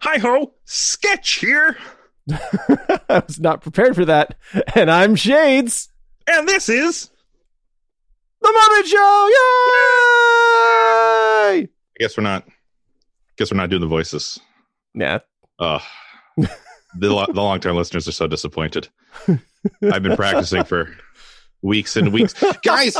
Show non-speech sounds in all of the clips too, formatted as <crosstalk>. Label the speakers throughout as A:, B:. A: Hi ho, Sketch here,
B: <laughs> I was not prepared for that. And I'm Shades,
A: and this is.
B: the Muppet Show! Yay!
A: I guess we're not. Guess we're not doing the voices.
B: Nah,
A: Uh, the lo- the long term listeners are so disappointed. I've been practicing for weeks and weeks, guys.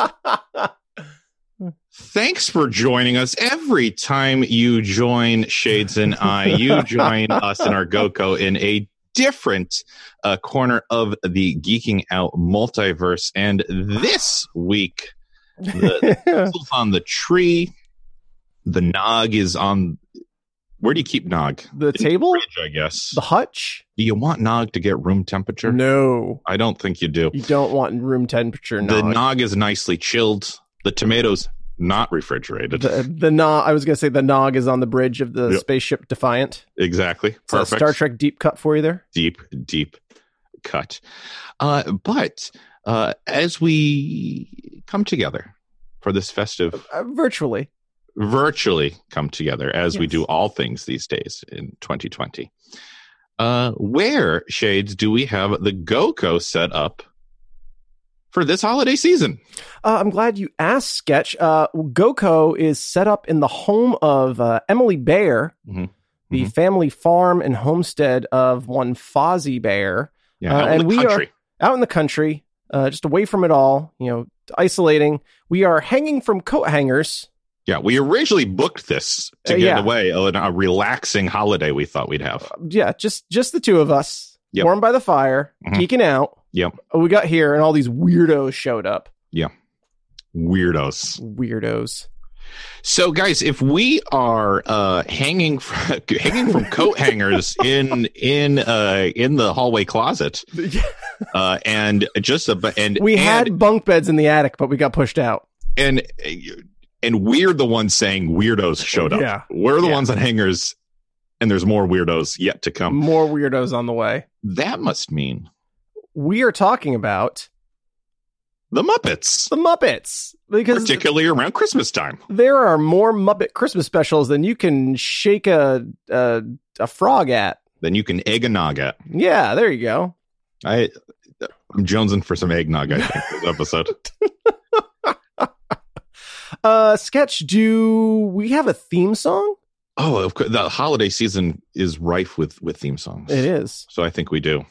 A: Thanks for joining us. Every time you join Shades and I, you join us and our GoCo in a different uh, corner of the geeking out multiverse. And this week, the pencils on the tree. The nog is on. Where do you keep nog?
B: <laughs> the table,
A: Fridge, I guess.
B: the hutch.
A: Do you want nog to get room temperature?
B: No,
A: I don't think you do.
B: you don't want room temperature.
A: The
B: Nog.
A: nog is nicely chilled. The tomatoes not refrigerated.
B: the, uh, the nog. I was gonna say the nog is on the bridge of the
A: Yep.
B: spaceship Defiant.
A: exactly.
B: It's a
A: Perfect.
B: Star Trek deep cut for you there.
A: deep, deep cut. Uh, but uh, as we come together for this festive
B: Uh, virtually,
A: virtually come together as we
B: Yes.
A: do all things these days in 2020. Uh, where shades do we have the GoCo set up for this holiday season?
B: uh, I'm glad you asked. Sketch. Uh, Goko is set up in the home of uh, Emily Bear,
A: Mhm.
B: the
A: Mhm.
B: family farm and homestead of one Fozzie Bear.
A: Yeah,
B: Uh,
A: out in
B: and
A: the
B: we are-
A: country.
B: out in the country, uh, just away from it all, you know, isolating. We are hanging from coat hangers.
A: yeah, we originally booked this to
B: Uh,
A: get
B: yeah.
A: away a, a relaxing holiday. We thought we'd have.
B: Uh, Yeah, just just the two of us,
A: Yep.
B: warm by the fire,
A: Mhm.
B: geeking out. Uh,
A: Yep.
B: We got here, and all these weirdos showed up.
A: Weirdos. <laughs>
B: Weirdos.
A: So, guys, if we are uh, hanging from, <laughs> hanging from coat
B: <laughs>
A: hangers in in uh, in the hallway closet, uh, and just a and
B: we
A: and,
B: had bunk beds in the attic, but we got pushed out.
A: and and we're the ones saying weirdos showed up.
B: Yeah.
A: We're the
B: Yeah.
A: ones on hangers, and there's more weirdos yet to come.
B: More weirdos on the way.
A: That must mean
B: We are talking about
A: the Muppets,
B: the Muppets because
A: particularly around Christmas time.
B: there are more Muppet Christmas specials than you can shake a a, a frog at.
A: Then you can egg a nog at.
B: Yeah, there you go.
A: I I'm jonesing for some eggnog. I think this
B: <laughs>
A: episode.
B: Uh, sketch. Do we have a theme song?
A: Oh, of course, the holiday season is rife with with theme songs.
B: It is.
A: So I think we do.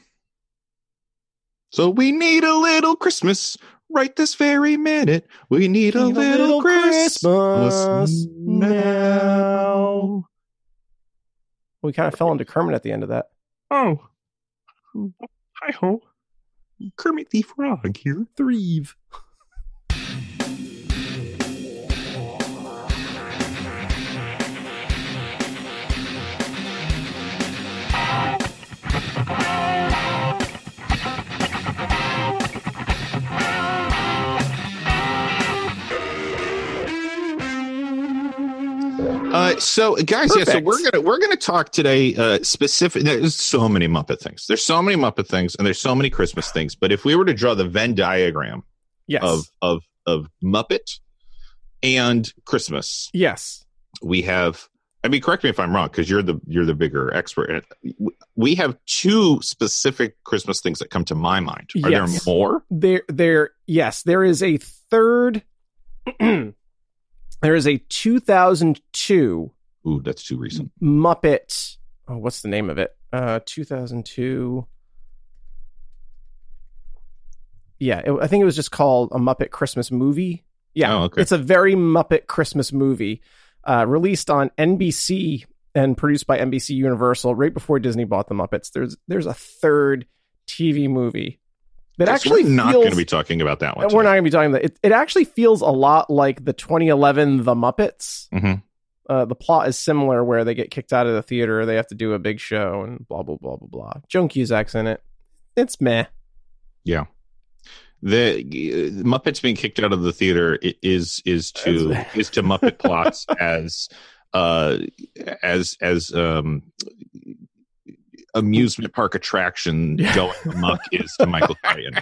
A: So we need a little Christmas right this very minute. We need a, little, Christmas. now.
B: We kind of fell into Kermit at the end of that.
A: Oh. Hi ho. Kermit the Frog here.
B: Thrieve.
A: Uh, so guys, yeah, so
B: Perfect.
A: we're gonna we're gonna talk today uh specific there's so many Muppet things. There's so many Muppet things and there's so many Christmas things, but if we were to draw the Venn diagram
B: Yes.
A: of of of Muppet and Christmas,
B: yes.
A: we have i mean correct me if i'm wrong because you're the you're the bigger expert in it. we have two specific christmas things that come to my mind are
B: Yes.
A: there more
B: There. There. Yes. There is a third. <clears throat> there is a 2002
A: ooh that's too recent
B: Muppet. Oh, what's the name of it? Uh, 2002. Yeah, it, I think it was just called a Muppet Christmas movie. Yeah,
A: Oh, okay.
B: it's a very Muppet Christmas movie, uh, released on NBC and produced by NBC Universal right before Disney bought the Muppets. There's there's a third TV movie that
A: So
B: actually
A: we're not
B: feels,
A: going to be talking about that one
B: we're
A: today.
B: not going to be talking about it. It actually feels a lot like the 2011 The Muppets.
A: Mhm.
B: Uh, the plot is similar, where they get kicked out of the theater, they have to do a big show, and blah blah blah blah blah. Joan Cusack's in it. It's meh.
A: the uh, muppets being kicked out of the theater i- is is to
B: That's-
A: <laughs> is to muppet
B: <laughs>
A: plots as uh as as um amusement park attraction
B: <laughs> Yeah.
A: going amok is to michael Crichton.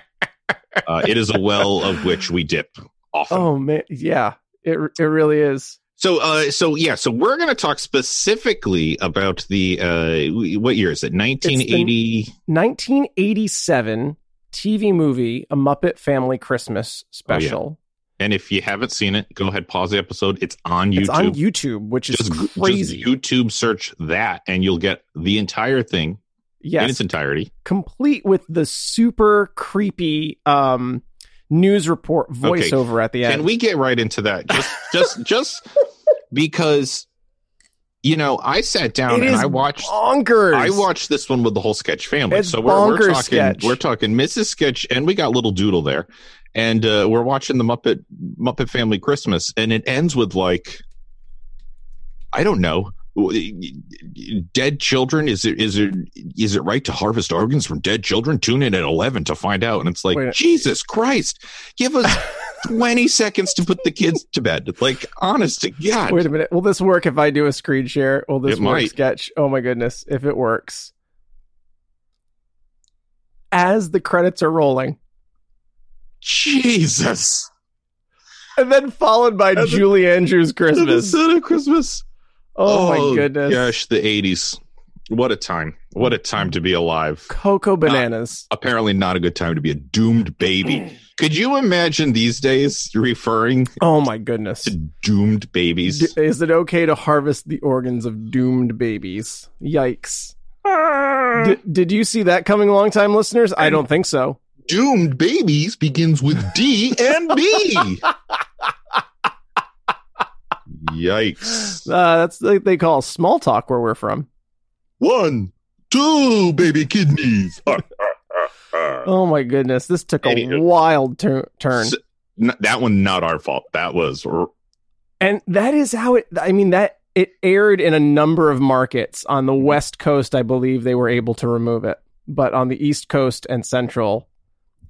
A: uh it is a well of which we dip often
B: Oh man, yeah, it it really is.
A: So, uh, so yeah, so we're going to talk specifically about the uh, what year is it? Nineteen eighty.
B: 1987 TV movie, A Muppet Family Christmas
A: Oh,
B: Special.
A: And if you haven't seen it, go ahead, pause the episode. It's on YouTube.
B: It's on YouTube, which is
A: just,
B: crazy.
A: just YouTube search that, and you'll get the entire thing in
B: yes,
A: its entirety.
B: complete with the super creepy um, news report voiceover at the end.
A: Can we get right into that? Just, just,
B: <laughs>
A: just because you know, I sat down
B: It
A: and
B: is
A: I watched.
B: bonkers?
A: I watched this one with the whole sketch family.
B: It's
A: so we're, we're
B: bonkers
A: talking
B: sketch.
A: we're talking Mrs. Sketch and we got little Doodle there. And uh, we're watching the Muppet Muppet Family Christmas and it ends with like I don't know dead children is it is it is it right to harvest organs from dead children tune in at 11 to find out and it's like
B: Wait.
A: jesus christ give
B: <laughs>
A: us 20 seconds to put the kids to bed like honest to god
B: Wait a minute. Will this work if I do a screen share? Will this
A: It
B: work
A: might.
B: sketch? Oh my goodness. If it works. As the credits are rolling,
A: jesus
B: and then followed by
A: As a-
B: Julie Andrews Christmas.
A: Episode of Christmas.
B: Oh, my goodness.
A: Gosh, the eighties. What a time. What a time to be alive.
B: Cocoa bananas.
A: Apparently not a good time to be a doomed
B: <clears throat>
A: baby. Could you imagine these days referring
B: oh my goodness.
A: to doomed
B: D-
A: babies?
B: is it okay to harvest the organs of doomed babies? Yikes. D- did you see that coming, long time listeners? I don't think so.
A: doomed babies begins with D and B. Yikes.
B: Uh, that's like they call small talk where we're from.
A: One, two baby kidneys. <laughs> Ah, ah, ah, ah.
B: Oh my goodness. This took a
A: Anywho.
B: wild tur- turn.
A: S- n- that one not our fault. That was r-
B: and that is how it i mean that it aired in a number of markets on
A: Mm-hmm.
B: the west coast i believe they were able to remove it but on the east coast and central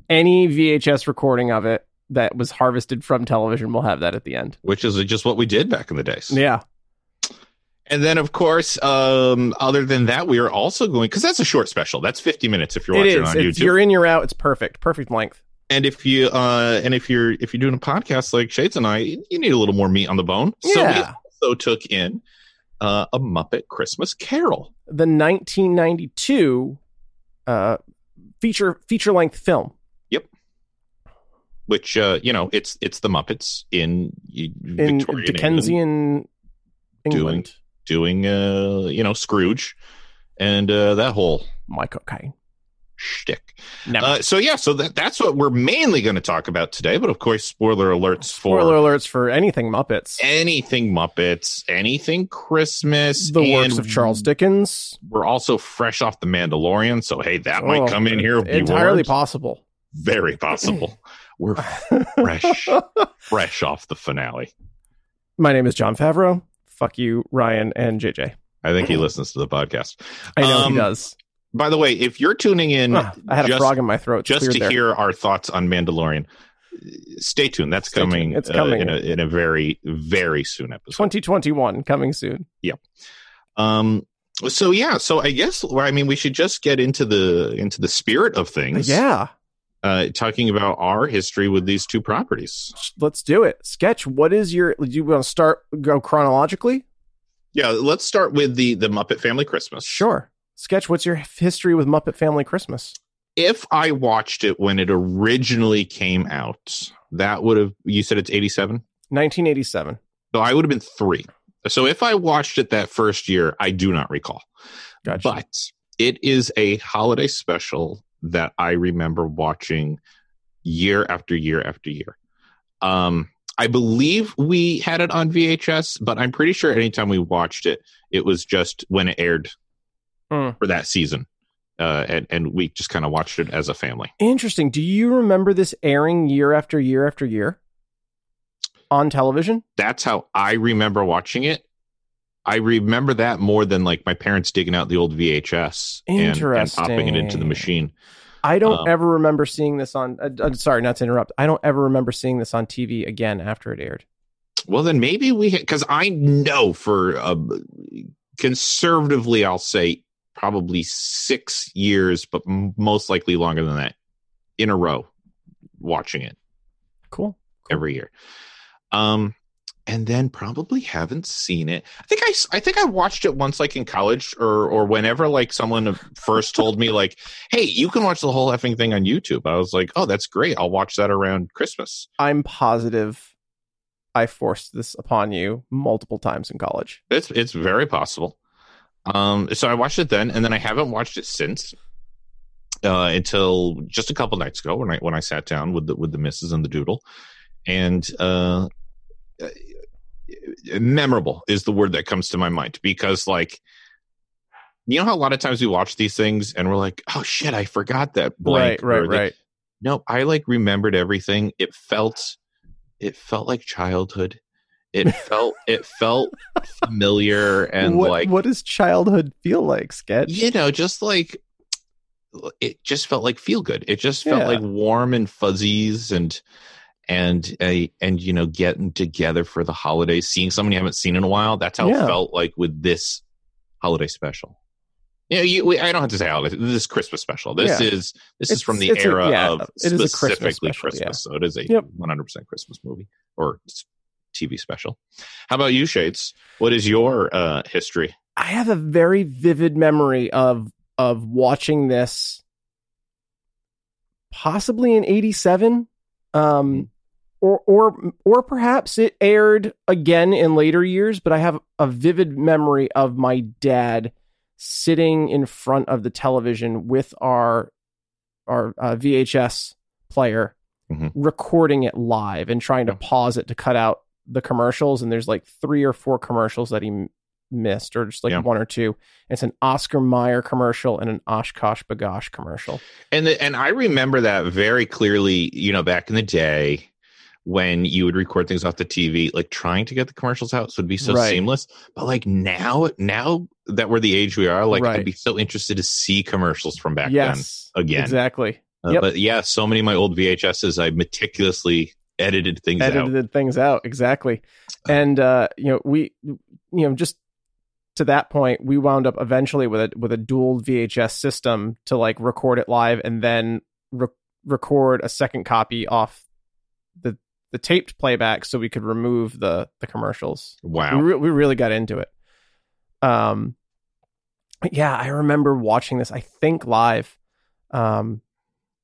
B: any vhs recording of it that was harvested from television will have that at the end
A: which is just what we did back in the days.
B: yeah
A: And then, of course, um, other than that, we are also going because that's a short special. That's 50 minutes if you're
B: it
A: watching
B: is
A: it on
B: It's-
A: YouTube.
B: you're in you're out it's perfect perfect length
A: and if you uh, and if you're if you're doing a podcast like Shades and I, you need a little more meat on the bone. So we
B: yeah
A: also took in uh, a Muppet Christmas Carol.
B: the 1992 uh feature feature length film
A: Which uh, you know, it's it's the Muppets in, in
B: in
A: Victorian England
B: dickensian
A: Doing-
B: england
A: doing uh, you know Scrooge and uh, that whole
B: my cocaine
A: shtick.
B: never
A: Uh, so yeah, so that, that's what we're mainly going to talk about today. But of course, spoiler alerts for
B: spoiler alerts for anything muppets
A: anything Muppets, anything Christmas,
B: the works
A: and
B: of Charles Dickens.
A: We're also fresh off the Mandalorian, so hey, that might
B: Oh,
A: come in here. Be
B: Entirely
A: warned. <laughs>
B: possible. <laughs>
A: very possible. We're fresh,
B: <laughs>
A: fresh off the finale.
B: My name is John Favreau. Fuck you, Ryan and JJ.
A: I think he listens to the podcast.
B: I know
A: Um,
B: he does.
A: By the way, if you're tuning in
B: Ah, I had a
A: just,
B: frog in my throat. It's
A: just
B: cleared
A: to
B: there.
A: hear our thoughts on Mandalorian, stay tuned. That's
B: Stay tuned.
A: coming.
B: It's
A: uh,
B: coming.
A: in, a, in a very, very soon episode.
B: 2021 coming soon.
A: Um. So yeah. So I guess. well, I mean, we should just get into the into the spirit of things.
B: Yeah,
A: uh, talking about our history with these two properties.
B: let's do it. Sketch. What is your? Do you want to start go chronologically?
A: Yeah, let's start with the the Muppet Family Christmas.
B: Sure. Sketch. What's your history with Muppet Family Christmas?
A: If I watched it when it originally came out, that would have you said it's 87?
B: 1987.
A: So I would have been 3. So if I watched it that first year, I do not recall.
B: Gotcha.
A: But it is a holiday special that I remember watching year after year after year. Um, I believe we had it on VHS, but I'm pretty sure anytime we watched it, it was just when it aired
B: Hmm.
A: for that season. Uh, and, and we just kind of watched it as a family.
B: Interesting. Do you remember this airing year after year after year on television?
A: That's how I remember watching it. I remember that more than like my parents digging out the old VHS and, and popping it into the
B: Interesting.
A: machine.
B: I don't
A: Um,
B: ever remember seeing this on. Uh, uh, sorry, not to interrupt. I don't ever remember seeing this on TV again after it aired.
A: Well, then maybe we because I know for uh, conservatively, I'll say probably six years, but m- most likely longer than that in a row watching it
B: Cool.
A: every year. Um, and then probably haven't seen it. I think I, s- I think I watched it once, like in college or or whenever, like someone first told me, like, "Hey, you can watch the whole effing thing on YouTube." I was like, "Oh, that's great! I'll watch that around Christmas."
B: I'm positive I forced this upon you multiple times in college.
A: It's it's very possible. Um, so I watched it then, and then I haven't watched it since uh, until just a couple nights ago when I when I sat down with the with the misses and the doodle, and uh, uh, memorable is the word that comes to my mind because like. You know how a lot of times we watch these things and we're like, "Oh shit, I forgot that blank."
B: right,
A: or
B: right,
A: the-
B: right.
A: no, I like remembered everything. It felt it felt like childhood. It felt it felt familiar and
B: what,
A: like
B: what does childhood feel like, Sketch?
A: you know, just like it just felt like feel good. It just felt
B: Yeah.
A: like warm and fuzzies and and a and you know getting together for the holidays, seeing someone you haven't seen in a while. That's how
B: Yeah.
A: it felt like with this holiday special. You know, you, we, I don't have to say holiday. This is Christmas special. This
B: Yeah.
A: is this
B: It's-
A: is from the
B: it's a-
A: era
B: yeah,
A: of
B: it is a Christmas
A: specifically
B: special, yeah.
A: Christmas. So it is a
B: Yep.
A: one hundred percent Christmas movie or s- TV special. How about you, Shades? What is your uh, history?
B: I have a very vivid memory of of watching this possibly in 87 um or or or perhaps it aired again in later years but I have a vivid memory of my dad sitting in front of the television with our our uh, VHS player
A: Mhm.
B: recording it live and trying to
A: Yeah.
B: pause it to cut out the commercials and there's like three or four commercials that he m- missed or just like
A: Yeah.
B: one or two And it's an oscar meyer commercial and an oshkosh bagosh commercial
A: And the, and I remember that very clearly, you know, back in the day when you would record things off the TV, like trying to get the commercials out so it'd be so
B: Right.
A: seamless. But like now, now that we're the age we are, like
B: Right.
A: I'd be so interested to see commercials from back
B: yes
A: then again.
B: exactly
A: Uh,
B: Yep.
A: But yeah, so many of my old VHSs, I meticulously edited things out.
B: edited things out exactly and uh you know we you know just to that point we wound up eventually with a with a dual vhs system to like record it live and then re- record a second copy off the the taped playback so we could remove the the commercials
A: Wow.
B: we, re- we really got into it. Um, but yeah, I remember watching this. I think live. Um,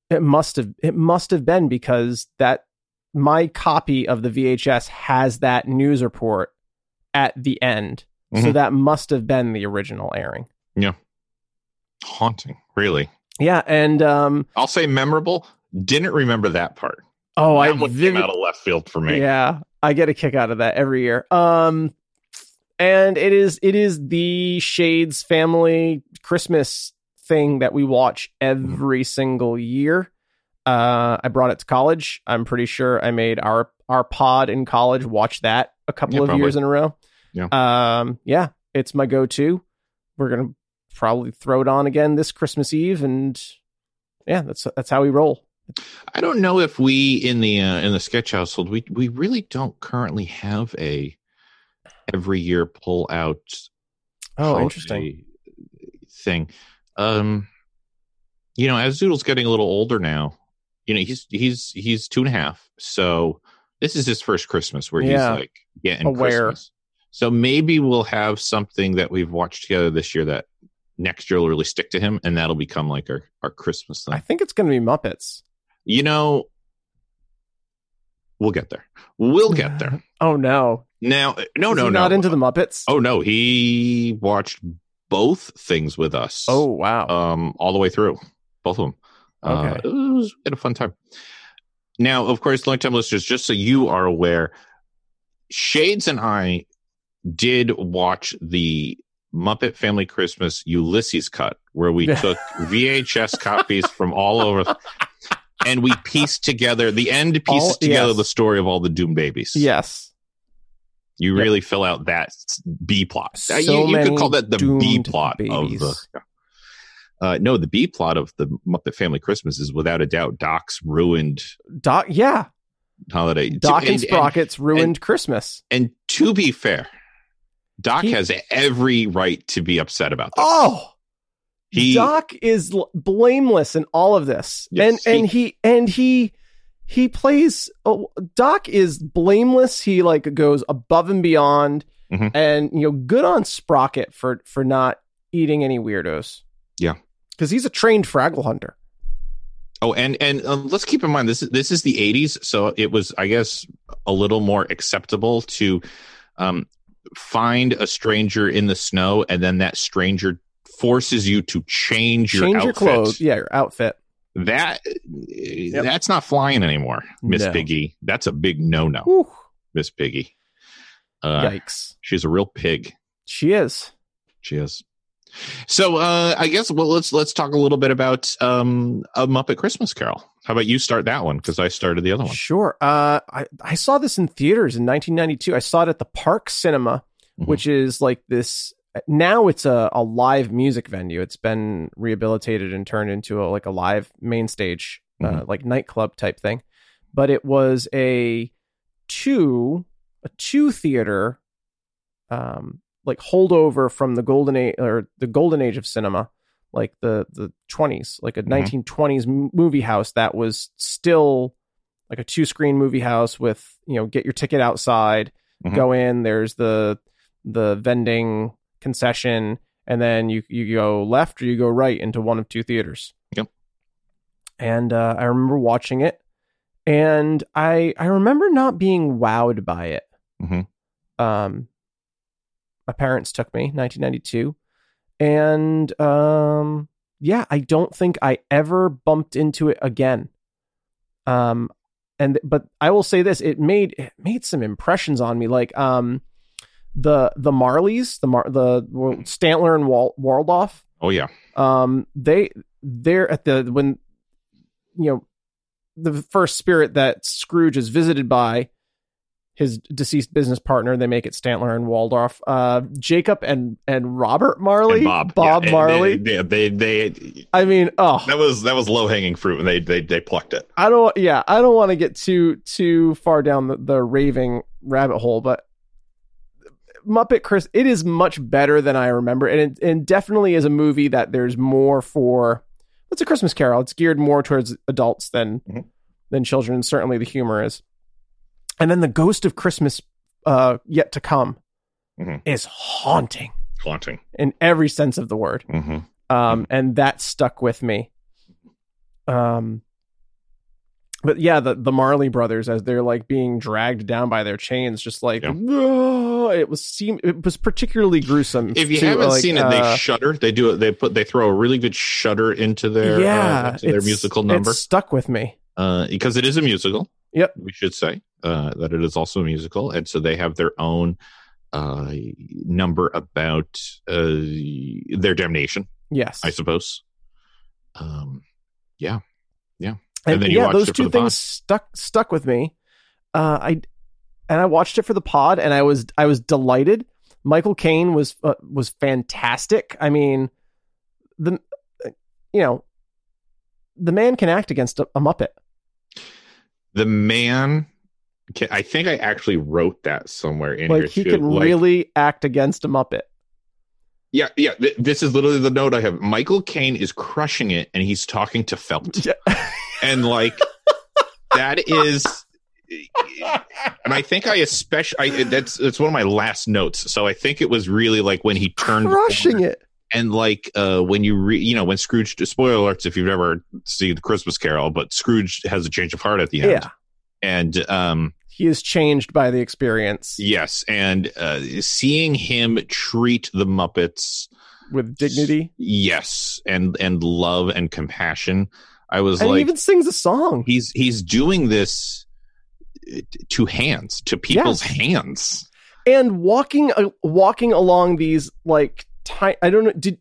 B: it must have it must have been because that my copy of the VHS has that news report at the end, so
A: Mhm.
B: that must have been the original airing.
A: Haunting, really.
B: Yeah, and um,
A: I'll say memorable. Didn't remember that part.
B: oh, I
A: that one came
B: vivid-
A: out of left field for me.
B: Yeah, I get a kick out of that every year. Um, and it is it is the Shades family Christmas thing that we watch every single year. Uh, I brought it to college. I'm pretty sure I made our our pod in college watch that a couple
A: Yeah,
B: of
A: probably.
B: years in a row.
A: Yeah.
B: Um, yeah, it's my go-to. We're gonna probably throw it on again this Christmas Eve, and yeah, that's that's how we roll.
A: I don't know if we in the uh, in the sketch household we we really don't currently have a every year pull out
B: Oh,
A: holiday
B: interesting.
A: thing. Um, you know, as Zoodle's getting a little older now, you know he's he's he's two and a half, so this is his first Christmas where
B: Yeah.
A: he's like getting
B: Aware.
A: Christmas. So maybe we'll have something that we've watched together this year that next year will really stick to him, and that'll become like our our Christmas thing.
B: I think it's gonna be Muppets.
A: you know we'll get there we'll get there
B: Oh no!
A: now uh, no
B: Is
A: no
B: he
A: no
B: Not into the Muppets.
A: oh no he watched both things with us
B: Oh, wow.
A: um all the way through both of them
B: Okay.
A: uh, it was it had a fun time now of course longtime listeners just so you are aware shades and i did watch the muppet family christmas ulysses cut where
B: <laughs>
A: we took vhs copies from all over and we pieced together the end pieces
B: All-
A: together
B: yes.
A: the story of all the doom babies
B: yes.
A: you
B: Yep.
A: really fill out that s- B plot.
B: So
A: Uh, you you
B: many
A: could call that the B
B: doomed
A: plot of
B: babies.
A: the. Uh, no, the B plot of the Muppet Family Christmas is without a doubt Doc's ruined
B: Doc. Yeah.
A: holiday.
B: Doc and, Sprockets ruined
A: and-
B: Christmas.
A: And, and to be fair, Doc
B: He-
A: has every right to be upset about this.
B: Oh,
A: he
B: Doc is l- blameless in all of this,
A: Yes,
B: and and he and he he plays oh, Doc is blameless. He like goes above and beyond,
A: Mhm.
B: and you know, good on Sprocket for for not eating any weirdos.
A: Yeah.
B: because he's a trained Fraggle hunter.
A: Oh, and and uh, let's keep in mind this is this is the '80s, so it was, I guess, a little more acceptable to um, find a stranger in the snow, and then that stranger forces you to change your
B: Change
A: outfit.
B: your clothes, yeah, your outfit.
A: That that's not flying anymore, Miss
B: No.
A: Piggy. That's a big no-no,
B: Whew,
A: Miss Piggy. Uh,
B: yikes!
A: She's a real pig.
B: She is.
A: She is. So uh, I guess well let's let's talk a little bit about um, a Muppet Christmas Carol. How about you start that one because I started the other one.
B: Sure. Uh, I, I saw this in theaters in 1992. I saw it at the Park Cinema,
A: Mhm.
B: which is like this. Now it's a, a live music venue. It's been rehabilitated and turned into a, like a live main stage,
A: Mm-hmm.
B: uh, like nightclub type thing. But it was a two a two theater, um, like holdover from the golden age or the golden age of cinema, like the the 20s, like a
A: Mhm.
B: 1920s m- movie house that was still like a two screen movie house with you know get your ticket outside
A: Mhm.
B: go in there's the the vending concession and then you you go left or you go right into one of two theaters
A: Yep.
B: and uh, i remember watching it and i i remember not being wowed by it
A: Mhm.
B: um my parents took me 1992 and um yeah i don't think i ever bumped into it again um and but i will say this it made it made some impressions on me like um the the marleys the Mar- the well, stantler and Wal- waldorf
A: Oh yeah.
B: um they they're at the when you know the first spirit that scrooge is visited by his deceased business partner they make it stantler and waldorf uh jacob and and robert marley
A: And Bob,
B: bob
A: Yeah, and
B: marley
A: They, they, they, they-
B: i mean oh
A: that was that was low hanging fruit, and they they they plucked it.
B: I don't. Yeah, I don't want to get too too far down the, the raving rabbit hole, but Muppet Chris, it is much better than I remember, and it, and definitely is a movie that there's more for. It's a Christmas Carol. It's geared more towards adults than
A: Mhm.
B: than children, and certainly the humor is. And then the Ghost of Christmas uh, Yet to Come
A: Mhm.
B: is haunting
A: Haunting.
B: in every sense of the word
A: Mm-hmm.
B: um, and that stuck with me. Um, but yeah, the the Marley brothers as they're like being dragged down by their chains, just like
A: Yeah.
B: "Whoa!" it was seem it was particularly gruesome.
A: If you
B: too,
A: haven't
B: like,
A: seen it,
B: uh,
A: they shudder. They do it. They put they throw a really good shudder into their
B: yeah,
A: uh, into their
B: it's-
A: musical
B: it
A: number
B: stuck with me.
A: uh, because it is a musical.
B: Yep.
A: we should say uh, that it is also a musical, and so they have their own uh, number about uh, their damnation,
B: Yes,
A: I suppose. Um,
B: and,
A: And then you
B: yeah,
A: watched
B: those
A: it for
B: two
A: the pod.
B: things stuck stuck with me. Uh, I and I watched it for the pod, and I was I was delighted. Michael Caine was uh, was fantastic. I mean, the you know the man can act against a, a Muppet.
A: the man. Can, I think I actually wrote that somewhere in
B: like
A: here
B: he
A: too.
B: can
A: Like,
B: really act against a Muppet.
A: Yeah, yeah. th- this is literally the note I have. Michael Caine is crushing it, and he's talking to Felt,
B: Yeah.
A: and like that is. And I think I especially I, that's that's one of my last notes. So I think it was really like when he turned
B: Crushing it.
A: and like uh when you re, you know when Scrooge. Spoiler alerts if you've ever seen the Christmas Carol, but Scrooge has a change of heart at the
B: Yeah.
A: end, and um
B: He is changed by the experience
A: yes, and uh seeing him treat the Muppets
B: with dignity.
A: yes and and love and compassion i was
B: And he
A: like
B: even sings a song.
A: he's he's doing this uh, to hands to people's
B: Yes.
A: hands
B: and walking uh, walking along these like ti- I don't know did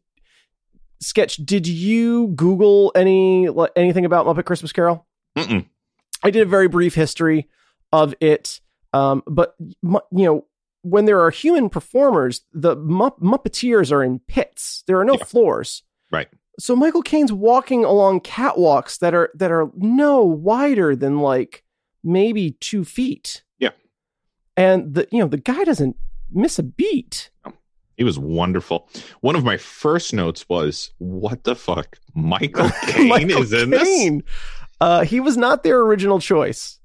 B: sketch did you google any like, anything about Muppet Christmas Carol?
A: Mm-mm.
B: I did a very brief history of it um but mu- you know when there are human performers the mu- muppeteers are in pits there are no
A: Yeah.
B: floors
A: Right.
B: so Michael Caine's walking along catwalks that are that are no wider than like maybe 2 feet and the you know the guy doesn't miss a beat. <laughs>
A: he was wonderful one of my
B: <laughs>
A: first notes was what the fuck michael caine
B: Michael
A: is in this
B: Caine. Uh, he was not their original choice.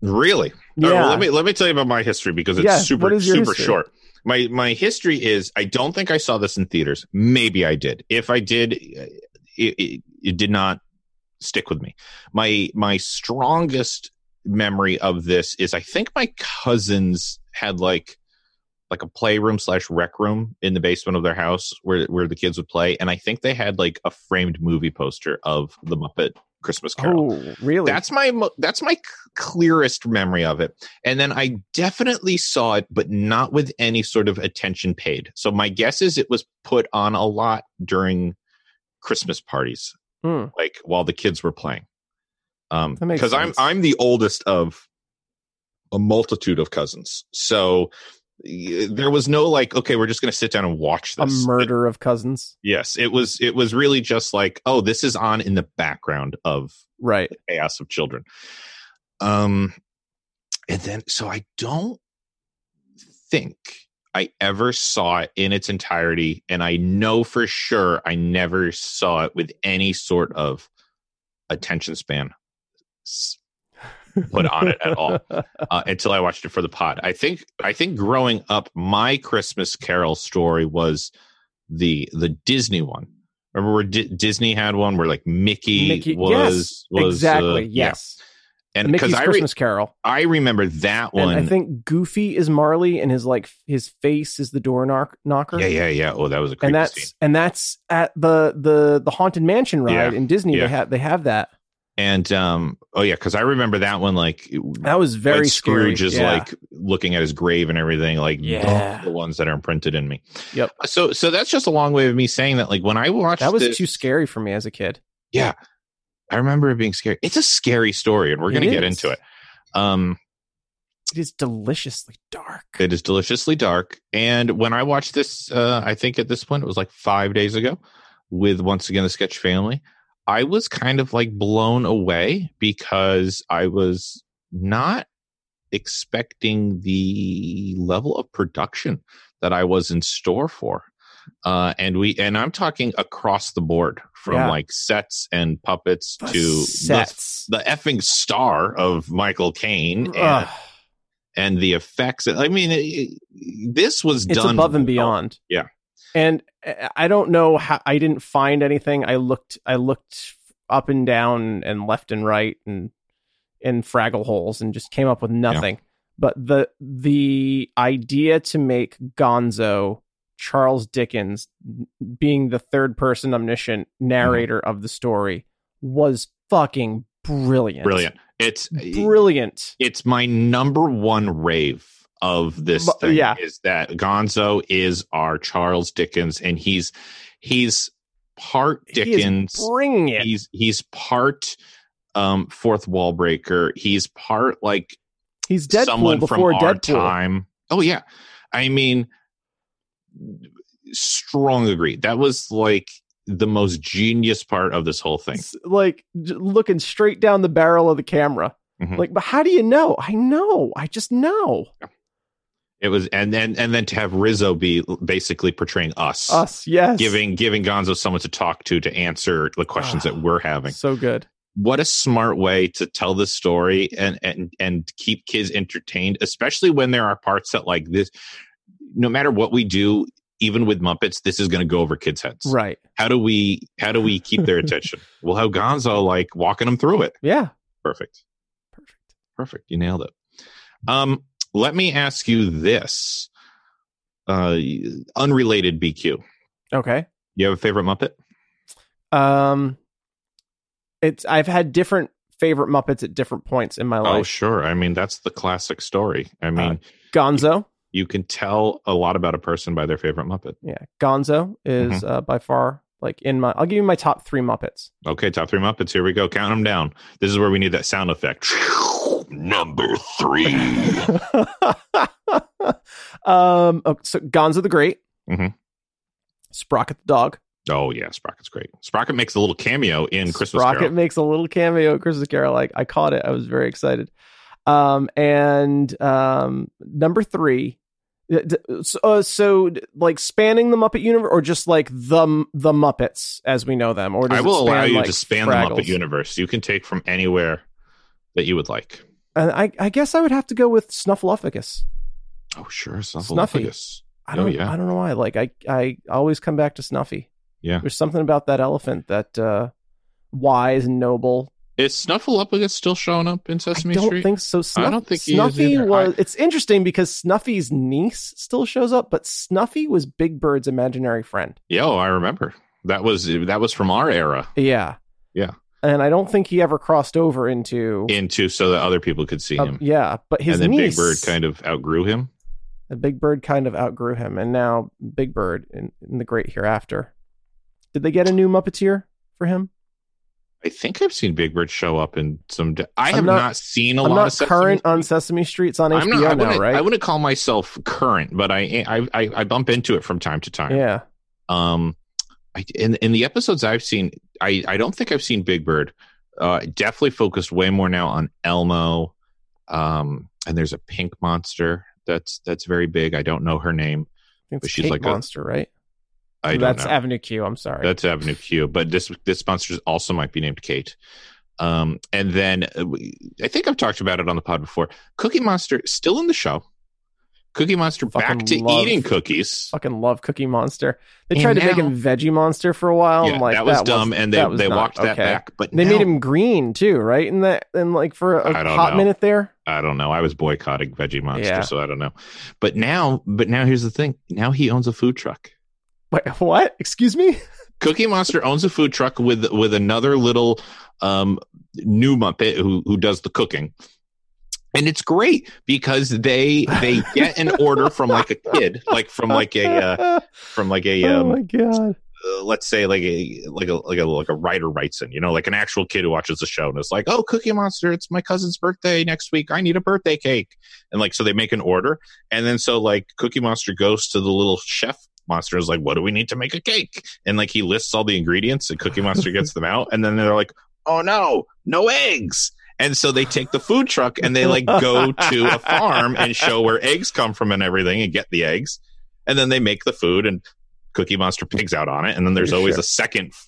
A: Really? All
B: Yeah.
A: right, well, let me let me tell you about my history because it's
B: Yeah,
A: super
B: what is your
A: super
B: history?
A: short. My my history is I don't think I saw this in theaters. Maybe I did. If I did, uh, it, it, it did not stick with me. My my strongest memory of this is I think my cousins had like like a playroom slash rec room in the basement of their house where where the kids would play, and I think they had like a framed movie poster of the Muppet Christmas Carol.
B: Oh, really?
A: That's my mo- that's my c- clearest memory of it. And then I definitely saw it, but not with any sort of attention paid. So my guess is it was put on a lot during Christmas parties,
B: Hmm.
A: like while the kids were playing. Um,
B: That makes
A: because I'm
B: sense.
A: I'm the oldest of a multitude of cousins, so y- there was no like, okay, we're just going to sit down and watch
B: a
A: this.
B: murder of cousins.
A: Yes, it was it was really just like, oh, this is on in the background of
B: Right.
A: chaos of children. Um, and then so I don't think I ever saw it in its entirety, and I know for sure I never saw it with any sort of attention span s- put on it at
B: <laughs>
A: all uh, until I watched it for the pod. I think I think growing up, my Christmas Carol story was the the Disney one. Remember where D- Disney had one where like Mickey,
B: Mickey-
A: was
B: yes,
A: was
B: exactly.
A: uh, yeah.
B: yes.
A: and because
B: Mickey's
A: I re-
B: Christmas Carol.
A: I remember that
B: And
A: one.
B: I think Goofy is Marley, and his like his face is the door knock- knocker.
A: yeah, yeah, yeah. Oh, that was a creepy
B: and that's
A: scene.
B: and that's at the the the haunted mansion ride
A: Yeah.
B: in Disney.
A: Yeah.
B: They have they have that.
A: And um, oh yeah, because I remember that one like it-
B: That was very
A: when
B: scary.
A: Scrooge is
B: Yeah.
A: like looking at his grave and everything. Like those
B: Yeah.
A: are the ones that are imprinted in me.
B: Yep.
A: So so that's just a long way of me saying that. Like when I watched
B: that was
A: this,
B: too scary for me as a kid.
A: I remember it being scary. It's a scary story, and we're
B: It
A: going to get
B: is.
A: into it. Um,
B: It is deliciously dark.
A: it is deliciously dark. And when I watched this, uh, I think at this point it was like five days ago, with once again the Sketch Family, I was kind of like blown away because I was not expecting the level of production that I was in store for. Uh, and we and I'm talking across the board from
B: Yeah.
A: like sets and puppets
B: The
A: to the
B: sets.
A: the effing star of Michael Caine and,
B: Ugh,
A: and the effects. I mean, it- it- this was
B: it's
A: done
B: above and beyond.
A: Yeah.
B: And I- I don't know how I didn't find anything. I looked I looked up and down and left and right and in Fraggle holes and just came up with nothing. But the the idea to make Gonzo Charles Dickens being the third person omniscient
A: Mm-hmm.
B: narrator of the story was fucking brilliant.
A: Brilliant. It's
B: Brilliant.
A: it's my number one rave of this
B: Bu-
A: thing.
B: yeah.
A: Is that Gonzo is our Charles Dickens, and he's he's part
B: He is
A: Dickens.
B: Bring it.
A: He's he's part um fourth wall breaker. He's part like
B: He's Deadpool
A: someone
B: before
A: from our
B: Deadpool.
A: time. Oh yeah, I mean, strong agree. That was like the most genius part of this whole thing.
B: S- Like j- looking straight down the barrel of the camera.
A: Mhm.
B: Like, but how do you know? I know. I just know.
A: It was, and then and then to have Rizzo be basically portraying us,
B: Us, yes.
A: giving giving Gonzo someone to talk to to answer the questions that we're having.
B: So good.
A: What a smart way to tell this story and and and keep kids entertained, especially when there are parts that like this. No matter what we do, even with Muppets, this is going to go over kids' heads.
B: Right.
A: how do we how do we keep their attention we'll have gonzo like walking them through it
B: Yeah.
A: perfect
B: Perfect.
A: perfect you nailed it um let me ask you this uh unrelated bq
B: Okay.
A: you have a favorite muppet
B: Um it's I've had different favorite Muppets at different points in my
A: oh
B: life.
A: sure i mean that's the classic story i mean
B: Uh, Gonzo.
A: you can tell a lot about a person by their favorite muppet
B: Yeah. Gonzo is
A: Mm-hmm.
B: uh, by far like in my I'll give you my top three Muppets.
A: okay top three muppets here we go count them down this is where we need that sound effect number three
B: <laughs> um, oh, so Gonzo the Great,
A: Mhm.
B: Sprocket the dog.
A: <laughs> oh yeah sprocket's great sprocket makes a little cameo in christmas
B: Sprocket
A: Carol.
B: makes a little cameo at Christmas Carol. Like I caught it, I was very excited. Um, and um, number three So, uh, so, like spanning the Muppet universe, or just like the the Muppets as we know them, or does
A: I
B: it
A: will
B: span,
A: allow you
B: like,
A: to span the
B: Fraggles?
A: Muppet universe. You can take from anywhere that you would like.
B: And I, I guess I would have to go with Snuffleupagus.
A: Oh, sure,
B: Snuffy.
A: Snuffleupagus.
B: I
A: Oh,
B: don't,
A: yeah.
B: I don't know why. Like I, I always come back to Snuffy.
A: Yeah.
B: there's something about that elephant that uh, wise and noble.
A: Is Snuffleupagus still showing up in
B: I
A: Sesame
B: don't
A: Street?
B: think so. Snuff,
A: don't think he is
B: Snuffy
A: either.
B: was. It's interesting because Snuffy's niece still shows up, but Snuffy was Big Bird's imaginary friend.
A: Yeah, oh, I remember. That was that was from our era
B: Yeah,
A: Yeah.
B: And I don't think he ever crossed over into.
A: into so that other people could see
B: uh,
A: him.
B: yeah, but his
A: and then Big
B: niece,
A: Bird kind of outgrew him.
B: the Big Bird kind of outgrew him, and now Big Bird in, in the Great Hereafter. Did they get a new Muppeteer for him?
A: I think I've seen Big Bird show up in some. De- I
B: I'm
A: have
B: not-
A: not, seen a
B: I'm
A: lot
B: not
A: of Sesame
B: current on Sesame Street. It's on
A: I'm
B: HBO
A: not, I
B: now,
A: wouldn't, I
B: right?
A: wouldn't call myself current, but I I, I I bump into it from time to time.
B: Yeah.
A: Um, I, in in the episodes I've seen, I I don't think I've seen Big Bird. Uh, definitely focused way more now on Elmo. Um, and there's a pink monster that's that's very big. I don't know her name.
B: I think
A: But
B: it's
A: she's
B: Cake
A: like a-
B: Monster, right?
A: I
B: That's
A: don't know.
B: Avenue Q. I'm sorry.
A: That's Avenue Q. But this this monster also might be named Kate. Um, and then uh, we- I think I've talked about it on the pod before. Cookie Monster still in the show. Cookie Monster
B: Fucking
A: back to
B: love-
A: eating cookies.
B: Fucking love Cookie Monster. They
A: And
B: tried to make
A: now-
B: him Veggie Monster for a while.
A: Yeah,
B: and like
A: that was
B: Oh that
A: dumb, and they
B: that was
A: they
B: not
A: walked that
B: okay.
A: back. But
B: They
A: now-
B: made him green too, right? And that and like for a
A: I don't
B: hot
A: know.
B: minute there.
A: I don't know. I was boycotting Veggie Monster,
B: Yeah.
A: so I don't know. But now, but now here's the thing. Now he owns a food truck.
B: Wait, what? Excuse me?
A: Cookie Monster owns a food truck with with another little um, new Muppet who who does the cooking, and it's great because they they get an order from like a kid, like from like a uh, from like a
B: <laughs> oh
A: um,
B: my god.
A: uh, let's say like a like a like a like a writer writes in, you know, like an actual kid who watches the show and is like, "Oh, Cookie Monster, it's my cousin's birthday next week. I need a birthday cake." And like so they make an order and then so like Cookie Monster goes to the little chef monster and is like, "What do we need to make a cake?" And like he lists all the ingredients and Cookie Monster gets them out and then they're like, "Oh no, no eggs." And so they take the food truck and they like go to a farm and show where eggs come from and everything and get the eggs. And then they make the food and Cookie Monster <laughs> pigs out on it, and then there's
B: Sure.
A: always a second f-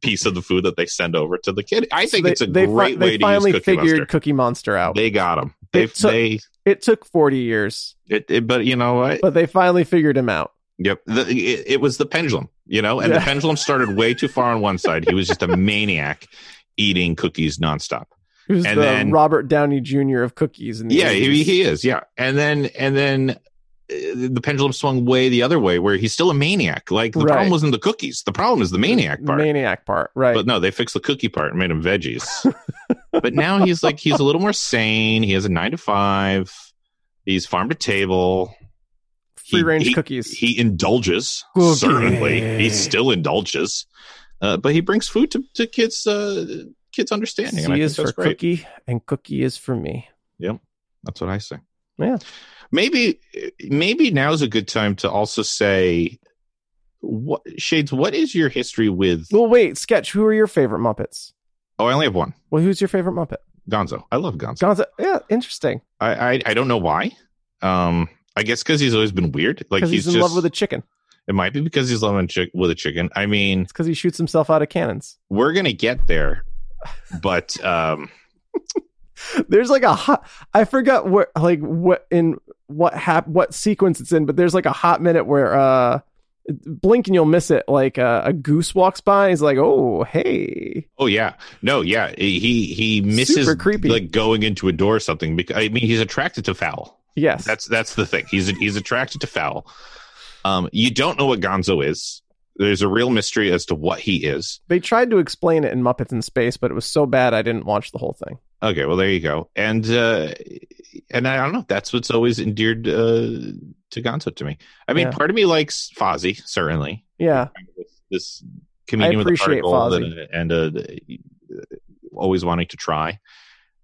A: piece of the food that they send over to the kid. I think
B: They-
A: it's a
B: they fi-
A: great
B: they
A: way to use
B: finally
A: Cookie
B: figured
A: Monster.
B: Cookie Monster out.
A: They got him. They,
B: It took-
A: they,
B: it took 40 years,
A: it, it- but you know what?
B: but they finally figured him out.
A: Yep. The, it, it was the pendulum, you know, and the
B: Yeah.
A: pendulum started way too far on one side. He was
B: <laughs>
A: just a maniac eating cookies nonstop.
B: He was
A: And
B: the
A: then-
B: Robert Downey Jr. of cookies. In the
A: Yeah, he,
B: 80s.
A: he is. Yeah, and then and then uh, the pendulum swung way the other way, where he's still a maniac. Like the
B: Right.
A: problem wasn't the cookies. The problem is the maniac part.
B: Maniac part, right?
A: But no, they fixed the cookie part and made him
B: <laughs>
A: veggies. but now he's like he's a little more sane. He has a nine to five. He's farm to table.
B: Free
A: he-
B: range cookies.
A: He indulges
B: Cookie.
A: certainly. He still indulges, uh, but he brings food to, to kids. Uh, kids understanding. and I
B: C
A: think
B: is for
A: that's great.
B: cookie, and cookie is for me.
A: That's what I say.
B: Yeah.
A: Maybe maybe now is a good time to also say what shades. What is your history with?
B: Well, wait, sketch. Who are your favorite Muppets?
A: Oh, I only have one.
B: Well, who's your favorite Muppet?
A: Gonzo. I love Gonzo.
B: Gonzo. Yeah, interesting.
A: I, I I don't know why. Um, I guess because he's always been weird. Like
B: Because
A: he's,
B: he's, in
A: just.
B: love with a chicken.
A: it might be because he's loving chick with a chicken. I mean,
B: It's because he shoots himself out of cannons. <laughs>
A: we're gonna get there, but um,
B: There's like a hot. I forgot what like what in what hap what sequence it's in, but there's like a hot minute where uh, blink and you'll miss it. Like uh, a goose walks by, and he's like, "Oh, hey."
A: oh yeah, no, yeah, he he misses
B: Super creepy.
A: like going into a door or something. Because I mean, he's attracted to foul.
B: Yes,
A: That's that's the thing. He's he's attracted to foul. Um, you don't know what Gonzo is. There's a real mystery as to what he is.
B: they tried to explain it in Muppets in Space, but it was so bad I didn't watch the whole thing.
A: Okay, well there you go, and uh, and I don't know. That's what's always endeared uh, to Gonzo to me. I mean,
B: Yeah.
A: part of me likes Fozzie certainly.
B: Yeah,
A: This comedian with a
B: appreciate
A: particle
B: Fozzie.
A: and, a, and uh always wanting to try.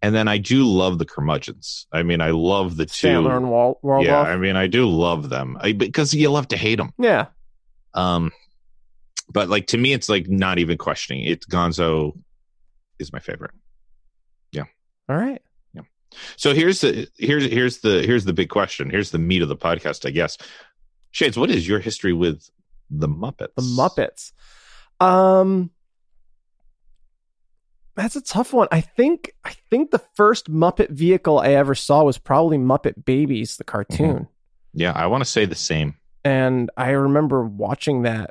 A: And then I do love the curmudgeons. I mean, I love the two.
B: Sandler and Wal- Waldorf.
A: yeah, I mean, I do love them I, because you love to hate them.
B: Yeah,
A: Um, but like to me, it's like not even questioning. It's Gonzo is my favorite.
B: All right.
A: Yeah. So here's the here's here's the here's the big question. Here's the meat of the podcast, I guess. Shades, what is your history with the Muppets?
B: The Muppets. Um That's a tough one. I think I think the first Muppet vehicle I ever saw was probably Muppet Babies,
A: Mm-hmm.
B: the cartoon.
A: Yeah, I want to say the same.
B: And I remember watching that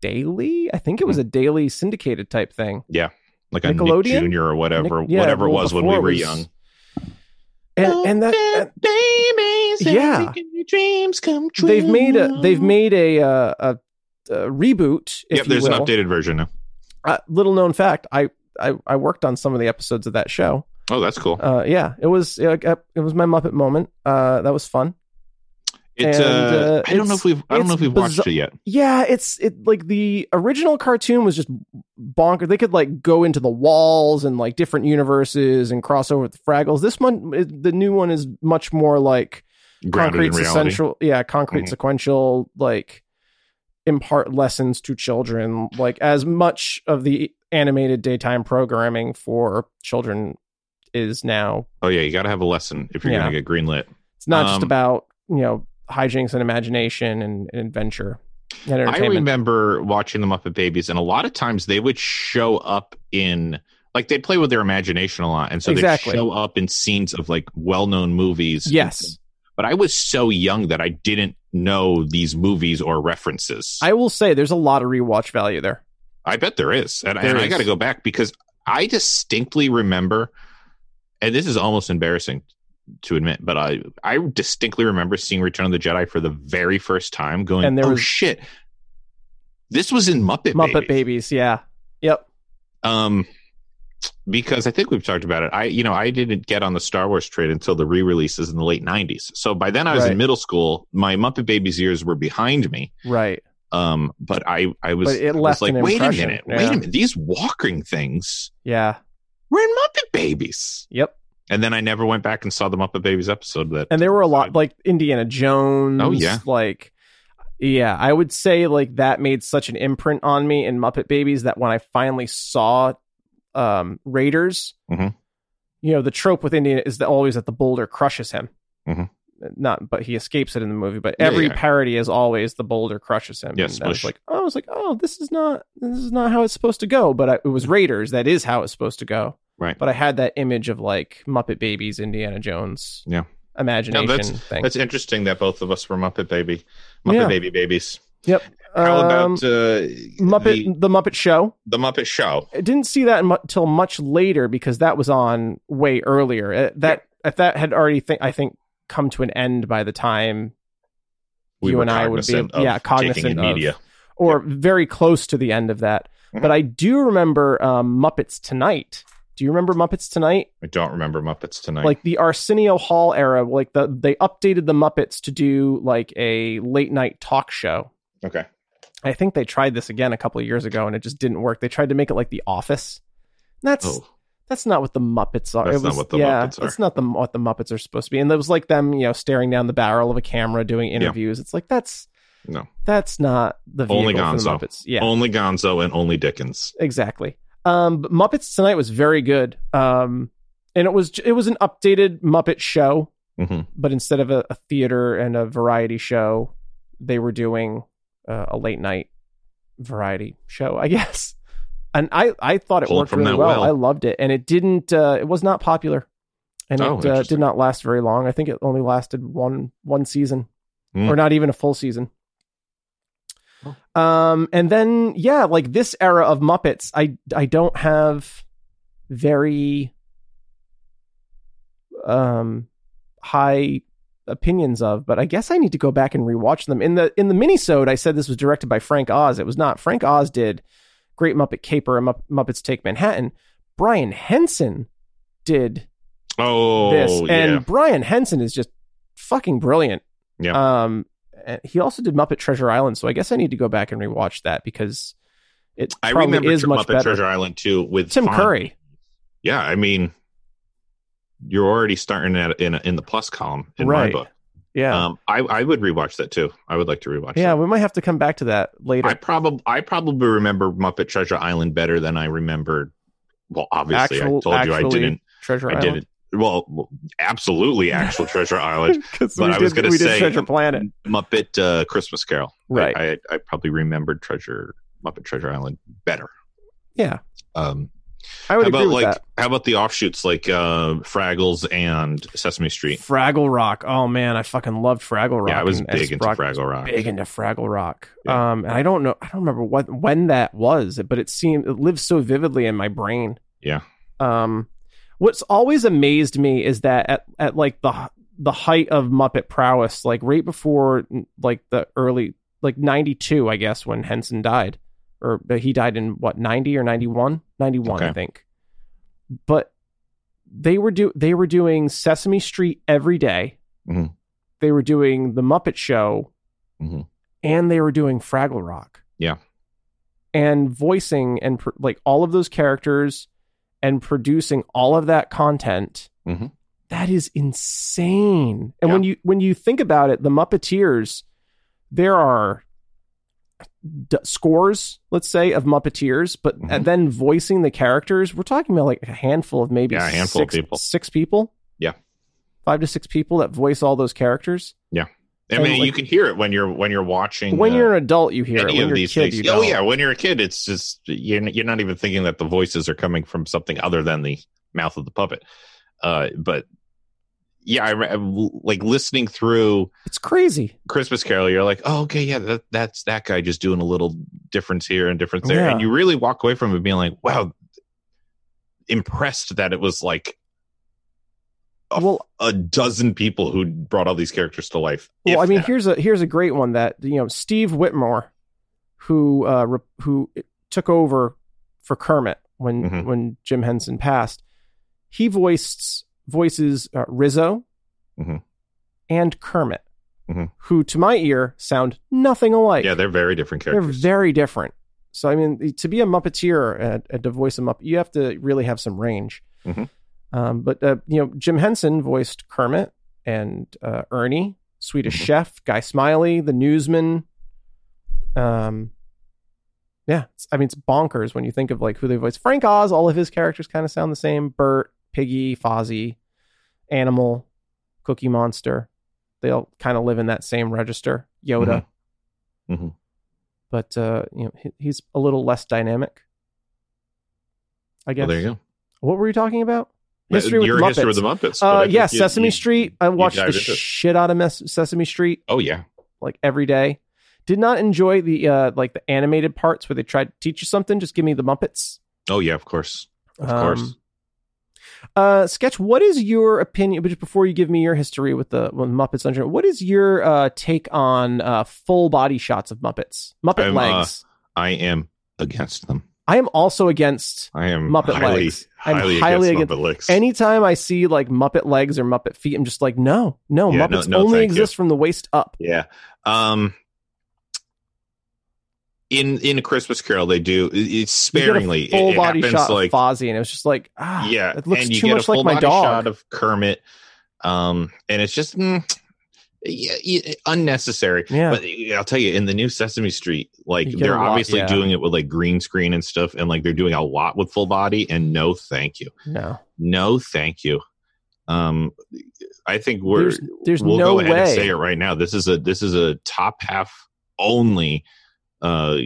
B: daily. I think it
A: Mm-hmm.
B: was a daily syndicated type thing.
A: Like a Nick
B: Nickelodeon?
A: Junior or whatever,
B: Nick- yeah,
A: whatever it
B: well,
A: was when we
B: before
A: were
B: it was-
A: young.
B: And and that
A: babies,
B: and Yeah.
A: your dreams come true.
B: they've made a they've made a uh, a, a reboot. If
A: Yep,
B: you
A: there's
B: will.
A: an updated version now.
B: Uh, little known fact, I, I I worked on some of the episodes of that show.
A: Oh, that's cool.
B: Uh, yeah, it was uh, it was my Muppet moment. Uh, that was fun.
A: It's
B: and,
A: uh,
B: uh,
A: I don't know
B: it's-
A: if we've I don't
B: it's
A: know if we've watched
B: bizar-
A: it yet.
B: Yeah, it's it like the original cartoon was just bonkers. They could like go into the walls and like different universes and cross over with the Fraggles. This one, it- the new one, is much more like
A: Grounded in
B: concrete
A: reality.
B: sequential. Yeah, concrete
A: Mhm.
B: sequential. Like impart lessons to children. Like as much of the animated daytime programming for children is now.
A: Oh yeah, you got to have a lesson if you're
B: Yeah.
A: going to get greenlit.
B: It's not just
A: Um,
B: about you know hijinks and imagination and, and adventure. And
A: I
B: entertainment.
A: remember watching the Muppet Babies, and a lot of times they would show up in like they play with their imagination a lot, and so
B: Exactly.
A: they show up in scenes of like well-known movies.
B: yes.
A: but I was so young that I didn't know these movies or references. I,
B: I will say there's a lot of rewatch value there.
A: bet there is, and,
B: There
A: and I
B: is.
A: got to go back because I distinctly remember, and this is almost embarrassing to admit, but I I distinctly remember seeing Return of the Jedi for the very first time, going,
B: And there
A: "Oh
B: was-
A: shit." This was in Muppet
B: Muppet
A: Babies.
B: Babies, yeah. Yep.
A: um because i think we've talked about it i you know i didn't get on the star wars trade until the re-releases in the late 90s so by then i was in
B: Right.
A: middle school my muppet babies years were behind me
B: Right.
A: um but i i was,
B: But it
A: I was
B: left
A: like
B: an
A: wait a
B: impression,
A: minute
B: yeah.
A: wait a minute these walking things
B: Yeah.
A: were in muppet babies
B: Yep.
A: and then i never went back and saw the muppet babies episode that
B: And there were a lot like Indiana Jones.
A: Oh, yeah.
B: Like yeah, I would say like that made such an imprint on me in Muppet Babies that when I finally saw um Raiders,
A: Mhm.
B: you know, the trope with Indiana is that always that the boulder crushes him.
A: Mhm.
B: Not, but he escapes it in the movie. But
A: Yeah,
B: every
A: yeah.
B: parody is always the boulder crushes him.
A: Yeah,
B: And I was
A: splish.
B: like, oh, I was like, oh, this is not, this is not how it's supposed to go. But I, it was Raiders. That is how it's supposed to go.
A: Right.
B: But I had that image of like Muppet Babies, Indiana Jones,
A: Yeah.
B: imagination
A: No, that's-
B: thing.
A: that's interesting that both of us were muppet baby muppet
B: Yeah.
A: baby babies how
B: Um,
A: about uh,
B: Muppet
A: the,
B: the Muppet Show?
A: the muppet show
B: I didn't see that until much later because that was on way earlier. Uh, That if that had already, think I think, come to an end by the time you
A: were
B: and I would be,
A: cognizant of
B: yeah,
A: taking in
B: cognizant of- or very close to the end of that.
A: Mhm.
B: But I do remember um, Muppets Tonight. Do you remember Muppets Tonight?
A: I don't remember Muppets tonight.
B: Like the Arsenio Hall era, like the they updated the Muppets to do like a late night talk show.
A: okay,
B: I think they tried this again a couple of years ago and it just didn't work. They tried to make it like The Office. And That's
A: oh,
B: that's not what the Muppets are.
A: That's
B: it
A: not
B: was,
A: what the
B: yeah,
A: Muppets are.
B: That's not the what the Muppets are supposed to be. And it was like them, you know, staring down the barrel of a camera doing interviews. It's like that's
A: No.
B: that's not the vehicle
A: Only
B: for the
A: Gonzo.
B: Muppets. Yeah,
A: only Gonzo and only Dickens.
B: exactly. Um, but Muppets Tonight was very good. Um, and it was it was an updated Muppet show,
A: hmm
B: but instead of a, a theater and a variety show, they were doing uh, a late night variety show, I <laughs> guess. And I, I thought it
A: Pull it
B: worked
A: from
B: really
A: that
B: well.
A: well.
B: I loved it, and it didn't. Uh, it was not popular, and
A: Oh,
B: it uh,
A: interesting.
B: did not last very long. I think it only lasted one one season,
A: Hmm.
B: or not even a full season.
A: Oh.
B: Um, and then yeah, like this era of Muppets, I I don't have very um high opinions of, but I guess I need to go back and rewatch them. In the in the minisode, I said this was directed by Frank Oz. It was not. Frank Oz did Great Muppet Caper and Mupp- Muppets Take Manhattan. Brian Henson did
A: Oh,
B: this, and
A: yeah.
B: Brian Henson is just fucking brilliant.
A: Yeah.
B: Um, and he also did Muppet Treasure Island, so I guess I need to go back and rewatch that because it
A: I
B: probably
A: remember
B: is
A: Tre-
B: much
A: Muppet
B: better.
A: Treasure Island too with
B: Tim
A: Fonz.
B: Curry,
A: Yeah, I mean, you're already starting at in in the plus column in
B: Right.
A: my book.
B: yeah,
A: Um, I I would rewatch that too. I would like to rewatch.
B: yeah.
A: that.
B: We might have to come back to that later.
A: I probably I probably remember Muppet Treasure Island better than I remembered. Well, obviously, I
B: Actual-
A: told you I
B: actually
A: didn't.
B: Treasure
A: I
B: Island.
A: didn't. well, absolutely actual
B: <laughs>
A: Treasure Island.
B: Because
A: But I was gonna
B: we did
A: say-
B: Treasure Planet.
A: Muppet uh, Christmas Carol.
B: Right.
A: I, I, I probably remembered Treasure Muppet Treasure Island better.
B: Yeah,
A: Um,
B: I
A: how
B: would agree
A: about
B: with
A: like
B: that.
A: how about the offshoots like uh, Fraggles and Sesame Street?
B: Fraggle Rock. Oh man, I fucking loved Fraggle Rock.
A: yeah, I was
B: and- and
A: big into
B: Sprock-
A: Fraggle Rock.
B: Big into Fraggle Rock.
A: Yeah.
B: Um, and I don't know. I don't remember what when that was, but it seemed it lives so vividly in my brain.
A: Yeah.
B: Um, what's always amazed me is that at at like the the height of Muppet prowess, like right before like the early like 92 i guess when henson died or uh, he died in what 90 or 91 91 i
A: Okay.
B: think but they were do they were doing sesame street every day.
A: Mhm.
B: they were doing the muppet show
A: Mhm.
B: and they were doing fraggle rock
A: Yeah.
B: and voicing and pr- like all of those characters and producing all of that content
A: Mhm.
B: That is insane and
A: Yeah.
B: when you when you think about it the muppeteers there are d- scores, let's say, of Muppeteers, but
A: Mhm.
B: and then voicing the characters, we're talking about like a handful of maybe
A: Yeah, a handful of
B: six,
A: people.
B: six people,
A: Yeah.
B: five to six people that voice all those characters.
A: I mean,
B: and, like-
A: you can hear it when you're when you're watching.
B: When
A: uh,
B: you're an adult, you hear it.
A: any
B: When
A: of
B: you're a
A: these
B: kid,
A: things.
B: you
A: oh
B: don't.
A: yeah, when you're a kid, it's just you're n- you're not even thinking that the voices are coming from something other than the mouth of the puppet. Uh, but yeah, I re- like listening through
B: it's crazy.
A: Christmas Carol. You're like, oh okay, yeah, that, that's that guy just doing a little difference here and difference there,
B: Yeah.
A: and you really walk away from it being like, wow, impressed that it was like a,
B: Well-
A: a dozen people who brought all these characters to life.
B: Well,
A: if
B: I mean,
A: that.
B: here's a here's a great one that you know Steve Whitmore, who uh, re- who took over for Kermit when
A: Mhm.
B: when Jim Henson passed. He voiced voices uh, Rizzo
A: Mhm.
B: and Kermit,
A: Mhm.
B: who to my ear sound nothing alike.
A: yeah, they're very different
B: they're
A: characters.
B: very different. So I mean, to be a Muppeteer and, and to voice a Muppet, you have to really have some range.
A: Mhm.
B: Um, but uh, you know, Jim Henson voiced Kermit and uh, Ernie, Swedish
A: Mhm.
B: Chef, Guy Smiley, the newsman. Um, yeah, it's, I mean, it's bonkers when you think of like who they voiced. Frank Oz, all of his characters kind of sound the same: Bert, Piggy, Fozzie, Animal, Cookie Monster. They all kind of live in that same register. Yoda
A: Mhm. Mhm.
B: but uh, you know he, he's a little less dynamic. I guess.
A: Well, there you go.
B: What were you talking about?
A: Yeah,
B: History with
A: your
B: Muppets.
A: history with the Muppets. but I
B: uh,
A: think
B: yeah,
A: you-
B: Sesame
A: you-
B: Street. I watched the
A: dived into it.
B: shit out of Mes- Sesame Street
A: Oh yeah,
B: like every day. Did not enjoy the uh, like the animated parts where they tried to teach you something. Just give me the Muppets.
A: oh yeah, of course, of
B: Um,
A: course.
B: Uh, Sketch, what is your opinion? But just before you give me your history with the with Muppets Dungeon, what is your uh, take on uh, full body shots of Muppets? Muppet
A: I'm, uh,
B: legs.
A: I am against them.
B: I am also against
A: I am
B: Muppet
A: highly,
B: legs. I'm
A: highly,
B: highly
A: against,
B: against-
A: Muppet legs.
B: Anytime I see like Muppet legs or Muppet feet, I'm just like, no, no,
A: Yeah,
B: Muppets
A: no, no,
B: only
A: thank you.
B: exist from the waist up.
A: yeah. Um. In in a Christmas Carol, they do it- it's
B: You get a
A: sparingly. It-
B: full
A: it,
B: body
A: happens
B: shot
A: like
B: of Fozzie, and it was just like, ah,
A: yeah,
B: it looks
A: and you
B: too
A: get
B: much
A: a full
B: like my
A: body shot
B: dog.
A: of Kermit. Um, and it's just mm, yeah, yeah, unnecessary.
B: Yeah,
A: But I'll tell you, in the new Sesame Street, like
B: You get
A: they're
B: a lot-
A: obviously
B: yeah.
A: doing it with like green screen and stuff, and like they're doing a lot with full body. And no, thank you,
B: no,
A: no, thank you. Um, I think we're
B: there's, there's
A: we'll
B: no
A: go ahead and
B: way.
A: say it right now. This is a this is a top half only uh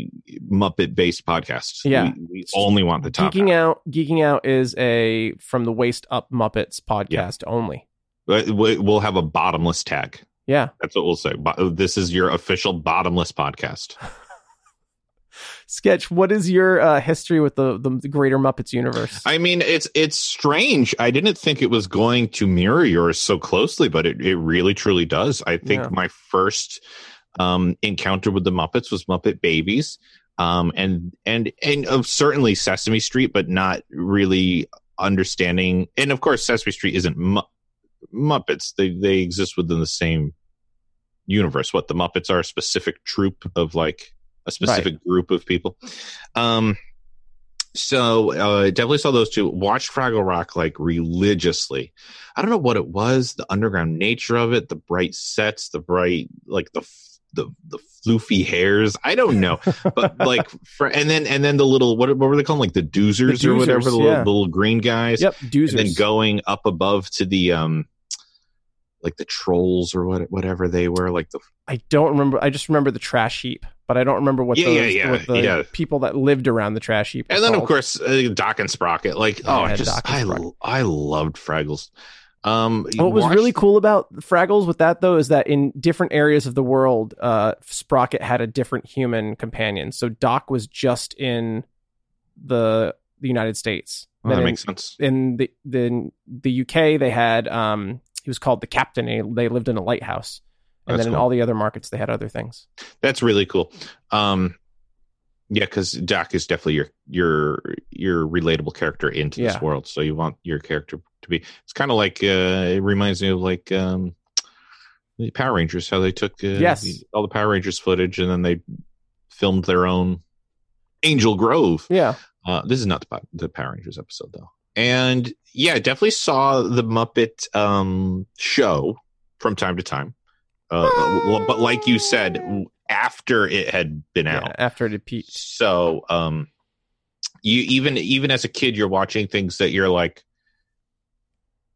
A: Muppet based podcast.
B: Yeah.
A: we, we only want the top.
B: Geeking
A: half.
B: out, geeking out is a from the waist up Muppets podcast only.
A: But we- We'll have a bottomless tag.
B: Yeah.
A: That's what we'll say. Bo- This is your official bottomless podcast.
B: Sketch, what is your uh, history with the, the greater Muppets universe?
A: I mean, it's it's strange. I didn't think it was going to mirror yours so closely, but it, it really truly does. I think
B: Yeah.
A: my first um, encounter with the Muppets was Muppet Babies, um, and and and of certainly Sesame Street, but not really understanding. And of course, Sesame Street isn't Mu- Muppets. They they exist within the same universe. What the Muppets are a specific troop of like a specific group of people. Um, so uh, definitely saw those two. Watched Fraggle Rock like religiously. I don't know what it was, the underground nature of it, the bright sets, the bright like the f- the the floofy hairs. I don't know, but
B: <laughs>
A: like for and then and then the little what what were they called like the doozers,
B: The
A: or whatever the
B: doozers,
A: little,
B: yeah.
A: little green guys,
B: Yep,
A: and
B: doozers.
A: then going up above to the um like the trolls or what whatever they were like the
B: I don't remember. I just remember the trash heap, but I don't remember what
A: Yeah,
B: those,
A: yeah, yeah,
B: what the
A: yeah.
B: people that lived around the trash heap. were
A: and then of
B: called.
A: course uh, Doc and Sprocket. Like oh,
B: Yeah,
A: I just
B: Doc and
A: I
B: Sprocket.
A: I loved Fraggles. Um, you
B: What was
A: watched-
B: really cool about Fraggles with that though is that in different areas of the world, uh, Sprocket had a different human companion. So Doc was just in the the United States.
A: Well, Oh, that
B: Then in-
A: makes sense.
B: in the in the UK they had um he was called the captain. He, they lived in a lighthouse, and
A: That's
B: then in
A: cool.
B: all the other markets they had other things.
A: That's really cool. Um, yeah, because Doc is definitely your your your relatable character into
B: Yeah.
A: this world. So you want your character to be. It's kind of like uh, it reminds me of like um, the Power Rangers, how they took uh,
B: Yes.
A: the- all the Power Rangers footage and then they filmed their own Angel Grove.
B: Yeah,
A: Uh, this is not the, Pow- the Power Rangers episode though. And yeah, definitely saw the Muppet um, show from time to time. Uh, well, but like you said, after it had been out,
B: yeah after it had peaked.
A: so um, you even even as a kid, you're watching things that you're like,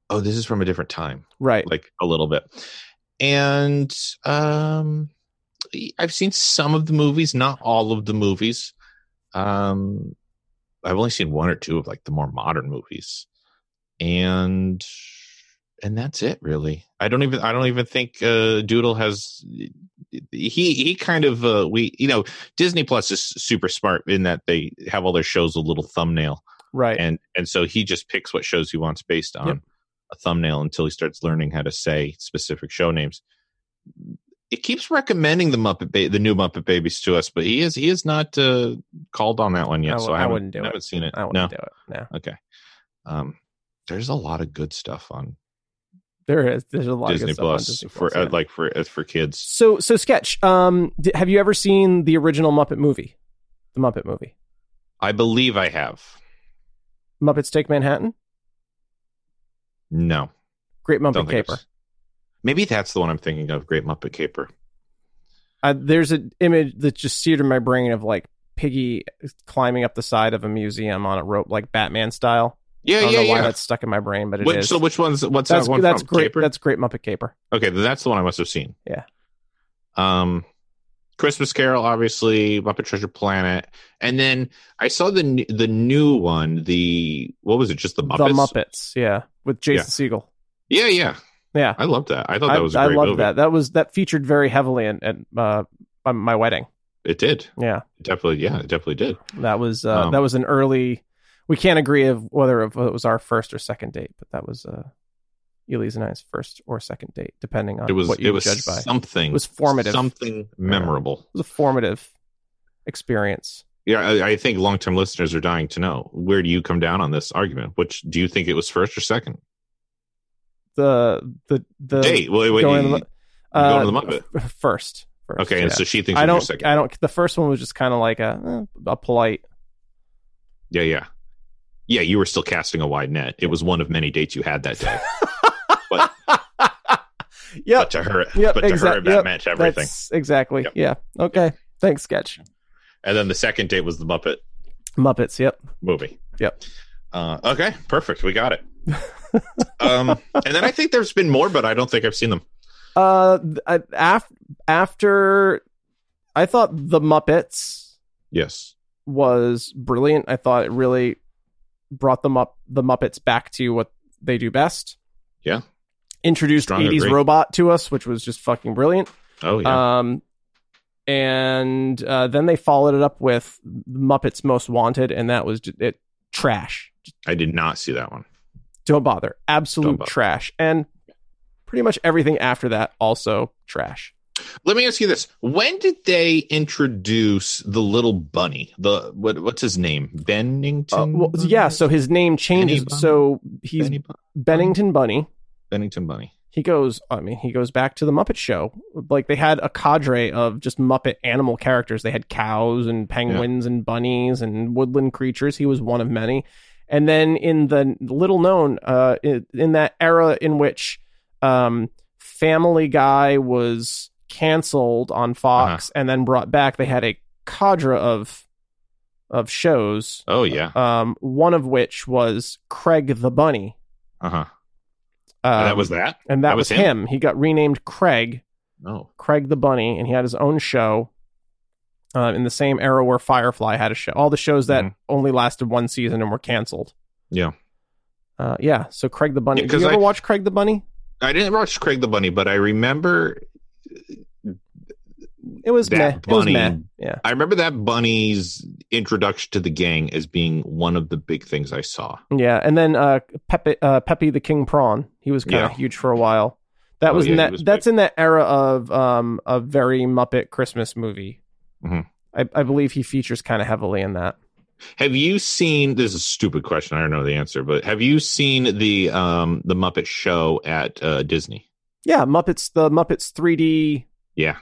A: oh, this is from a different time,
B: Right.
A: like a little bit. And um, I've seen some of the movies, not all of the movies. Um, I've only seen one or two of like the more modern movies, and and that's it really. I don't even I don't even think uh, Doodle has. He he kind of uh, we you know Disney Plus is super smart in that they have all their shows a little thumbnail
B: right.
A: and and so he just picks what shows he wants based on
B: Yep.
A: a thumbnail until he starts learning how to say specific show names. It keeps recommending the Muppet ba- the new Muppet Babies to us, but he is he is not uh, called on that one yet.
B: I
A: so
B: w-
A: I,
B: I
A: haven't-
B: wouldn't do
A: I haven't seen it.
B: I
A: no,
B: wouldn't do it. No,
A: okay. Um, there's a lot of good stuff on
B: there is. There's a lot
A: Disney
B: of good stuff on
A: Plus
B: Disney
A: for
B: Plus, yeah.
A: uh, like for uh, for kids.
B: So so sketch. Um, d- have you ever seen the original Muppet movie? The Muppet movie,
A: I believe I have
B: Muppets Take Manhattan,
A: no
B: Great
A: don't
B: Muppet
A: think
B: Caper.
A: it's- Maybe that's the one I'm thinking of. Great Muppet Caper.
B: Uh, there's an image that's just seared in my brain of like Piggy climbing up the side of a museum on a rope, like Batman style.
A: Yeah,
B: I don't
A: yeah,
B: know why
A: yeah.
B: that's stuck in my brain, but it is.
A: Which, so which one's what's
B: that's
A: that one?
B: that's
A: from?
B: great.
A: Caper?
B: That's great Muppet Caper.
A: Okay, then that's the one I must have seen.
B: Yeah.
A: Um, Christmas Carol, obviously, Muppet Treasure Planet, and then I saw the n- the new one. The what was it? Just the Muppets.
B: The Muppets, yeah, with Jason
A: Yeah.
B: Segel.
A: Yeah, yeah,
B: Yeah,
A: I loved that. I thought
B: I,
A: that was a
B: I
A: great
B: love
A: movie.
B: that. That was that featured very heavily in, at uh, on my wedding.
A: It did
B: Yeah,
A: It definitely. Yeah, it definitely did.
B: that was uh,
A: Um,
B: that was an early. We can't agree of whether it was our first or second date, but that was uh, Elise and I's first or second date, depending on
A: It was.
B: what you
A: It was
B: judge by.
A: something.
B: It was formative.
A: Something memorable.
B: It was a formative experience.
A: Yeah, I, I think long term listeners are dying to know where do you come down on this argument? Which do you think it was first or second
B: The the the
A: date? Wait, wait,
B: going to the,
A: going
B: uh,
A: to the Muppet.
B: f- first. first
A: Okay,
B: yeah.
A: and so she thinks it
B: I
A: was your
B: don't.
A: second.
B: I don't. The first one was just kind of like a eh, a polite.
A: Yeah, yeah. Yeah, you were still casting a wide net. It was one of many dates you had that
B: <laughs>
A: day.
B: yep.
A: But to her,
B: Yep,
A: but to her,
B: exact-
A: that
B: yep,
A: meant everything.
B: That's exactly.
A: Yep.
B: Yeah. Okay. Thanks, sketch.
A: And then the second date was the Muppet
B: Muppets. Yep.
A: movie.
B: Yep.
A: Uh, okay, perfect. We
B: <laughs>
A: got it. um, and then I think there's been more, but I don't think I've seen them.
B: Uh, after after, I thought the Muppets
A: Yes.
B: was brilliant. I thought it really brought them up the Muppets back to what they do best.
A: Yeah.
B: Introduced
A: Strong
B: 80s
A: agree.
B: robot to us, which was just fucking brilliant.
A: Oh yeah.
B: Um, and uh, then they followed it up with Muppets Most Wanted, and that was just, it trash.
A: I did not see that one.
B: Don't bother, absolute
A: Don't bother.
B: trash, and pretty much everything after that also trash.
A: Let me ask you this: When did they introduce the little bunny? The what? What's his name? Bennington.
B: Uh, well, yeah, so his name changes.
A: Benny Bunny?
B: So he's
A: Benny Bu-
B: Bennington Bunny.
A: Bennington Bunny.
B: He goes. I mean, he goes back to the Muppet Show. Like they had a cadre of just Muppet animal characters. They had cows and penguins and bunnies and woodland creatures. He was one of many. And then in the little known, uh, in, in that era in which um, Family Guy was canceled on Fox
A: Uh-huh.
B: and then brought back, they had a cadre of of shows.
A: Oh yeah.
B: Um, one of which was Craig the Bunny.
A: Uh huh.
B: Um,
A: that was that. Oh.
B: and that, was, him. He got renamed Craig,
A: No.
B: Craig the Bunny, and he had his own show. Uh, in the same era where Firefly had a show, all the shows that
A: Mhm.
B: only lasted one season and were canceled.
A: Yeah.
B: uh, yeah. So Craig the Bunny.
A: Yeah,
B: Did
A: 'cause
B: you ever
A: I-
B: watch Craig the Bunny?
A: I didn't watch Craig the Bunny, but I remember
B: It was
A: That
B: meh.
A: bunny-
B: It was meh. Yeah.
A: I remember that bunny's introduction to the gang as being one of the big things I saw.
B: Yeah, and then uh, Pepe, uh, Pepe the King Prawn. He was kind of
A: Yeah.
B: huge for a while. That
A: Oh,
B: was in
A: yeah, he
B: that.
A: was
B: that's in that era of um, a very Muppet Christmas movie.
A: Mhm.
B: I, I believe he features kind of heavily in that.
A: Have you seen this is a stupid question, I don't know the answer, but have you seen the um the Muppet show at uh Disney?
B: Yeah, Muppets. The Muppets 3D.
A: Yeah.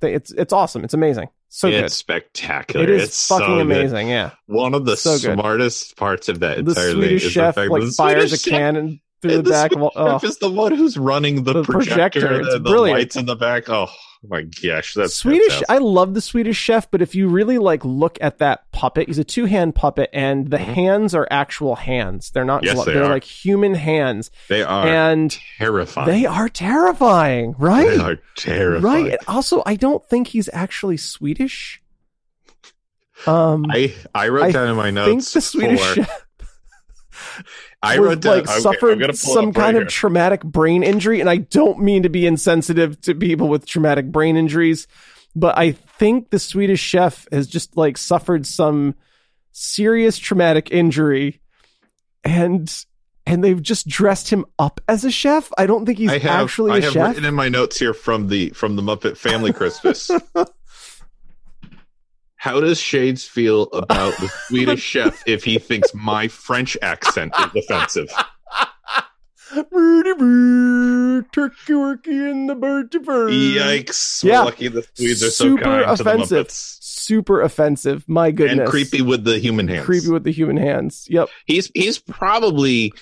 B: thi- it's it's awesome. It's amazing. So
A: it's
B: good.
A: spectacular.
B: It is
A: it's
B: fucking
A: so good.
B: amazing. Yeah.
A: One of the
B: So good.
A: smartest parts of that
B: the
A: entire thing
B: Swedish
A: is
B: chef
A: the fact
B: like
A: that the
B: fires
A: Swedish
B: a
A: chef-
B: cannon through the,
A: the
B: back
A: Swedish
B: wall. Oh.
A: chef is the one who's running the,
B: The
A: projector,
B: projector, it's
A: the, the
B: brilliant.
A: lights in the back. Oh my gosh, that's
B: Swedish.
A: fantastic.
B: I love the Swedish chef, but if you really like look at that puppet, he's a two hand puppet, and the
A: Mhm.
B: hands are actual hands. They're not.
A: Yes,
B: glo-
A: they
B: are
A: are.
B: like human hands,
A: They are
B: and
A: terrifying.
B: they are terrifying. Right.
A: They are terrifying.
B: right. And also, I don't think he's actually Swedish. Um,
A: I I wrote
B: I
A: down in my
B: think
A: notes
B: the Swedish
A: for-
B: chef
A: I
B: was,
A: wrote down
B: like
A: okay, I'm
B: suffered
A: gonna pull it
B: some
A: up right
B: kind
A: here.
B: of traumatic brain injury, and I don't mean to be insensitive to people with traumatic brain injuries, but I think the Swedish chef has just like suffered some serious traumatic injury, and and they've just dressed him up as a chef. I don't think he's
A: I have,
B: actually a
A: I have
B: chef.
A: written in my notes here from the from the Muppet Family
B: <laughs>
A: Christmas. How does Shades feel about the
B: <laughs>
A: Swedish chef if he thinks my French accent is offensive?
B: Birdie, bird, turkey, worky, and the bird to bird.
A: Yikes!
B: Mm. Yeah.
A: We're Lucky the Swedes are so
B: Super
A: kind to the
B: offensive.
A: Muppets
B: Super offensive. My goodness.
A: and creepy with the human hands.
B: Creepy with the human hands. Yep.
A: He's he's probably.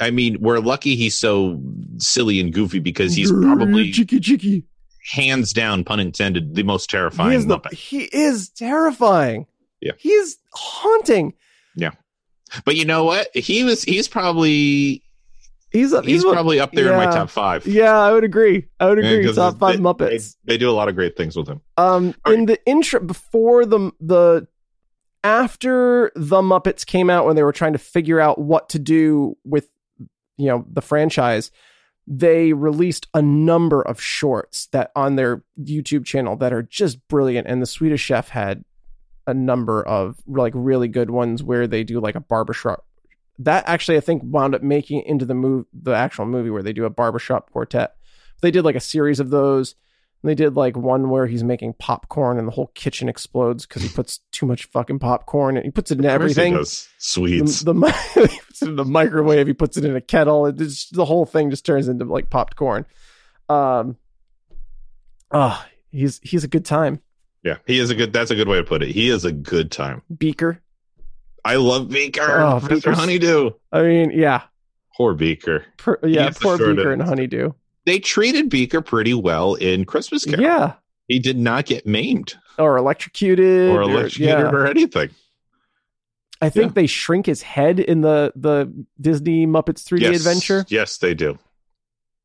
A: I mean, we're lucky he's so silly and goofy because he's probably
B: Chicky, chicky.
A: hands down, pun intended, the most terrifying
B: He is, the,
A: Muppet.
B: he is terrifying.
A: Yeah.
B: He's haunting.
A: But you know what? He was he's probably
B: He's a,
A: he's,
B: he's, one-
A: probably up there in my
B: yeah.
A: top five.
B: yeah, I would agree. I would
A: Yeah,
B: agree.
A: 'cause
B: Top
A: they-
B: five
A: they-
B: Muppets.
A: They, they do a lot of great things with him.
B: Um,
A: All
B: in the intro before the the after the Muppets came out when they were trying to figure out what to do with you know the franchise, they released a number of shorts that on their YouTube channel that are just brilliant. And the Swedish Chef had a number of like really good ones where they do like a barbershop. That actually I think wound up making it into the move the actual movie where they do a barbershop quartet. They did like a series of those. And they did like one where he's making popcorn and the whole kitchen explodes because he puts too much fucking popcorn and he puts it in
A: Of course he
B: everything
A: does. Sweets.
B: the, the, mi- <laughs> he puts it in the microwave. He puts it in a kettle. It just, the whole thing just turns into like popped corn. Um, ah, he's he's a good time.
A: yeah, he is a good. That's a good way to put it. He is a good time.
B: Beaker.
A: I love Beaker,
B: Oh,
A: Mr.
B: Beaker's-
A: Honeydew.
B: I mean, yeah,
A: Poor Beaker.
B: per,
A: You
B: yeah.
A: have to
B: Poor
A: sort
B: Beaker
A: of-
B: and Honeydew.
A: They treated Beaker pretty well in Christmas Carol.
B: Yeah,
A: He did not get maimed
B: or electrocuted.
A: or electrocuted
B: yeah.
A: or anything.
B: I think
A: Yeah.
B: they shrink his head in the the Disney Muppets 3D
A: yes.
B: adventure.
A: Yes, they do.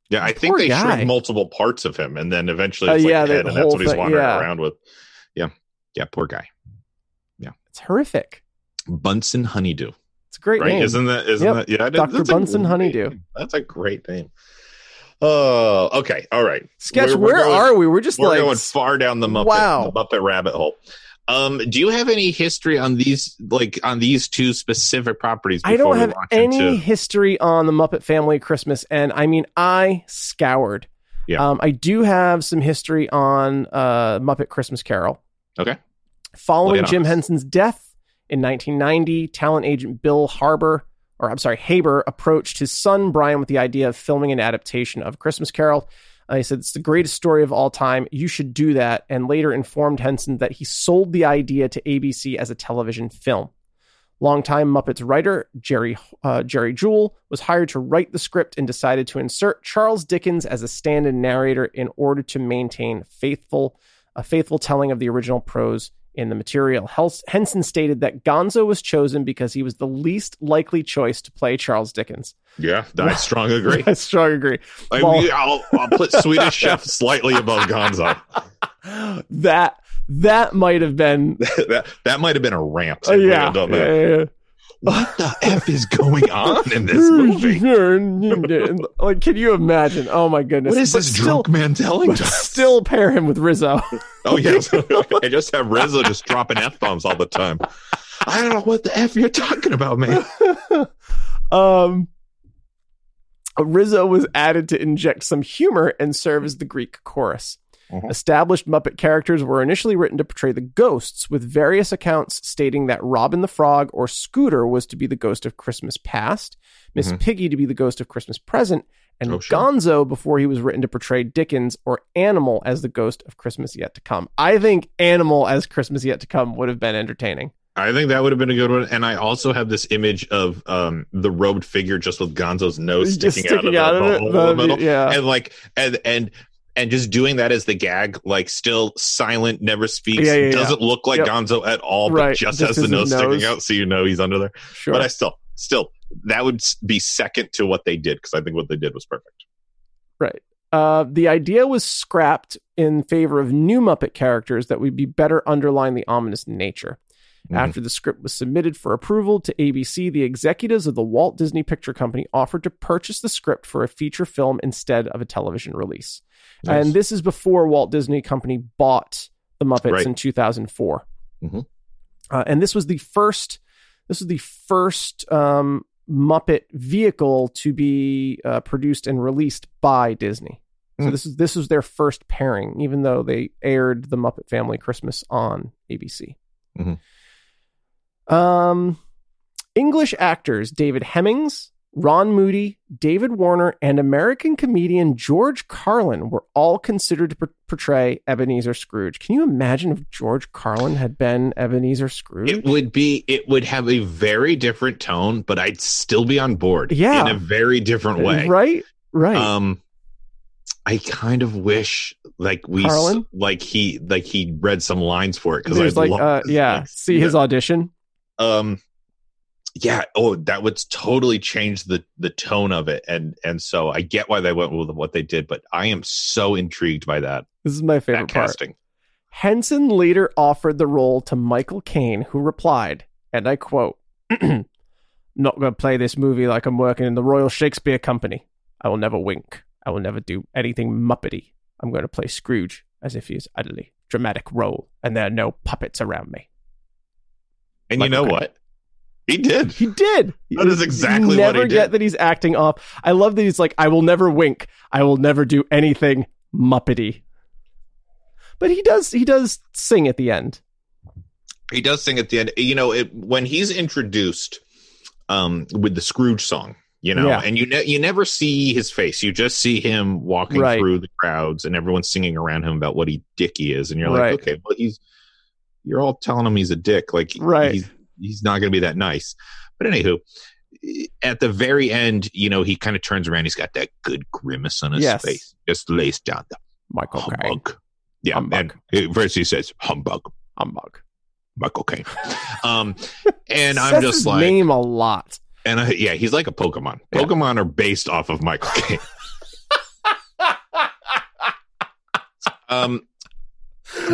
A: Yeah, I think
B: Poor
A: they
B: guy.
A: shrink multiple parts of him, and then eventually
B: Uh,
A: it's like
B: yeah,
A: a
B: the
A: head, and that's
B: whole
A: what he's
B: thing,
A: wandering
B: yeah.
A: around with. Yeah, yeah, poor guy.
B: It's horrific.
A: Bunsen Honeydew.
B: It's a great
A: right?
B: name.
A: Isn't that isn't
B: Yep.
A: that yeah? that-
B: Dr.
A: that's a
B: Bunsen
A: great
B: Honeydew.
A: name. That's a great name. Oh, okay, all right. We're-
B: Sketch. Where,
A: we're going-
B: are we? We're just
A: We're
B: like
A: going far down the Muppet the
B: Wow.
A: Muppet rabbit hole. Um, do you have any history on these like on these two specific properties?
B: I
A: before
B: don't
A: we
B: have
A: launch
B: any
A: into-
B: history on the Muppet Family Christmas, and I mean, I scoured.
A: Yeah.
B: Um, I do have some history on uh, Muppet Christmas Carol.
A: Okay. Lay it
B: Following
A: on
B: Jim
A: us.
B: Henson's death in 1990, talent agent Bill Harbor, or I'm sorry, Haber, approached his son Brian with the idea of filming an adaptation of Christmas Carol. Uh, he said, It's the greatest story of all time. You should do that. And later informed Henson that he sold the idea to ABC as a television film. Longtime Muppets writer Jerry uh, Jerry Jewell was hired to write the script and decided to insert Charles Dickens as a stand-in narrator in order to maintain faithful a faithful telling of the original prose in the material. Hels- Henson stated that Gonzo was chosen because he was the least likely choice to play Charles Dickens.
A: Yeah,
B: <laughs>
A: I strongly agree.
B: I strong agree.
A: I,
B: Well-
A: I'll, I'll put
B: <laughs>
A: Swedish Chef slightly above Gonzo.
B: That that might have been
A: that that might have been a rant.
B: uh,
A: if we
B: yeah,
A: had done
B: yeah,
A: that.
B: yeah, yeah.
A: What the f is going on in
B: <laughs>
A: this movie?
B: like, can you imagine? Oh my goodness!
A: What is
B: But
A: this
B: still-
A: drunk man telling <laughs>
B: but
A: us?
B: Still pair him with Rizzo.
A: Oh
B: <laughs>
A: yes, <laughs> I just have Rizzo just dropping f bombs all the time. I don't know what the f you're talking about,
B: <laughs>
A: man.
B: um, Rizzo was added to inject some humor and serve as the Greek chorus.
A: Mhm.
B: Established Muppet characters were initially written to portray the ghosts, with various accounts stating that Robin the Frog or Scooter was to be the ghost of Christmas past, Miss
A: Mhm.
B: Piggy to be the ghost of Christmas present, and
A: Oh, sure.
B: Gonzo before he was written to portray Dickens or Animal as the ghost of Christmas yet to come. I think Animal as Christmas yet to come would have been entertaining.
A: I think that would have been a good one. And I also have this image of um, the robed figure just with Gonzo's nose
B: Just
A: sticking, out, of the, hole in the
B: That'd be-
A: middle.
B: yeah.
A: and like and and and just doing that as the gag, like still silent, never speaks,
B: Yeah, yeah, yeah.
A: doesn't look like
B: Yep.
A: Gonzo at all, but
B: Right,
A: just,
B: just
A: has the
B: his
A: nose,
B: nose.
A: sticking out, so you know he's under there.
B: sure.
A: But I still, still, that would s- be second to what they did because I think what they did was perfect.
B: Uh, the idea was scrapped in favor of new Muppet characters that would be better underline the ominous nature.
A: Mhm.
B: After the script was submitted for approval to ABC, the executives of the Walt Disney Picture Company offered to purchase the script for a feature film instead of a television release. And this is before Walt Disney Company bought the Muppets
A: Right.
B: in 2004.
A: Mhm.
B: Uh, and this was the first. This was the first um, Muppet vehicle to be uh, produced and released by Disney. So
A: Mm.
B: this is this was their first pairing, even though they aired the Muppet Family Christmas on ABC.
A: Mhm.
B: Um, English actors David Hemmings, Ron Moody, David Warner, and American comedian George Carlin were all considered to por- portray Ebenezer Scrooge. Can you imagine if George Carlin had been Ebenezer Scrooge?
A: it would be, it would have a very different tone, but I'd still be on board.
B: Yeah.
A: in a very different way.
B: Right? Right.
A: Um, I kind of wish like we s-
B: Carlin?
A: like he like he read some lines for it because I
B: There's like, uh, yeah, see his audition.
A: um yeah oh that would totally change the the tone of it and and so i get why they went with what they did but i am so intrigued by that
B: This is my
A: that
B: favorite part.
A: casting
B: Henson later offered the role to Michael Caine, who replied, and I quote, <clears throat> Not going to play this movie like I'm working in the Royal Shakespeare Company. I will never wink. I will never do anything Muppety. I'm going to play Scrooge as if he is utterly dramatic role and there are no puppets around me.
A: and
B: Michael
A: you know
B: Caine.
A: what he did
B: He did.
A: That is exactly
B: you
A: what
B: never
A: he did.
B: get that he's acting off. I love that he's like, I will never wink. I will never do anything Muppety. But he does. He does sing at the end.
A: he does sing at the end you know it when he's introduced um with the scrooge song you know
B: Yeah.
A: and you ne- you never see his face you just see him walking
B: Right.
A: through the crowds and everyone's singing around him about what he dick he is and you're like
B: Right.
A: okay well he's you're all telling him he's a dick like
B: Right.
A: he's, he's not gonna be that nice but anywho at the very end you know he kind of turns around he's got that good grimace on his
B: Yes.
A: face just lays down the
B: Michael Caine.
A: humbug yeah
B: Humbug.
A: and uh, first he says humbug
B: Humbug.
A: Michael Caine. Um, and
B: Says
A: I'm
B: his
A: just like,
B: name a lot.
A: and I, yeah, he's like a Pokemon.
B: Yeah.
A: Pokemon are based off of Michael Caine. Um,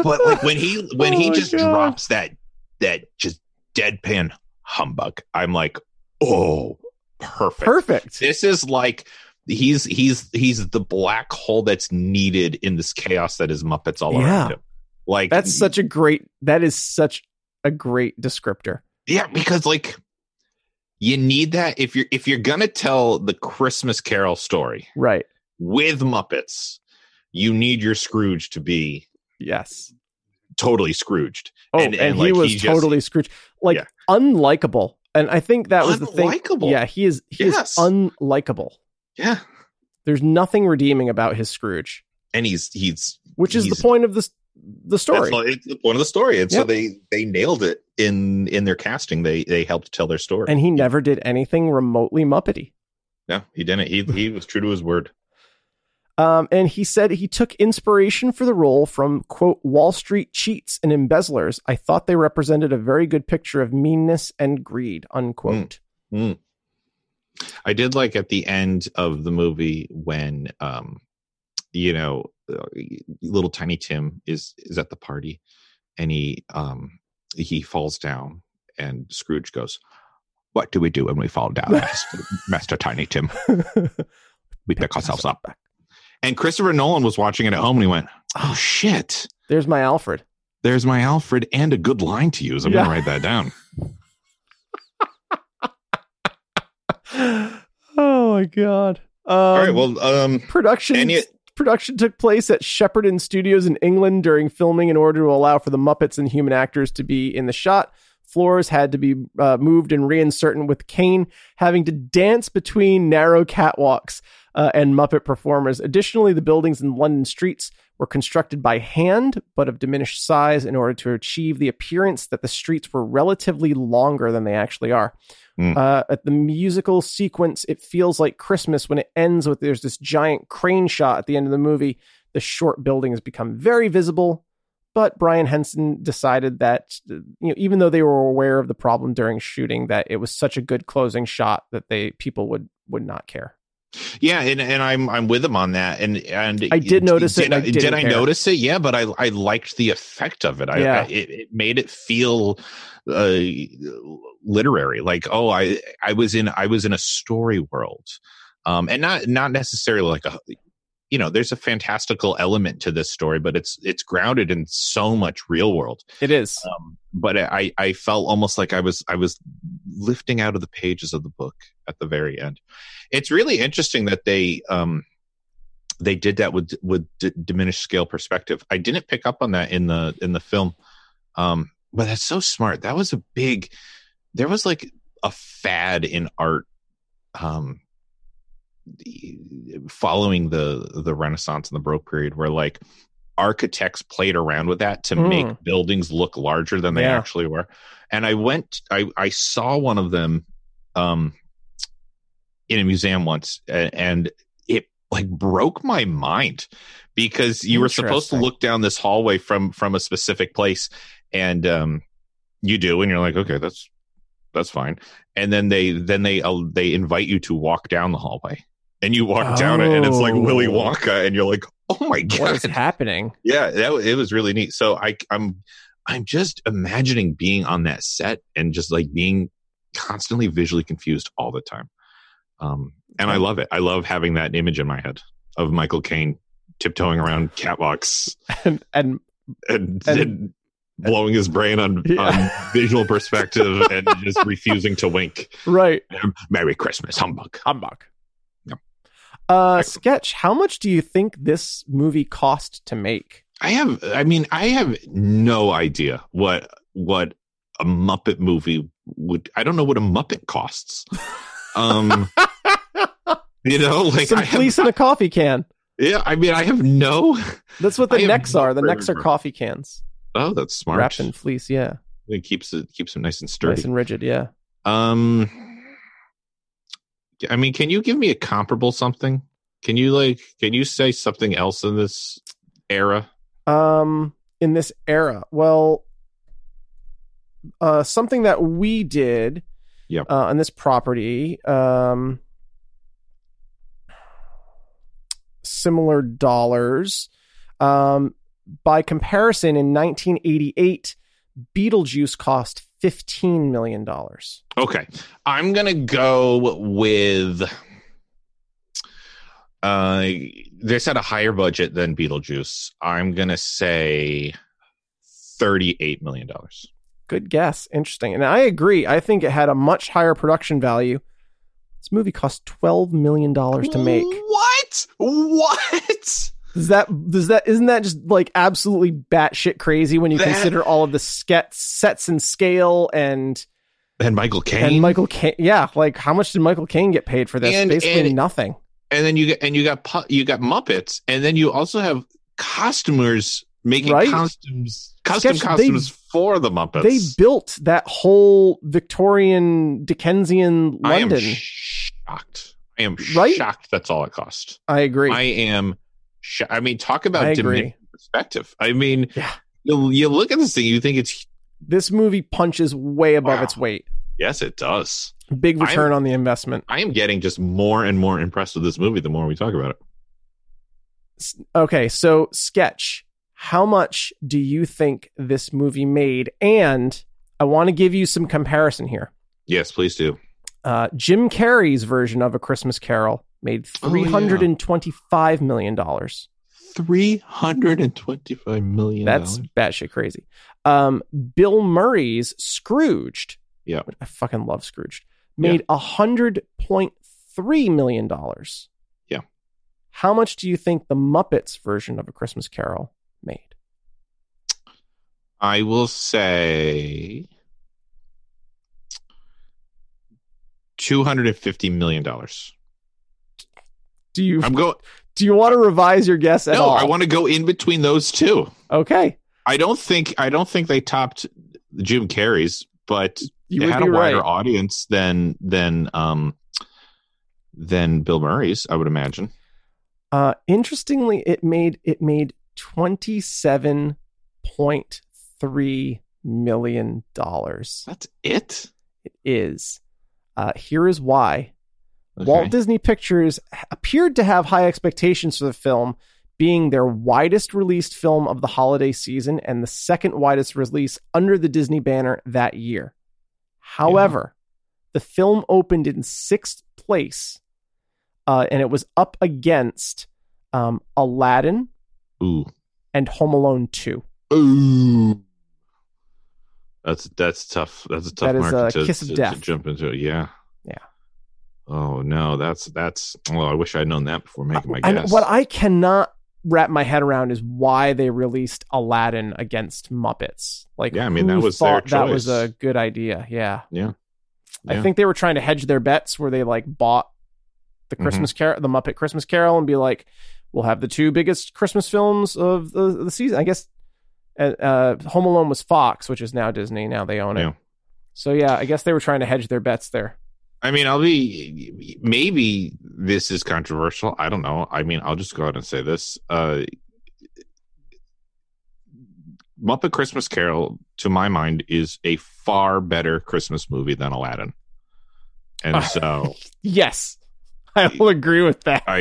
A: but like when he when
B: Oh
A: he
B: my
A: just
B: God.
A: drops that that just deadpan humbug, I'm like, oh, perfect.
B: Perfect.
A: This is like he's he's he's the black hole that's needed in this chaos that is Muppets all
B: Yeah.
A: around him. Like <laughs>
B: That's such a great. That is such a great descriptor.
A: Yeah, because like you need that if you're if you're gonna tell the Christmas Carol story
B: Right.
A: with Muppets, you need your Scrooge to be
B: Yes.
A: totally Scrooged.
B: Oh, and,
A: And- and,
B: he
A: like,
B: was
A: he just-
B: totally Scrooge. Like
A: Yeah.
B: unlikable. And I think that was the thing.
A: Unlikable.
B: Yeah, he is. He
A: Yes.
B: is unlikable.
A: Yeah.
B: There's nothing redeeming about his Scrooge,
A: And he's he's
B: which is
A: He's-
B: the point of this the story.
A: That's, all- it's the point of the story. And so
B: Yep.
A: they they nailed it in in their casting they they helped tell their story.
B: And he never did anything remotely Muppety.
A: no, he didn't. He he was true to his word.
B: Um, and he said he took inspiration for the role from, quote, Wall Street cheats and embezzlers. I thought they represented a very good picture of meanness and greed, unquote.
A: I did like at the end of the movie when um you know uh, little tiny Tim is is at the party and he um he falls down and Scrooge goes what do we do when we fall down Master, Master Tiny Tim
B: Hmm.
A: we pick ourselves up and Christopher Nolan was watching it at home and he went oh shit
B: <laughs> There's my Alfred.
A: there's my Alfred and a good line to use I'm
B: Yeah.
A: gonna write that down
B: <gasps> oh, my God. Um,
A: all right well um
B: production
A: Any-
B: production took place at Shepperton Studios in England during filming in order to allow for the Muppets and human actors to be in the shot. Floors had to be uh, moved and reinserted with Kane having to dance between narrow catwalks uh, and Muppet performers. Additionally, the buildings in London streets were constructed by hand but of diminished size in order to achieve the appearance that the streets were relatively longer than they actually are.
A: Mm.
B: Uh, at the musical sequence, it feels like Christmas when it ends with there's this giant crane shot at the end of the movie. The short buildings become very visible, but Brian Henson decided that you know even though they were aware of the problem during shooting, that it was such a good closing shot that they people would would not care.
A: Yeah, and, and I'm I'm with him on that. And and
B: I did notice it
A: Did,
B: and I didn't
A: did I
B: care.
A: notice it? Yeah, but I I liked the effect of it. I,
B: Yeah.
A: I it, it made it feel uh, literary, like oh I I was in I was in a story world, um, and not not necessarily like a you know there's a fantastical element to this story, but it's it's grounded in so much real world.
B: It is.
A: Um, but I I felt almost like I was I was lifting out of the pages of the book at the very end. It's really interesting that they um they did that with with d- diminished scale perspective. I didn't pick up on that in the in the film. Um but that's so smart. That was a big there was like a fad in art um the- following the the renaissance and the baroque period where like architects played around with that to
B: Mm.
A: make buildings look larger than they
B: Yeah.
A: actually were and i went i i saw one of them um in a museum once a- and it like broke my mind because you were supposed to
B: Interesting.
A: look down this hallway from from a specific place and um you do and you're like okay that's that's fine and then they then they uh, they invite you to walk down the hallway and you walk down it and it's like
B: Oh.
A: willy wonka and you're like oh my god
B: <laughs> What is happening?
A: yeah that wa- it was really neat so i i'm i'm just imagining being on that set and just like being constantly visually confused all the time um and i love it i love having that image in my head of michael caine tiptoeing around catwalks
B: And, and
A: and,
B: And-
A: and blowing his brain on,
B: Yeah.
A: on visual perspective and just refusing to wink
B: right,
A: merry christmas humbug
B: humbug.
A: Yeah.
B: Uh,
A: Excellent.
B: sketch. How much do you think this movie cost to make?
A: I have I mean I have no idea what what a Muppet movie would I don't know what a Muppet costs.
B: <laughs>
A: Um you know like
B: Some
A: I have-
B: fleece in a coffee can.
A: yeah I mean I have no
B: That's what
A: I
B: the
A: am
B: necks are. The
A: very
B: necks are
A: impressed.
B: coffee cans
A: Oh that's smart.
B: wrapped in fleece. Yeah,
A: It keeps it keeps them nice and sturdy.
B: nice and rigid. Yeah.
A: um I mean can you give me a comparable something? Can you like can you say something else in this era?
B: um in this era well uh something that we did
A: Yep.
B: uh, on this property um similar dollars um by comparison in 1988 beetlejuice cost 15 million dollars
A: Okay. I'm going to go with uh this had a higher budget than Beetlejuice. I'm going to say 38 million dollars.
B: good guess interesting and i agree i think it had a much higher production value this movie cost 12 million dollars to make
A: What? What?
B: Does that does that isn't that just like absolutely batshit crazy when you
A: That-
B: consider all of the skets, sets and scale and
A: And Michael Caine.
B: and
A: And,
B: Michael Caine yeah like how much did Michael Caine get paid for this
A: And-
B: basically
A: and-
B: nothing
A: then you get and you got pu- you got Muppets and then you also have costumers making
B: Right?
A: costumes, custom
B: Sketch- they-
A: costumes for the Muppets.
B: They built that whole Victorian Dickensian
A: I am
B: London.
A: shocked. I am
B: Right?
A: shocked. That's all it cost.
B: I agree.
A: I am. Sh- I mean, talk
B: I
A: about
B: agree.
A: diminished perspective. I mean,
B: Yeah.
A: you, you look at this thing, you think it's
B: this movie punches way above
A: Wow.
B: its weight.
A: yes, it does.
B: Big return on the investment.
A: I am getting just more and more impressed with this movie the more we talk about it.
B: Okay, so sketch. How much do you think this movie made? And I want to give you some comparison here.
A: Yes, please do.
B: Uh, Jim Carrey's version of A Christmas Carol made
A: Oh, yeah.
B: three hundred and twenty-five million dollars.
A: Three hundred and twenty-five million.
B: That's batshit crazy. Um, Bill Murray's Scrooged.
A: Yeah.
B: which I fucking love Scrooged.
A: Yeah.
B: Made a hundred point three million dollars.
A: Yeah.
B: How much do you think the Muppets version of A Christmas Carol made?
A: I will say two hundred and fifty million dollars.
B: Do you
A: I'm
B: <laughs>
A: going.
B: do you want to revise your guess at
A: No,
B: all?
A: I want to go in between those two.
B: okay,
A: I don't think. I don't think they topped Jim Carrey's, but
B: you
A: it
B: would
A: had
B: be
A: a wider
B: right.
A: audience than than um than Bill Murray's. I would imagine.
B: Uh, interestingly, it made it made twenty seven point three million dollars.
A: That's it.
B: It is. Uh, here is why.
A: Okay.
B: Walt Disney Pictures appeared to have high expectations for the film, being their widest released film of the holiday season and the second widest release under the Disney banner that year. However, the film opened in sixth place, uh, and it was up against um, Aladdin
A: Ooh.
B: and Home Alone 2.
A: Ooh. That's that's tough. That's a tough
B: That is
A: market
B: a
A: to,
B: kiss of
A: to- to
B: death.
A: jump into. Yeah.
B: Yeah.
A: Oh no, that's that's. Oh, I wish I'd known that before making my
B: And
A: guess.
B: what I cannot wrap my head around is why they released Aladdin against Muppets. Like,
A: Yeah, I mean,
B: who
A: that was their
B: thought that was
A: choice.
B: a good idea. Yeah,
A: Yeah.
B: I think they were trying to hedge their bets, where they like bought the
A: Mhm.
B: Christmas Carol, the Muppet Christmas Carol, and be like, we'll have the two biggest Christmas films of the, the season. I guess uh, uh, Home Alone was Fox, which is now Disney. Now they own it.
A: Yeah.
B: So yeah, I guess they were trying to hedge their bets there.
A: I mean, I'll be maybe this is controversial. I don't know. I mean, I'll just go out and say this. Uh Muppet Christmas Carol, to my mind, is a far better Christmas movie than Aladdin.
B: <laughs>
A: And so
B: Yes, <laughs> I will agree with that.
A: I,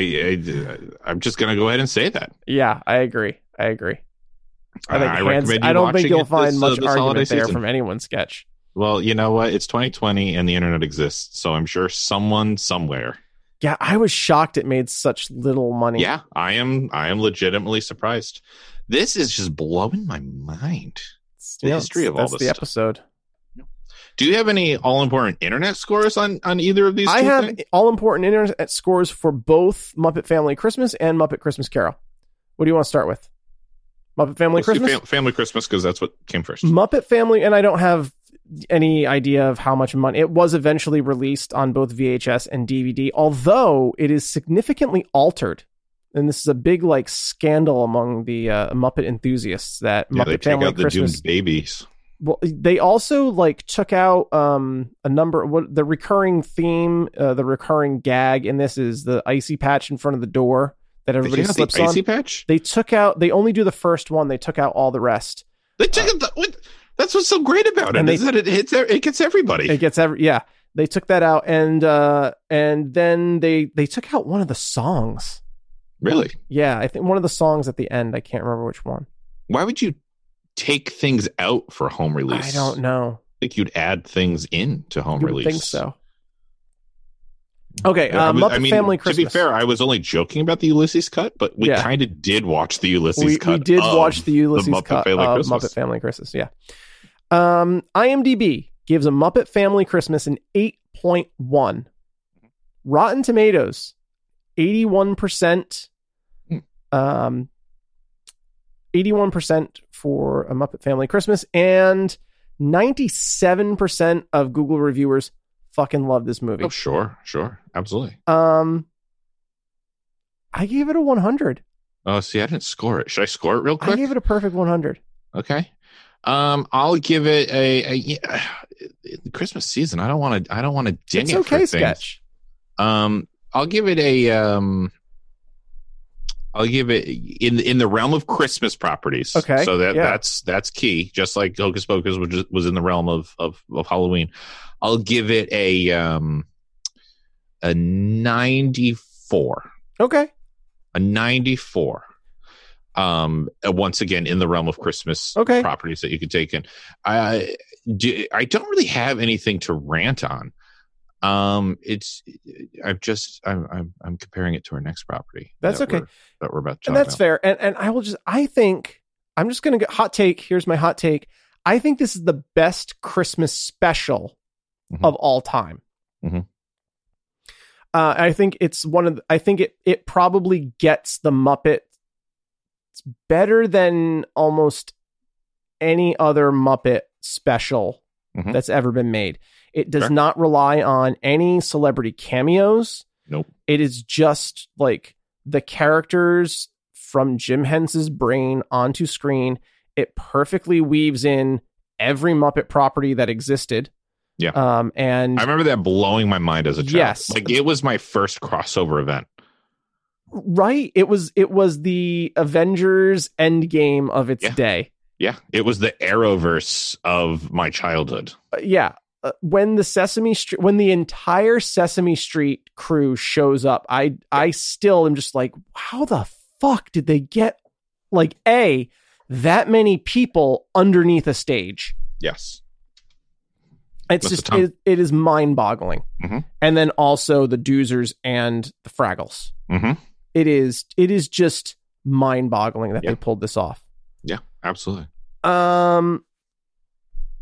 A: I I'm just gonna go ahead and say that.
B: Yeah, I agree. I agree. I think hands,
A: recommend you
B: I don't
A: watching
B: think you'll
A: it
B: find
A: this, uh,
B: much
A: this holiday
B: argument there
A: season.
B: from anyone's sketch.
A: Well, you know what? It's 2020 and the internet exists, so I'm sure someone somewhere.
B: Yeah, I was shocked it made such little money.
A: Yeah, I am. I am legitimately surprised. This is just blowing my mind.
B: It's-
A: the
B: yeah,
A: history of all
B: that's
A: this
B: the
A: stuff.
B: episode.
A: Do you have any all important internet scores on on either of these?
B: I
A: two
B: have
A: things?
B: all important internet scores for both Muppet Family Christmas and Muppet Christmas Carol. What do you want to start with? Muppet Family
A: Let's do
B: Christmas?
A: fam- family Christmas because that's what came first.
B: Muppet Family, and I don't have any idea of how much money it was eventually released on both VHS and DVD, although it is significantly altered. And this is a big like scandal among the uh, Muppet enthusiasts that
A: yeah, they
B: Muppet
A: take
B: Family
A: out the
B: Christmas.
A: doomed babies.
B: well, they also like took out um a number. What the recurring theme, uh, the recurring gag, and this is the icy patch in front of the door that
A: They
B: everybody
A: took out the
B: slips on.
A: icy patch.
B: They took out. They only do the first one. They took out all the rest.
A: They took out the. What, that's what's so great about it
B: And they-
A: is that it hits. e, It gets everybody.
B: It gets every yeah. They took that out and uh and then they they took out one of the songs.
A: really?
B: Yeah, I think one of the songs at the end. I can't remember which one.
A: Why would you take things out for home release?
B: I don't know.
A: think you'd add things in to home
B: You would
A: release.
B: think so. Okay,
A: Yeah, I
B: uh,
A: was-
B: Muppet
A: I mean,
B: Family
A: to
B: Christmas.
A: be fair, I was only joking about the Ulysses cut, but we
B: Yeah.
A: kind of did watch the Ulysses
B: we,
A: cut.
B: we did
A: of-
B: watch the Ulysses
A: Muppet
B: cut
A: Family
B: of
A: Christmas.
B: Muppet Family Christmas. Yeah. Um, IMDb gives a Muppet Family Christmas an eight point one. Rotten Tomatoes, eighty one percent.
A: Hmm.
B: Um, eighty one percent for a Muppet Family Christmas, and ninety seven percent of Google reviewers fucking love this movie.
A: Oh, sure, sure, absolutely.
B: Um, I gave it a one hundred.
A: Oh, see, I didn't score it. Should I score it real
B: I
A: quick?
B: gave it a perfect 100.
A: okay. Um, I'll give it a, a- yeah, <sighs> the Christmas season. I don't want to. I don't want to ding
B: It's
A: it for
B: okay,
A: things.
B: sketch.
A: Um, I'll give it a. Um, I'll give it in in the realm of Christmas properties.
B: Okay,
A: so that
B: yeah.
A: that's that's key. Just like Hocus Pocus, which is- was in the realm of of, of Halloween, I'll give it a um, a ninety four,
B: Okay.
A: a ninety four. Um, uh, once again, in the realm of Christmas
B: Okay.
A: properties that you could take in. I do, I don't really have anything to rant on. Um, it's I've just I'm I'm, I'm comparing it to our next property.
B: That's
A: that
B: okay.
A: we're- that we're about to.
B: And
A: Talk
B: that's
A: about.
B: fair. And and I will just I think I'm just gonna get hot take. Here's my hot take. I think this is the best Christmas special
A: Mhm.
B: of all time.
A: Mhm.
B: Uh, I think it's one of the, I think it it probably gets the Muppet it's better than almost any other Muppet special
A: Mhm.
B: that's ever been made. It does
A: Fair.
B: not rely on any celebrity cameos.
A: Nope.
B: It is just like the characters from Jim Hence's brain onto screen. It perfectly weaves in every Muppet property that existed.
A: Yeah.
B: Um, and
A: I remember that blowing my mind as a child.
B: Yes.
A: like it was my first crossover event.
B: right, it was it was the Avengers Endgame of its
A: Yeah.
B: day.
A: Yeah, it was the Arrowverse of my childhood.
B: Uh, yeah. Uh, when the Sesame Street, when the entire Sesame Street crew shows up, I I still am just like, how the fuck did they get like a that many people underneath a stage?
A: Yes,
B: It's
A: That's a
B: just
A: ton.
B: it, it is mind boggling.
A: Mhm.
B: And then also the Doozers and the Fraggles.
A: hmm
B: It is it is just mind boggling that
A: Yeah.
B: they pulled this off.
A: absolutely.
B: Um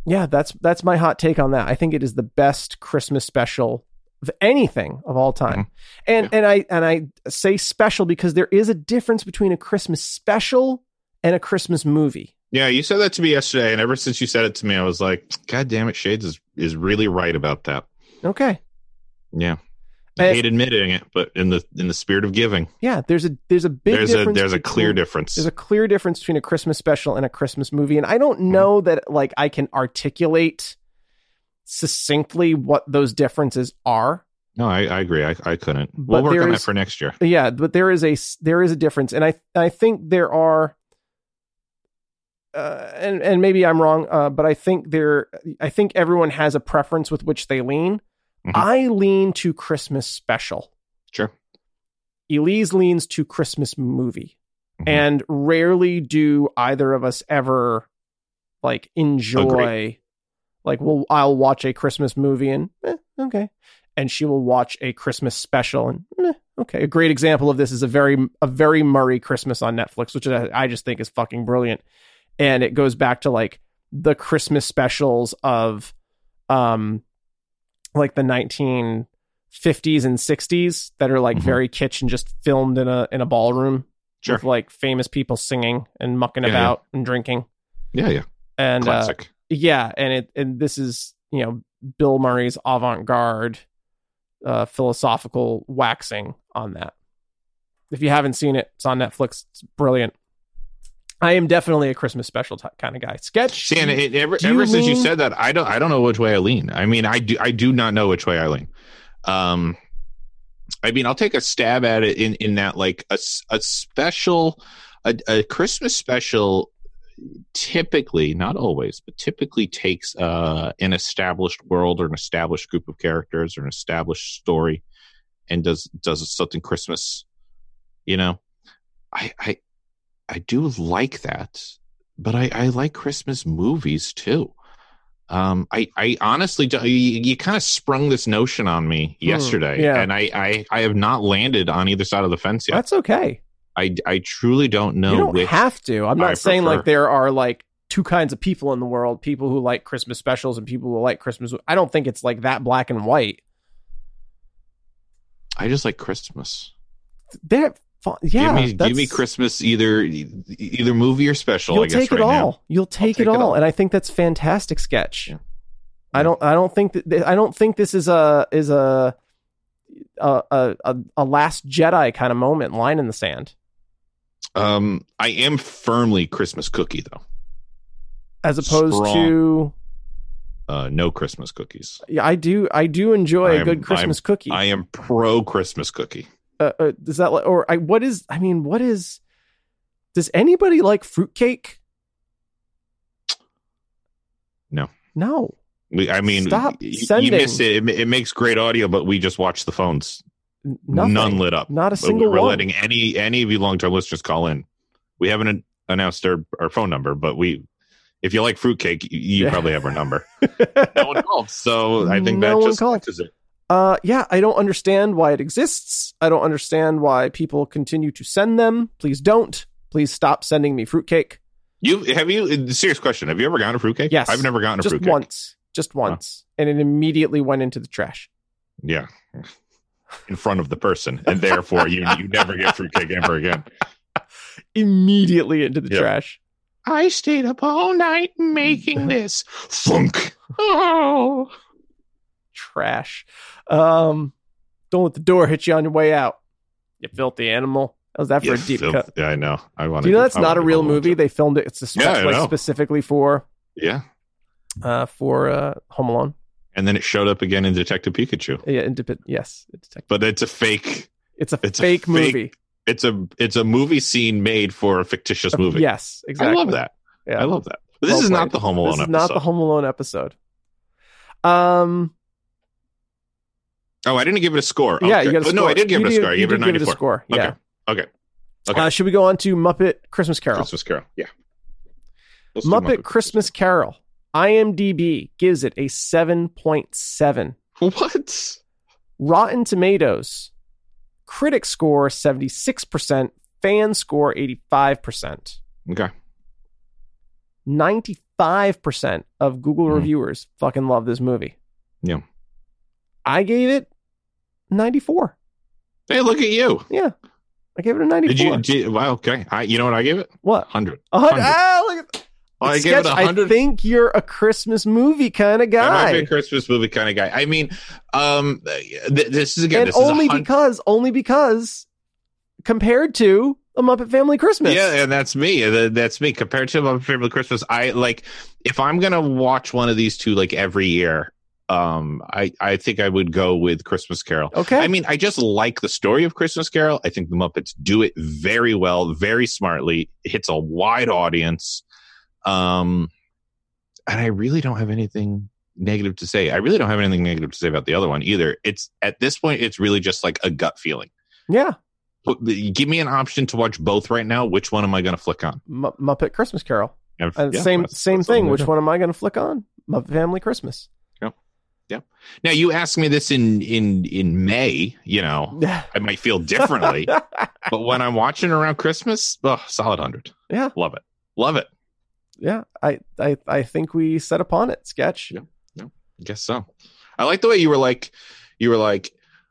B: yeah, that's that's my hot take on that. I think it is the best Christmas special of anything of all time. And
A: Mm-hmm. Yeah.
B: and I and I say special because there is a difference between a Christmas special and a Christmas movie.
A: Yeah, you said that to me yesterday, and ever since you said it to me, I was like, "God damn it, Shades is is really right about that."
B: Okay.
A: Yeah, I
B: And-
A: hate admitting it, but in the in the spirit of giving,
B: Yeah, there's a there's a big
A: there's a
B: difference
A: there's a clear
B: between-
A: difference.
B: There's a clear difference between a Christmas special and a Christmas movie, and I don't
A: Mm-hmm.
B: know that like I can articulate succinctly what those differences are.
A: no, I, I agree. I, I couldn't. We'll
B: But
A: work on
B: there
A: that
B: is-
A: for next year.
B: Yeah, but there is a s- there is a difference, and I I think there are, uh, and and maybe I'm wrong, uh, but I think there I think everyone has a preference with which they lean.
A: Mhm.
B: I lean to Christmas special.
A: Sure.
B: Elise leans to Christmas movie,
A: Mhm.
B: and rarely do either of us ever like enjoy. Like, well, I'll watch a Christmas movie and eh, okay, and she will watch a Christmas special and eh, okay. A great example of this is a very a very Murray Christmas on Netflix, which I, I just think is fucking brilliant, and it goes back to like the Christmas specials of, um, like the nineteen fifties and sixties that are like
A: Mhm.
B: very kitsch and just filmed in a in a ballroom
A: Sure.
B: with like famous people singing and mucking
A: Yeah, yeah.
B: about and drinking
A: Yeah, yeah.
B: and uh,
A: Classic.
B: yeah and it and this is you know bill murray's avant-garde uh philosophical waxing on that if you haven't seen it it's on netflix it's brilliant i am definitely a christmas special ty kind of guy sketch
A: See, and it, ever,
B: do you
A: ever since you
B: lean-
A: said that, I don't I don't know which way I lean. I mean, I do I do not know which way I lean. Um, I mean, I'll take a stab at it in in that like a s- a special a, a Christmas special typically not always but typically takes uh an established world or an established group of characters or an established story and does does something christmas you know i i i do like that but I, I like Christmas movies too. Um, I, I honestly, do, you, you kind of sprung this notion on me yesterday,
B: Hmm, yeah.
A: and I, I, I have not landed on either side of the fence yet.
B: that's okay
A: I, I truly don't know
B: you don't
A: which.
B: have to i'm not
A: I
B: saying
A: prefer.
B: like there are like two kinds of people in the world people who like christmas specials and people who like christmas i don't think it's like that black and white
A: I just like Christmas.
B: they're fun. yeah
A: give me,
B: that's-
A: give me Christmas either, either movie or special.
B: You'll
A: I guess
B: take
A: right
B: it
A: now.
B: all. You'll take, it,
A: take it
B: all.
A: all.
B: and I think that's fantastic sketch.
A: Yeah.
B: I don't. I don't think that. I don't think this is a is a a a, a, a last Jedi kind of moment line in the sand.
A: Um, I am firmly Christmas cookie though.
B: as opposed
A: Strong.
B: to
A: Uh, no Christmas cookies.
B: yeah, I do I do enjoy a
A: I'm-
B: good Christmas cookie.
A: I am pro Christmas cookie.
B: uh, uh, does that li- or I what is I mean what is does anybody like fruitcake?
A: No.
B: No.
A: We, I mean,
B: Stop
A: y-
B: sending.
A: You miss it. it. ma- It makes great audio, but we just watch the phones.
B: N- nothing.
A: None lit up.
B: Not a
A: But
B: single
A: we're
B: one.
A: letting any any of you long term listeners call in. We haven't an- announced our, our phone number, but we, if you like fruitcake, you, you
B: Yeah.
A: probably have our number.
B: <laughs>
A: no <laughs> one called, so I think
B: No
A: that
B: one
A: just
B: called.
A: is it.
B: Uh, yeah, I don't understand why it exists. I don't understand why people continue to send them. Please don't. Please stop sending me fruitcake.
A: You have you uh, serious question? Have you ever gotten a fruitcake?
B: Yes.
A: I've never gotten a
B: Just
A: fruitcake.
B: once. Just once. And it immediately went into the trash.
A: Yeah, in front of the person, and therefore you you never get fruitcake ever again.
B: Immediately into the
A: Yeah.
B: trash.
A: I stayed up all night <laughs> making this funk. Oh,
B: Trash. Um, don't let the door hit you on your way out. You filthy animal. How's that for a deep cut?
A: Yeah, I know. I want
B: Do you know that's not a real movie? They filmed it. It's a spe-
A: Yeah, I
B: like,
A: know.
B: specifically for
A: Yeah,
B: uh for uh Home Alone.
A: and then it showed up again in Detective Pikachu,
B: Yeah, and dep- yes, it's a,
A: but it's a fake.
B: it's a
A: It's a
B: fake
A: fake
B: movie.
A: It's a it's a movie scene made for a
B: <laughs>
A: fictitious movie.
B: Yes, exactly.
A: I love that.
B: Yeah.
A: I love that. This
B: Well
A: is
B: played.
A: not the Home Alone
B: This is
A: episode.
B: not the Home Alone episode. Um,
A: oh, I didn't give it a score.
B: yeah,
A: Okay.
B: you got a
A: But
B: score.
A: no, I did give
B: You
A: it a score. I
B: you
A: gave it a
B: did
A: ninety-four.
B: score. Yeah.
A: Okay. Okay. Okay.
B: Uh, should we go on to Muppet Christmas Carol?
A: Christmas Carol. Yeah. Let's do
B: Muppet Christmas Carol. IMDb gives it a seven point seven.
A: Carol. <laughs> What?
B: Rotten Tomatoes, critic score 76%, fan score 85%.
A: Okay.
B: 95% of Google
A: Mhm.
B: reviewers fucking love this movie.
A: Yeah.
B: I gave it 94.
A: Hey, look at you.
B: I gave it a 94.
A: Did you? Did, wow. Okay. I. You know what I gave it?
B: what?
A: Hundred.
B: A hundred.
A: 100.
B: Ah, look at
A: Oh, I
B: Sketch,
A: gave it a hundred.
B: think you're a Christmas movie kind of
A: I might be
B: guy.
A: a Christmas movie kind of guy. I mean, um, th- this is again.
B: And
A: this
B: only
A: is a hun-
B: because, only because compared to a Muppet Family Christmas.
A: Yeah, and that's me. Uh, Th- That's me. Compared to my favorite Christmas, I like if I'm gonna watch one of these two like every year. Um, I I think I would go with Christmas Carol.
B: Okay.
A: I mean, I just like the story of Christmas Carol. I think the Muppets do it very well, very smartly. It hits a wide audience. Um, and I really don't have anything negative to say. I really don't have anything negative to say about the other one either. It's at this point, it's really just like a gut feeling.
B: yeah.
A: Put- Give me an option to watch both right now. Which one am I going to flick on?
B: Mu Muppet Christmas Carol.
A: And-
B: And
A: yeah,
B: Uh, same
A: that's-
B: same
A: that's all
B: thing.
A: I'm
B: Which
A: gonna
B: one am I going to flick on? Muppet Family Christmas.
A: do. Now you ask me this in in in May, you know, I might feel
B: <laughs>
A: differently.
B: yeah,
A: but when I'm watching around Christmas, oh, solid hundred.
B: Yeah.
A: love it, love it.
B: I, I I think we set upon it. Sketch.
A: Yeah. I guess so. I like the way you were like, you were like,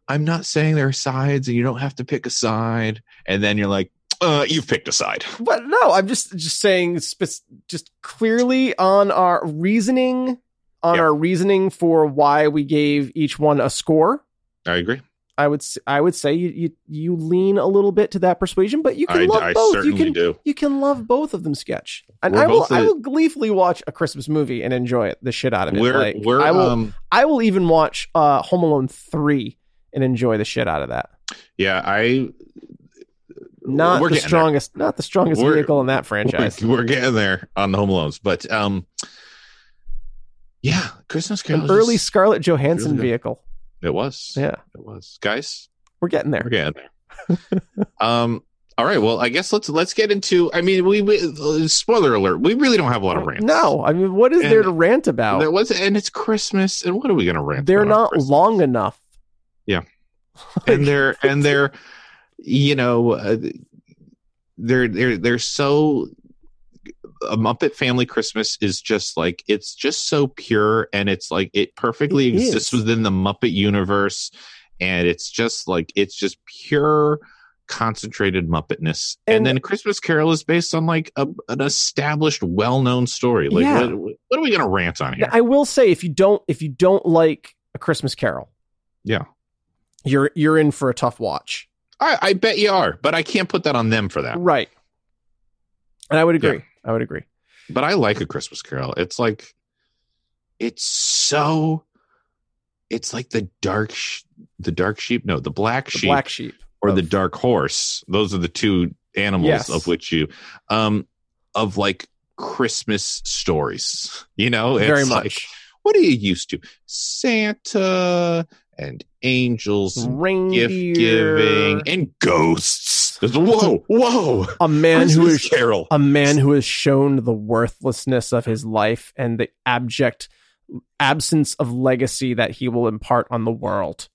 A: I'm not saying there are sides, and you don't have to pick a side. And then you're like, uh, you've picked a side.
B: But no, I'm just just saying, spec- just clearly on our reasoning, on
A: Yeah.
B: our reasoning for why we gave each one a score.
A: I agree.
B: I would s- I would say you you, you lean a little bit to that persuasion, but you can
A: I,
B: love
A: I
B: both. You
A: certainly
B: can
A: do.
B: you can love both of them. Sketch, and
A: We're
B: I will
A: both a-
B: I will gleefully watch a Christmas movie and enjoy it the shit out of it.
A: We're
B: Like,
A: we're
B: I will
A: um
B: I will even watch uh, Home Alone three and enjoy the shit out of that.
A: yeah I
B: Not
A: We're
B: the
A: getting there.
B: strongest, not the strongest
A: We're-
B: vehicle in that
A: <laughs>
B: franchise.
A: we're, we're getting there on the Home Loans, but um yeah, Christmas Carol
B: An
A: is
B: early
A: just-
B: Scarlett Johansson
A: really good.
B: vehicle.
A: it was
B: Yeah,
A: it was guys
B: we're getting
A: we're
B: there.
A: getting
B: <laughs>
A: there. um. All right. Well, I guess let's let's get into. I mean, we, we uh, spoiler alert. We really don't have a lot of rants.
B: Oh, No, I mean, what is
A: And
B: there to rant
A: There
B: about?
A: was, and it's Christmas, and what are we going to rant?
B: They're
A: about on
B: not
A: Christmas?
B: long enough.
A: Yeah.
B: Like,
A: and they're
B: <laughs>
A: and they're, you know, uh, they're they're they're so. A Muppet Family Christmas is just like it's just so pure, and it's like it perfectly
B: It
A: exists
B: is.
A: within the Muppet universe, and it's just like it's just pure concentrated muppetness and,
B: And-
A: then christmas carol is based on like a, an established well-known story like
B: Yeah.
A: what, what are we gonna rant on here
B: Now, I will say, if you don't, if you don't like a Christmas Carol,
A: Yeah.
B: you're you're in for a tough watch.
A: I, I bet you are but i can't put that on them for that
B: Right. And I would agree. I would agree.
A: But I like a Christmas Carol. It's like it's so it's like the dark sh- the dark sheep, no, the black
B: The
A: sheep
B: black sheep.
A: or the
B: of-
A: dark horse. Those are the two animals
B: Yes.
A: of which you um of like Christmas stories. You know, it's
B: Very
A: like
B: much.
A: what are you used to? Santa and angels and gift
B: Reindeer.
A: giving and ghosts. There's- Whoa, whoa.
B: A man who
A: Christmas
B: is
A: Carol.
B: a man who has shown the worthlessness of his life and the abject absence of legacy that he will impart on the world.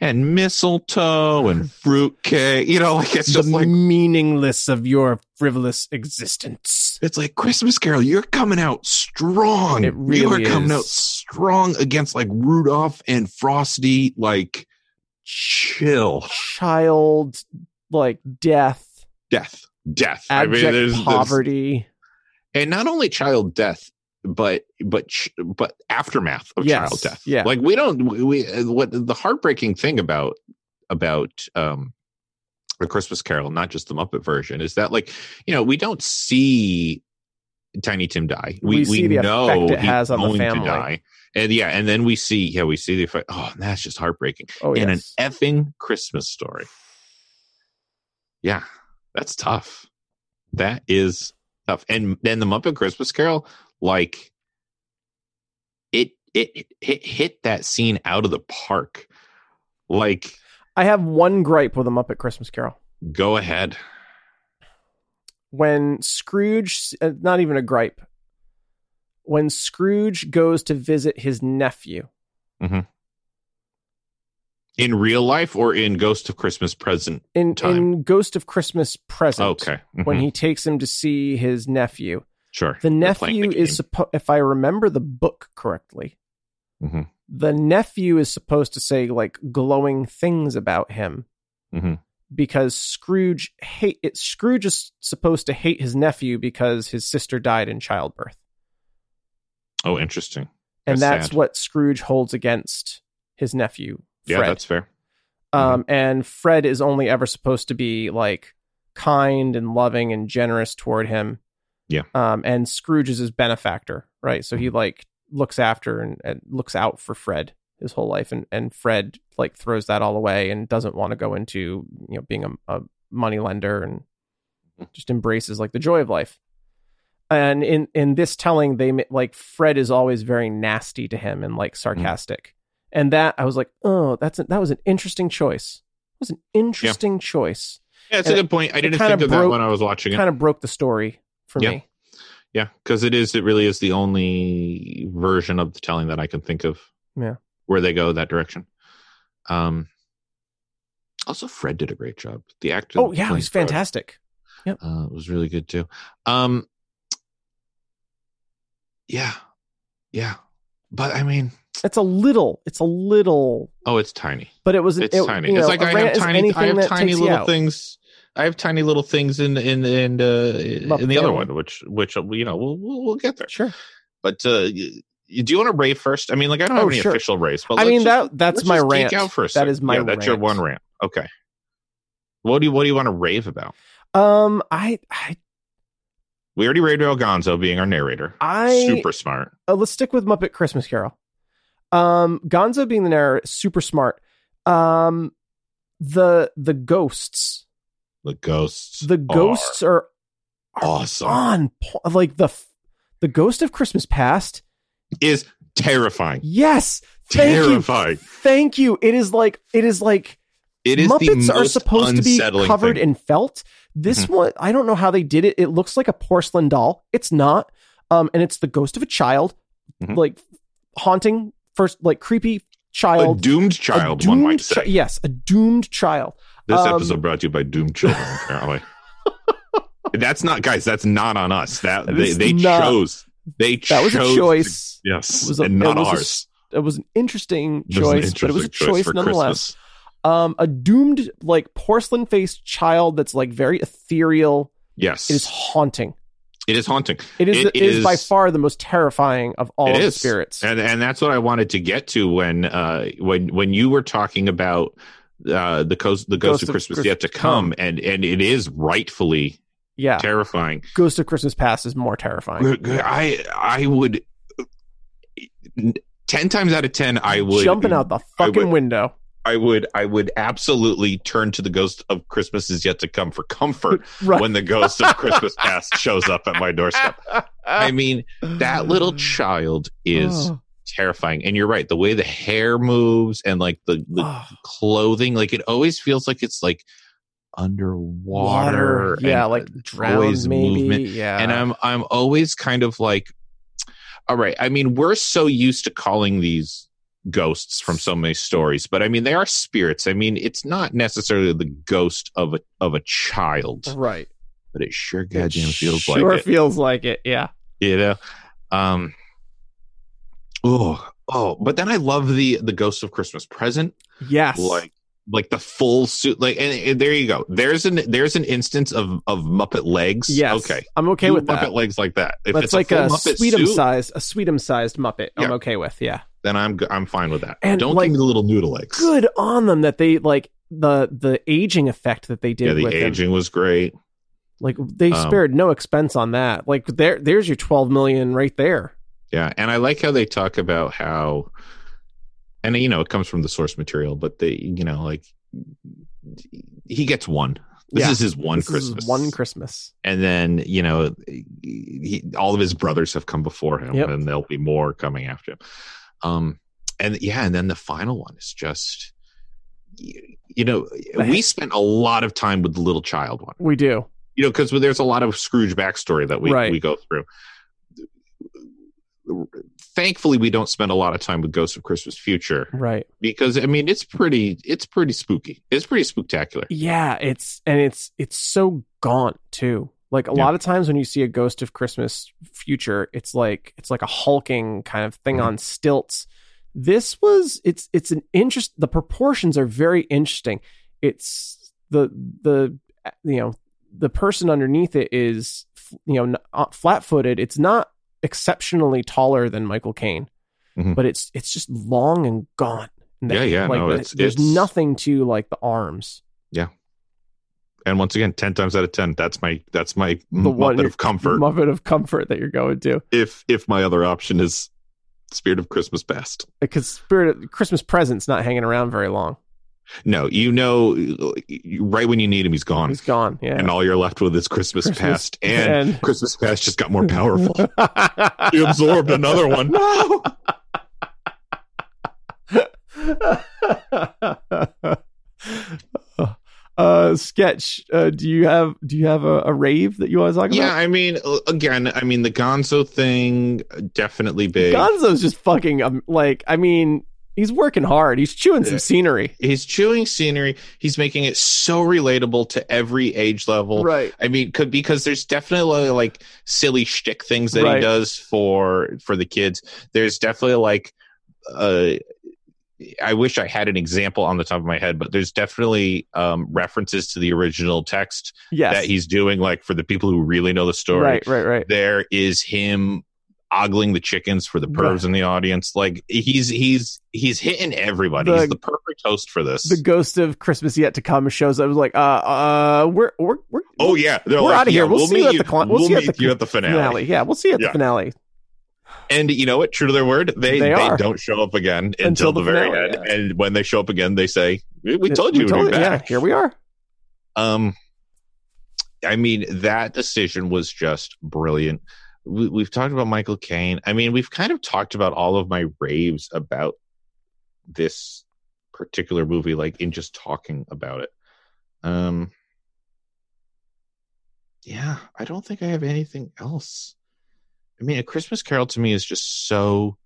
A: and mistletoe
B: <laughs>
A: and fruitcake. You know, like it's
B: the
A: just like
B: meaningless of your frivolous existence.
A: it's like Christmas Carol. You're coming out strong.
B: It
A: you are
B: really
A: coming
B: is.
A: out strong against like Rudolph and Frosty. Like chill,
B: Child like death,
A: death, death.
B: abject poverty.
A: and not only child death. But but ch- but aftermath of
B: Yes,
A: child death.
B: yeah.
A: like we don't we- we uh, what the heartbreaking thing about about um a Christmas Carol, not just the Muppet version, is that like you know we don't see Tiny Tim die.
B: We see the effect it has on the family.
A: and yeah, and then we see yeah we see the effect. Oh, and that's just heartbreaking.
B: oh,
A: in
B: yes.
A: an effing Christmas story. Yeah, that's tough. That is tough. And then the Muppet Christmas Carol, like it it, it hit that scene out of the park. Like,
B: I have one gripe with a Muppet Christmas Carol.
A: go ahead.
B: When Scrooge, uh, not even a gripe, when Scrooge goes to visit his nephew,
A: In real life or in Ghost of Christmas Present?
B: in,
A: Time.
B: in Ghost of Christmas Present,
A: Okay. Mhm.
B: when he takes him to see his nephew,
A: sure.
B: the
A: They're playing
B: nephew
A: the
B: is supposed if i remember the book correctly
A: Mhm.
B: the nephew is supposed to say like glowing things about him
A: Mhm.
B: because scrooge hate it scrooge is supposed to hate his nephew because his sister died in childbirth
A: game. oh, interesting.
B: and
A: That's
B: that's
A: sad.
B: what scrooge holds against his nephew
A: Yeah,
B: fred
A: that's fair.
B: um, and fred is only ever supposed to be like kind and loving and generous toward him
A: Yeah.
B: um, and scrooge is his benefactor right so he like looks after and, and looks out for fred his whole life and, and fred like throws that all away and doesn't want to go into you know being a, a money lender and just embraces like the joy of life and in in this telling they ma- like fred is always very nasty to him and like sarcastic and that i was like oh that's a, that was an interesting choice it was an interesting choice
A: Yeah, it's a
B: And
A: good point. I
B: it
A: didn't
B: kinda
A: think of that
B: broke-
A: when I was watching it.
B: kind of broke the story for
A: Yeah.
B: me
A: Yeah, because it is. It really is the only version of the telling that I can think of.
B: Yeah.
A: where they go that direction. Um. Also, Fred did a great job. The actor.
B: oh yeah
A: playing
B: he's
A: Fred,
B: fantastic
A: Uh, was really good too. Um. Yeah, yeah, but I mean,
B: it's a little it's a little
A: oh, it's tiny.
B: but it was
A: It's
B: it,
A: tiny.
B: you
A: it's
B: know,
A: like
B: a
A: I
B: rant
A: have
B: is
A: tiny. I
B: anything
A: have
B: that
A: tiny
B: takes you
A: little
B: out.
A: things. I have tiny little things in in in uh, in the
B: Muppet
A: other
B: Family.
A: one, which which you know we'll we'll, we'll get there.
B: sure
A: But uh, you, you- do you want to rave first? I mean, like I don't
B: Oh,
A: have any
B: sure.
A: official raves, but
B: i
A: let's
B: mean
A: just-
B: that that's
A: let's
B: my
A: just geek
B: rant
A: Out for a
B: that
A: second.
B: is my
A: yeah, that's your
B: rant.
A: one rant. Okay. What do you What do you want to rave about?
B: um i i,
A: We already raved about Gonzo being our narrator.
B: I
A: Super smart.
B: uh, let's stick with Muppet Christmas Carol. Um, Gonzo being the narrator, super smart. Um, the the ghosts,
A: The ghosts.
B: the ghosts are,
A: are awesome.
B: on po- like the f- the ghost of Christmas Past.
A: Is terrifying.
B: Yes, thank
A: Terrifying.
B: you, thank you. It is like it is like
A: It is the
B: Muppets
A: most
B: are supposed to be
A: unsettling
B: covered
A: thing. Mm-hmm.
B: in felt. This one, I don't know how they did it. It looks like a porcelain doll. It's not. Um, and it's the ghost of a child,
A: Mhm.
B: like haunting first, like creepy
A: a
B: child.
A: doomed child.
B: doomed
A: one might
B: chi-
A: say.
B: yes, a doomed child.
A: This
B: Um,
A: episode brought to you by
B: <laughs>
A: Doomed Children, apparently. that's not, guys. That's not on us. That
B: That
A: they,
B: is
A: they
B: not-
A: chose. They
B: That was
A: chose
B: a
A: to-
B: choice.
A: yes,
B: It was a-
A: and not
B: it was a
A: ours.
B: It was an interesting
A: It was an
B: choice, but it was a
A: interesting
B: choice,
A: for
B: nonetheless. Um, a doomed, like porcelain faced child that's like very ethereal.
A: Yes,
B: It is haunting.
A: It is haunting,
B: It is.
A: It
B: it is, by
A: is-
B: far the most terrifying of all
A: It
B: the
A: is.
B: spirits.
A: and and that's what I wanted to get to when uh when when you were talking about uh the ghost the ghost,
B: Ghost
A: of
B: of
A: Christmas
B: Christ-
A: yet to come, and and it is rightfully
B: Yeah.
A: Terrifying.
B: Ghost of Christmas Past is more terrifying.
A: I I would ten times out of ten I would
B: Jumping out the fucking
A: would-
B: window.
A: I would I would absolutely turn to the ghost of Christmas is yet to come for comfort
B: <laughs> Right.
A: when the ghost of Christmas past shows up at my doorstep. I mean, that little child is
B: Mm. Oh,
A: terrifying. And you're right, the way the hair moves and like the, the
B: oh,
A: clothing, like it always feels like it's like underwater.
B: water. Yeah,
A: and-
B: like drowned
A: noise,
B: maybe.
A: movement,
B: Yeah.
A: and I'm I'm always kind of like all right, I mean, we're so used to calling these ghosts from so many stories, but I mean they are spirits. I mean, it's not necessarily the ghost of a of a child,
B: right.
A: but it sure goddamn
B: Uh-huh. It
A: feels
B: sure
A: like it.
B: feels like it. Yeah.
A: You know? Um Oh, oh, but then I love the the ghost of Christmas present
B: Yes.
A: like like the full suit like and, and there you go there's an there's an instance of of muppet legs
B: Yes.
A: okay
B: I'm okay
A: Two
B: with
A: muppet
B: that.
A: legs like that if
B: That's
A: it's
B: like
A: a,
B: a,
A: full muppet
B: sweetum
A: suit,
B: sized a sweetum sized Muppet. I'm
A: Yeah.
B: okay with. Yeah.
A: then i'm g- i'm fine with that
B: And,
A: don't
B: like,
A: give me the little noodle legs
B: Good on them that they like the the aging effect that they did
A: yeah the
B: with them.
A: aging was great
B: Like they
A: Um,
B: spared no expense on that. Like there there's your 12 million right there.
A: yeah and i like how they talk about how and you know it comes from the source material but they you know like he gets one this
B: Yeah.
A: is his one
B: This is
A: christmas
B: one Christmas.
A: and then you know he, all of his brothers have come before him
B: Yep.
A: and there'll be more coming after him um and yeah and then the final one is just y- you know we spent a lot of time with the little child one
B: We do.
A: you know because there's a lot of scrooge backstory that we
B: Right.
A: we go through thankfully we don't spend a lot of time with ghosts of christmas future
B: Right.
A: because i mean it's pretty it's pretty spooky it's pretty spectacular
B: Yeah, it's and it's it's so gaunt too. Like a
A: Yeah.
B: lot of times when you see a ghost of Christmas future, it's like it's like a hulking kind of thing
A: Mhm.
B: on stilts. This was it's it's an interest the proportions are very interesting. It's the the you know the person underneath it is you know n- uh, flat-footed. It's not exceptionally taller than Michael Caine,
A: Mhm.
B: but it's it's just long and gaunt. And
A: Yeah,
B: the-
A: yeah,
B: Like
A: no,
B: the-
A: it's-
B: there's
A: it's-
B: nothing to like the arms.
A: and once again 10 times out of 10 that's my that's my muppet
B: one you're-
A: of comfort
B: Muppet of comfort that you're going to.
A: if if my other option is spirit of christmas past
B: Because spirit Christmas present's not hanging around very long.
A: no you know right when you need him he's gone
B: He's gone. Yeah.
A: and all you're left with is christmas,
B: Christmas
A: past and christmas past just got more
B: <laughs>
A: powerful he
B: powerful.
A: absorbed another one no
B: <laughs> uh, sketch. Uh, do you have do you have a, a rave that you want to talk
A: yeah
B: about?
A: i mean again i mean the gonzo thing uh, definitely big
B: Gonzo's just fucking um, like I mean he's working hard. He's chewing some
A: Yeah.
B: scenery.
A: he's chewing scenery he's making it so relatable to every age level
B: Right.
A: I mean, could, because there's definitely like silly shtick things that
B: Right.
A: he does for for the kids. There's definitely like, uh, I wish I had an example on the top of my head, but there's definitely um, references to the original text
B: Yes.
A: that he's doing. Like for the people who really know the story,
B: Right. Right. Right.
A: there is him ogling the chickens for the pervs in the audience. Like he's he's he's hitting everybody.
B: The-
A: he's the perfect host for this.
B: the ghost of Christmas yet to come shows up. It was like, uh, uh, we're we're we're
A: oh yeah, they're
B: We're
A: like,
B: outta here.
A: yeah,
B: We'll see you
A: meet
B: at the cli- we'll see you at the
A: meet you at the
B: finale.
A: finale.
B: Yeah, we'll see you at the
A: Yeah.
B: finale.
A: And you know what? True to their word, they
B: They
A: they,
B: are.
A: don't show up again until, the, very
B: finale,
A: end. And when they show up again, they say, "We, we told you we
B: told
A: would be
B: you, Yeah,
A: back."
B: here we are.
A: Um, I mean, that decision was just brilliant. We, we've talked about Michael Caine. I mean, we've kind of talked about all of my raves about this particular movie, like in just talking about it. Um, yeah, I don't think I have anything else. I mean, A Christmas Carol to me is just so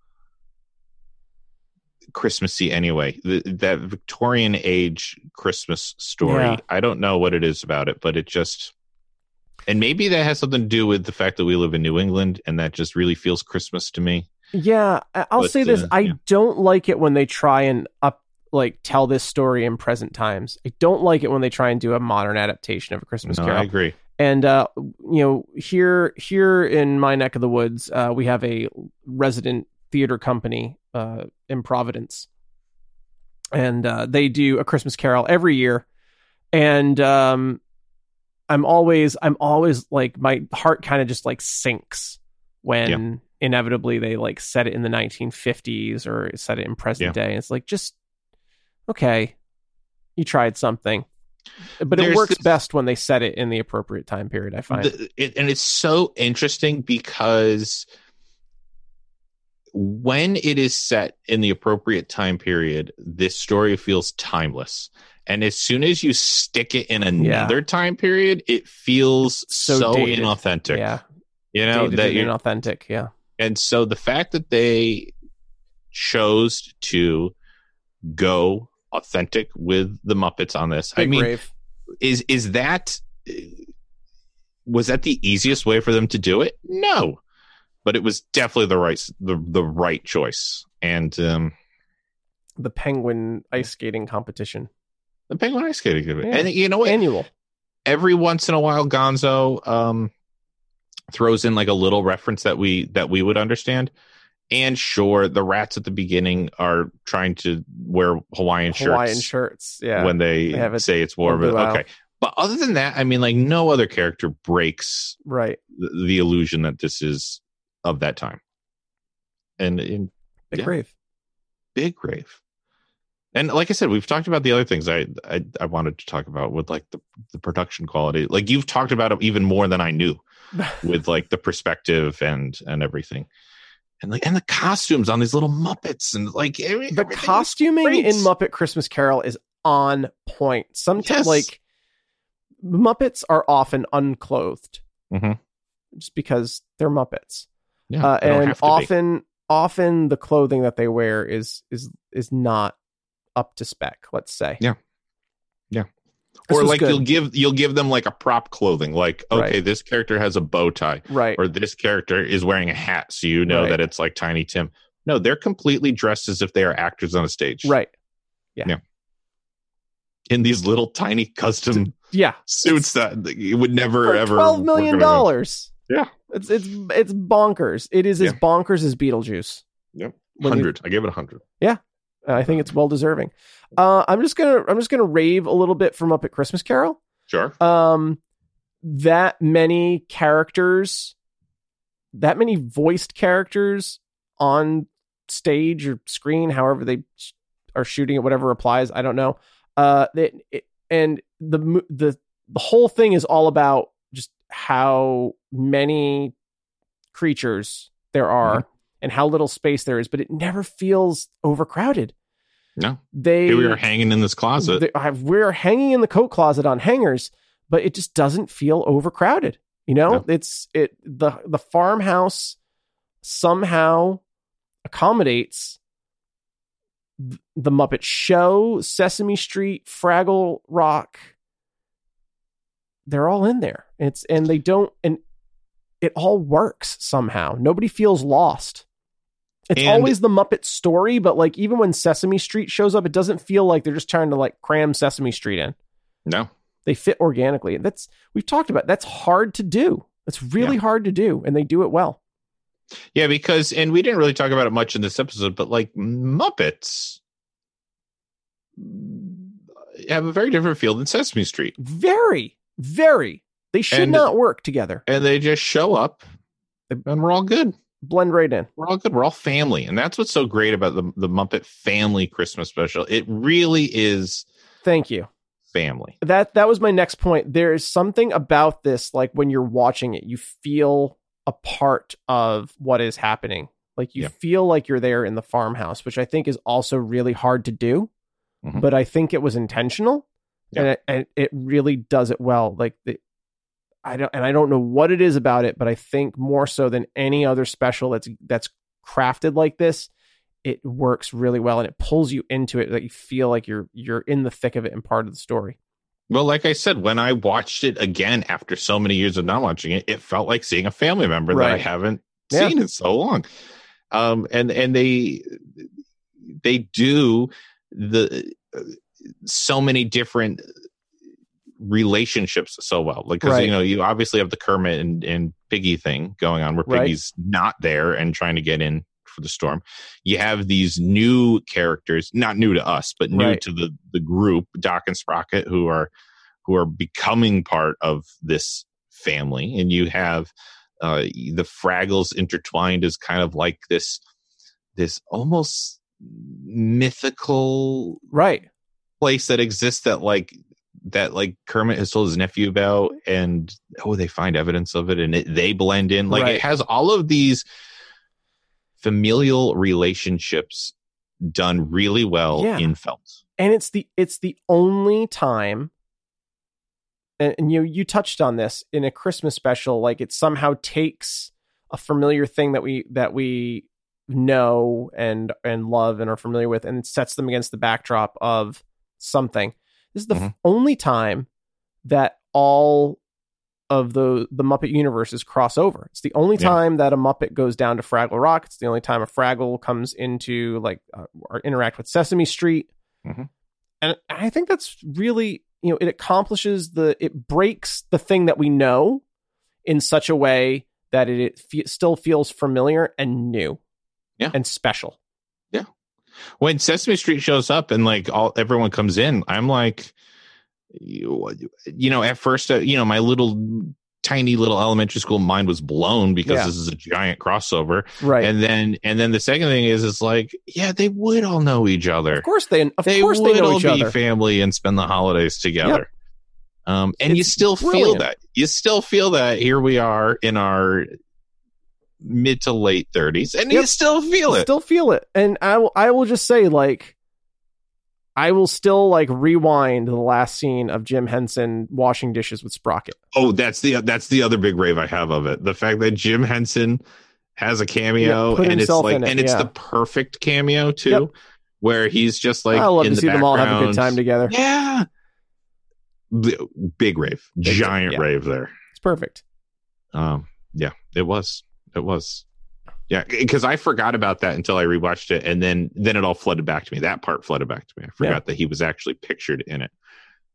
A: Christmassy anyway. The, that Victorian age Christmas story.
B: Yeah.
A: I don't know what it is about it, but it just. And maybe that has something to do with the fact that we live in New England and that just really feels Christmas to me.
B: Yeah, I- I'll
A: But,
B: say this:
A: uh,
B: I
A: yeah.
B: don't like it when they try and up like tell this story in present times. I don't like it when they try and do a modern adaptation of a Christmas
A: No, I
B: Carol.
A: agree.
B: and uh, you know, here here in my neck of the woods, uh, we have a resident theater company uh, in Providence, and uh, they do a Christmas Carol every year, and um, I'm always I'm always like my heart kind of just like sinks when inevitably they like set it in the 1950s or set it in present day. It's like just okay, you tried something, but it
A: There's
B: works
A: this-
B: best when they set it in the appropriate time period. I find
A: The- it, and it's so interesting because when it is set in the appropriate time period, this story feels timeless. And as soon as you stick it in another time period, it feels
B: So
A: so,
B: dated.
A: inauthentic.
B: yeah,
A: You know,
B: dated
A: that
B: and
A: you're
B: inauthentic. Yeah,
A: and so the fact that they chose to go authentic with the Muppets on this, I
B: Big
A: mean,
B: rave.
A: is is that was that the easiest way for them to do it? No, but it was definitely the right the the right choice. And um,
B: the penguin ice skating competition
A: the penguin ice skating,
B: Yeah.
A: and you know what?
B: annual.
A: every once in a while gonzo um throws in like a little reference that we that we would understand and sure the rats at the beginning are trying to wear hawaiian shirts
B: Hawaiian shirts. Yeah.
A: when they,
B: They have it
A: say it's war
B: for a
A: but
B: while.
A: okay but other than that i mean like no other character breaks
B: right.
A: the, the illusion that this is of that time and in
B: Big
A: Yeah. <laughs>
B: rave.
A: big rave and like i said we've talked about the other things i i, I wanted to talk about with like the, the production quality like you've talked about it even more than i knew with like the perspective and and everything and like and the costumes on these little muppets and like every,
B: the
A: everything-
B: costuming
A: great.
B: in Muppet Christmas Carol is on point.
A: Yes.
B: Sometimes, like Muppets are often unclothed,
A: Mhm.
B: just because they're Muppets,
A: yeah,
B: uh,
A: they don't
B: and
A: have to be.
B: often, often the clothing that they wear is is is not up to spec. Let's say,
A: Yeah. Yeah.
B: This
A: or
B: was
A: like
B: good.
A: you'll give you'll give them like a prop clothing like okay
B: Right.
A: this character has a bow tie
B: right,
A: or this character is wearing a hat so you know
B: Right.
A: that it's like tiny tim no they're completely dressed as if they are actors on a stage
B: right,
A: in these little tiny custom
B: yeah.
A: suits that you would never
B: For
A: ever
B: Twelve million
A: work on.
B: dollars.
A: Yeah.
B: it's it's it's bonkers. It is as
A: Yeah.
B: bonkers as Beetlejuice.
A: Yep.
B: When you-
A: 100 i gave it 100
B: and I think it's well deserving. Uh, I'm just gonna I'm just gonna rave a little bit from Up at Christmas Carol.
A: sure
B: Um, that many characters, that many voiced characters on stage or screen, however they sh- are shooting it, whatever applies. I don't know. Uh, that it, and the mo- the the whole thing is all about just how many creatures there are
A: Mm-hmm.
B: and how little space there is, but it never feels overcrowded.
A: no
B: They
A: here we are hanging in this closet
B: the- I- we're hanging in the coat closet on hangers, but it just doesn't feel overcrowded. You know,
A: No.
B: it's it the the farmhouse somehow accommodates th- the Muppet Show, Sesame Street, Fraggle Rock. They're all in there. It's and they don't and it all works somehow. Nobody feels lost. It's
A: And-
B: always the Muppet story, but like even when Sesame Street shows up, it doesn't feel like they're just trying to like cram Sesame Street in.
A: no
B: They fit organically. And that's we've talked about that's hard to do. It's really hard to do, and they do it well.
A: yeah because and we didn't really talk about it much in this episode but like muppets have a very different feel than sesame street
B: Very, very. They should
A: And-
B: not work together.
A: and they just show up and we're all good
B: Blend right in.
A: we're all good. We're all family, and that's what's so great about the the Muppet Family Christmas special. It really is
B: Thank you.
A: family.
B: that that was my next point there is something about this like when you're watching it you feel a part of what is happening like you
A: Yeah.
B: feel like you're there in the farmhouse which i think is also really hard to do
A: Mhm.
B: but i think it was intentional and, it, and it really does it well like the i don't and i don't know what it is about it but i think more so than any other special that's that's crafted like this it works really well and it pulls you into it that you feel like you're you're in the thick of it and part of the story
A: Well, like I said, when I watched it again after so many years of not watching it, it felt like seeing a family member that I
B: Right.
A: haven't
B: Yeah.
A: seen in so long. Um, and and they they do the so many different relationships so well like because
B: Right.
A: you know you obviously have the kermit and, and piggy thing going on where
B: Right.
A: piggy's not there and trying to get in for the storm you have these new characters not new to us but new
B: Right.
A: to the the group doc and sprocket who are who are becoming part of this family, and you have uh, the Fraggles intertwined as kind of like this this almost mythical
B: right
A: place that exists that like that like Kermit has told his nephew about,
B: Mm-hmm.
A: and oh, they find evidence of it, and it, they blend in. Like
B: Right.
A: it has all of these familial relationships done really well
B: Yeah.
A: in Felt.
B: and it's the it's the only time and, and you you touched on this in a christmas special like it somehow takes a familiar thing that we that we know and and love and are familiar with and sets them against the backdrop of something this is the f-
A: Mhm.
B: only time that all of the the muppet universes cross over it's the only
A: Yeah.
B: time that a muppet goes down to fraggle rock it's the only time a fraggle comes into like uh, or interact with sesame street and i think that's really you know it accomplishes the it breaks the thing that we know in such a way that it, it fe- still feels familiar and new
A: Yeah.
B: and special
A: When Sesame Street shows up and like all everyone comes in, I'm like, you, you know, at first, uh, you know, my little tiny little elementary school mind was blown because
B: Yeah.
A: this is a giant crossover.
B: right
A: And then, and then the second thing is, it's like, yeah, they would all know each other.
B: of course they of
A: they
B: course
A: would
B: they know
A: all
B: each
A: be
B: other
A: family and spend the holidays together. Um, and you
B: It's
A: still feel
B: brilliant.
A: that. You still feel that. Here we are in our mid to late thirties, and you
B: Yep.
A: still feel it.
B: still feel it and i will i will just say like i will still like rewind the last scene of jim henson washing dishes with sprocket
A: oh, that's the that's the other big rave I have of it. The fact that Jim Henson has a cameo,
B: Yeah, put
A: and it's
B: himself
A: like,
B: in it,
A: and it's
B: yeah.
A: the perfect cameo too,
B: Yep.
A: where he's just like,
B: i love
A: in
B: to
A: the
B: see them all have a
A: background.
B: good time together
A: Yeah. B- Big rave,
B: time,
A: giant
B: yeah.
A: rave there.
B: it's perfect
A: Um, yeah, it was. It was. Yeah, because I forgot about that until I rewatched it, and then then it all flooded back to me. That part flooded back to me. I forgot
B: Yeah.
A: that he was actually pictured in it.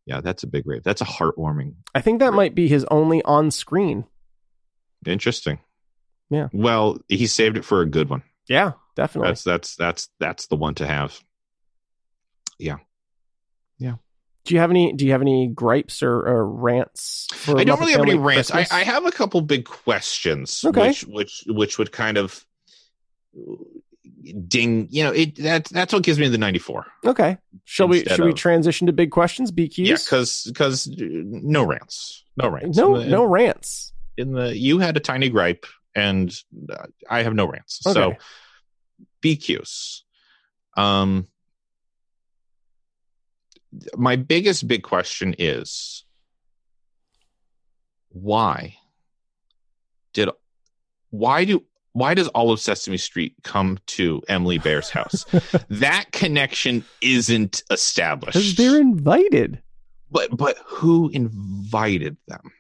A: Yeah, that's a big rave. That's a heartwarming.
B: i think that might be his only on-screen
A: Interesting.
B: Yeah.
A: Well, he saved it for a good one.
B: yeah definitely
A: That's that's that's that's the one to have.
B: Do you have any? Do you have any gripes or, or rants? For
A: I don't
B: Muppet
A: really have any
B: Family
A: rants. I,
B: Christmas?
A: I have a couple big questions,
B: Okay.
A: which which which would kind of ding. You know, it that that's what gives me the ninety four.
B: okay. Shall we?
A: Instead
B: Should we
A: of-
B: transition to big questions? BQs.
A: Yeah, because because no rants, no rants.
B: no,
A: in the,
B: no rants.
A: In the you had a tiny gripe, and uh, I have no rants. So
B: Okay.
A: BQs. Um, my biggest big question is why did why do why does all of Sesame Street come to Emily Bear's
B: <laughs>
A: house? that connection isn't established
B: Because they're invited.
A: but but who invited
B: <laughs>
A: them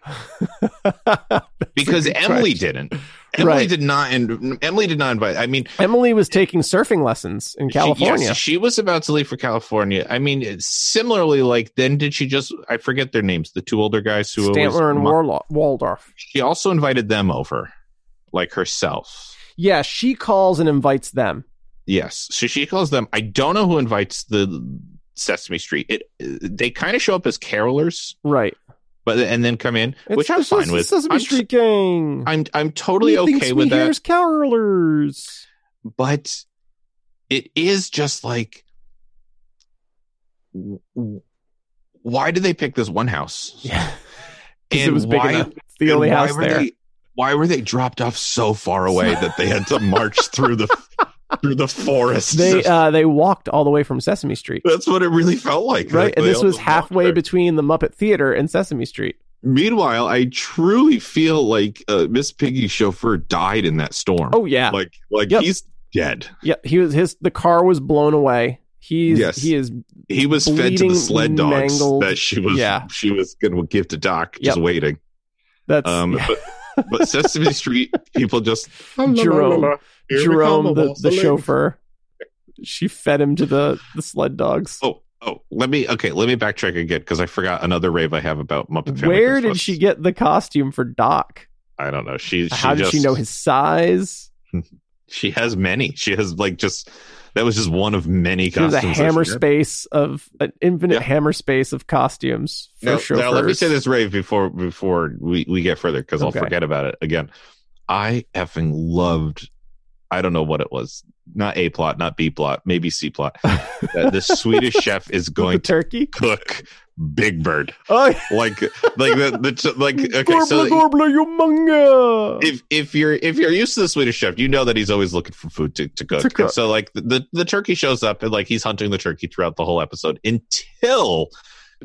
A: because
B: good
A: emily
B: question.
A: didn't emily
B: Right.
A: did not and emily did not invite i mean
B: Emily was taking surfing lessons in
A: she- yes, She,
B: California.
A: was about to leave for california i mean it's similarly like then did she just i forget their names the two older guys who always-
B: Stantler and
A: Ma-
B: Warlo- Waldorf.
A: she also invited them over like herself
B: Yeah, she calls and invites them.
A: yes so she calls them i don't know who invites the sesame street it they kind of show up as carolers
B: Right.
A: but and then come in
B: It's
A: which i'm
B: the
A: fine
B: Ses-
A: with
B: Sesame
A: I'm,
B: Street Gang.
A: I'm i'm totally
B: He thinks
A: okay with
B: we
A: that
B: hears carolers.
A: but it is just like w- w- why did they pick this one house
B: Yeah. <laughs> 'Cause
A: and
B: it was big
A: why,
B: enough. It's the only
A: and why
B: house
A: were
B: there.
A: they why were they dropped off so far
B: <laughs>
A: away that they had to march through the through the forest
B: they
A: <laughs>
B: uh, they walked all the way from Sesame Street.
A: that's what it really felt like
B: right?
A: Like,
B: and
A: they
B: this
A: all
B: was
A: just
B: halfway
A: walked there.
B: between the Muppet Theater and Sesame Street.
A: meanwhile i truly feel like uh, miss piggy's chauffeur died in that storm
B: Oh yeah,
A: like like
B: Yep.
A: he's dead
B: yeah. He was his. The car was blown away. He's
A: Yes.
B: he is
A: he was fed to
B: Bleeding,
A: the sled dogs
B: mangled-
A: that she was
B: yeah.
A: she was going to give to Doc, just waiting.
B: that's
A: Um,
B: yeah.
A: but, but
B: <laughs>
A: Sesame Street people just
B: Jerome.
A: Here we
B: Jerome,
A: come,
B: the, the
A: Waltzing.
B: chauffeur. She fed him to the the sled dogs.
A: Oh, oh, let me okay, let me backtrack again because I forgot another rave I have about Muppet Family.
B: Where did
A: Christmas.
B: she get the costume for Doc?
A: I don't know. She, she
B: How did
A: just,
B: she know his size?
A: She has many. She has like just that was just one of many
B: There's
A: costumes.
B: a
A: that
B: hammer
A: she did.
B: space of an infinite
A: Yeah.
B: hammer space of costumes for
A: Now,
B: chauffeurs.
A: now let me say this, Ray, before before we, we get further, because
B: Okay.
A: I'll forget about it again. I effing loved. I don't know what it was. Not a plot, not b plot, maybe c
B: <laughs>
A: plot. that the Swedish chef is
B: the
A: going to
B: turkey.
A: cook Big Bird.
B: Oh,
A: Like like the, the t-
B: <laughs>
A: like okay.
B: gorbla,
A: So
B: gorbla, you manga.
A: if if you're if you're used to the Swedish chef, you know that he's always looking for food to, to cook.
B: To cook.
A: And so like the, the turkey shows up and like he's hunting the turkey throughout the whole episode until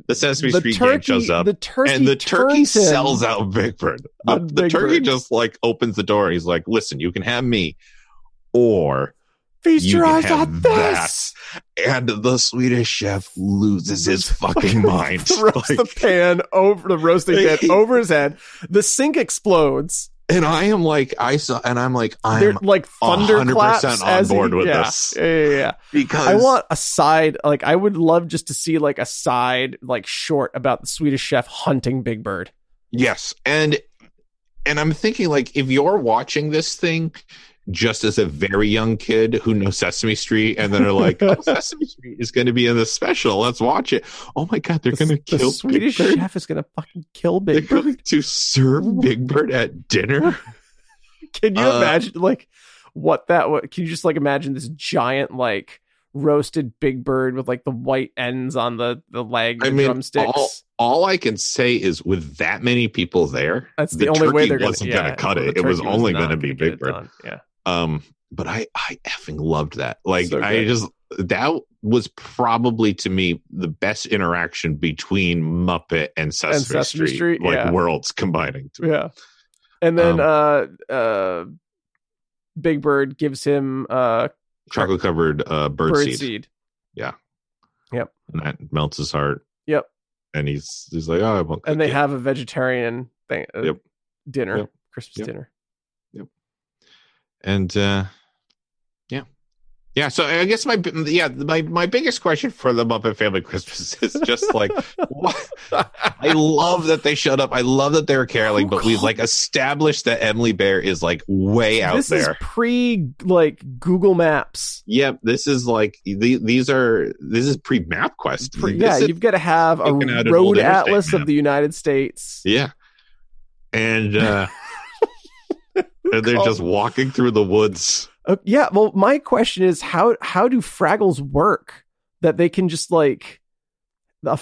A: the Sesame Street gang shows up.
B: The turkey
A: and the turkey
B: turns him.
A: sells out Big Bird. The,
B: <laughs> On
A: the
B: Big
A: turkey
B: Bird.
A: just like opens the door. He's like, "Listen, you can have me, or
B: Feast
A: you
B: your
A: can
B: eyes
A: have
B: on
A: that.
B: this.
A: and the Swedish chef loses his fucking mind."
B: <laughs> Throws the
A: Like,
B: pan over the
A: <laughs>
B: roasting pan over his head. The sink explodes.
A: and I am like, I saw, and I'm like, I
B: They're
A: am
B: like thunderclaps.
A: 100% on
B: as he-
A: board with
B: yeah,
A: this.
B: Yeah, yeah, yeah.
A: because
B: I want a side. Like I would love just to see like a side like short about the Swedish chef hunting Big Bird.
A: Yes. And and I'm thinking like if you're watching this thing just as a very young kid who knows Sesame Street and then are
B: <laughs>
A: like, oh, <laughs> Sesame Street is going to be in the special. Let's watch it. Oh my god, they're going to
B: The- the
A: kill Big
B: Swedish
A: Bird.
B: chef is gonna fucking kill
A: They're
B: Big Bird.
A: going to serve Big Bird at dinner.
B: Can you
A: Uh,
B: imagine like what that would can you just like imagine this giant like roasted big bird with like the white ends on the the leg
A: I
B: the
A: mean,
B: drumsticks
A: all- All I can say is with that many people there,
B: that's the, only way
A: turkey
B: they're gonna,
A: wasn't
B: yeah,
A: going to cut
B: the
A: it. It was
B: turkey
A: only
B: not
A: going to be
B: get
A: Big
B: it
A: Bird.
B: done. yeah
A: um but i i effing loved that like
B: So
A: i
B: good.
A: just that was probably to me the best interaction between muppet and sesame,
B: Sesame
A: street,
B: Street,
A: like
B: yeah.
A: worlds combining to
B: yeah and then
A: Um,
B: uh uh big bird gives him uh
A: chocolate covered uh bird,
B: bird
A: seed.
B: seed
A: and that melts his heart
B: Yep.
A: and he's he's like oh I won't
B: and
A: cook
B: they
A: it."
B: have a vegetarian thing uh,
A: Yep.
B: dinner
A: Yep.
B: christmas
A: Yep.
B: dinner
A: and uh yeah yeah so i guess my yeah my my biggest question for the muppet family christmas <laughs> is just like what I love that they showed up. I love that they were caroling, but we've like established that Emily Bear is like way out
B: this is
A: there.
B: pre like google maps
A: Yep, this is like the, these are this is pre map quest.
B: Pre- yeah, you've got to have a
A: taking out an
B: road
A: old interstate
B: atlas
A: map.
B: of the United States.
A: yeah, and
B: <laughs>
A: uh and they're
B: Call-
A: just walking through the woods.
B: Uh, yeah. Well, my question is how how do Fraggles work that they can just like the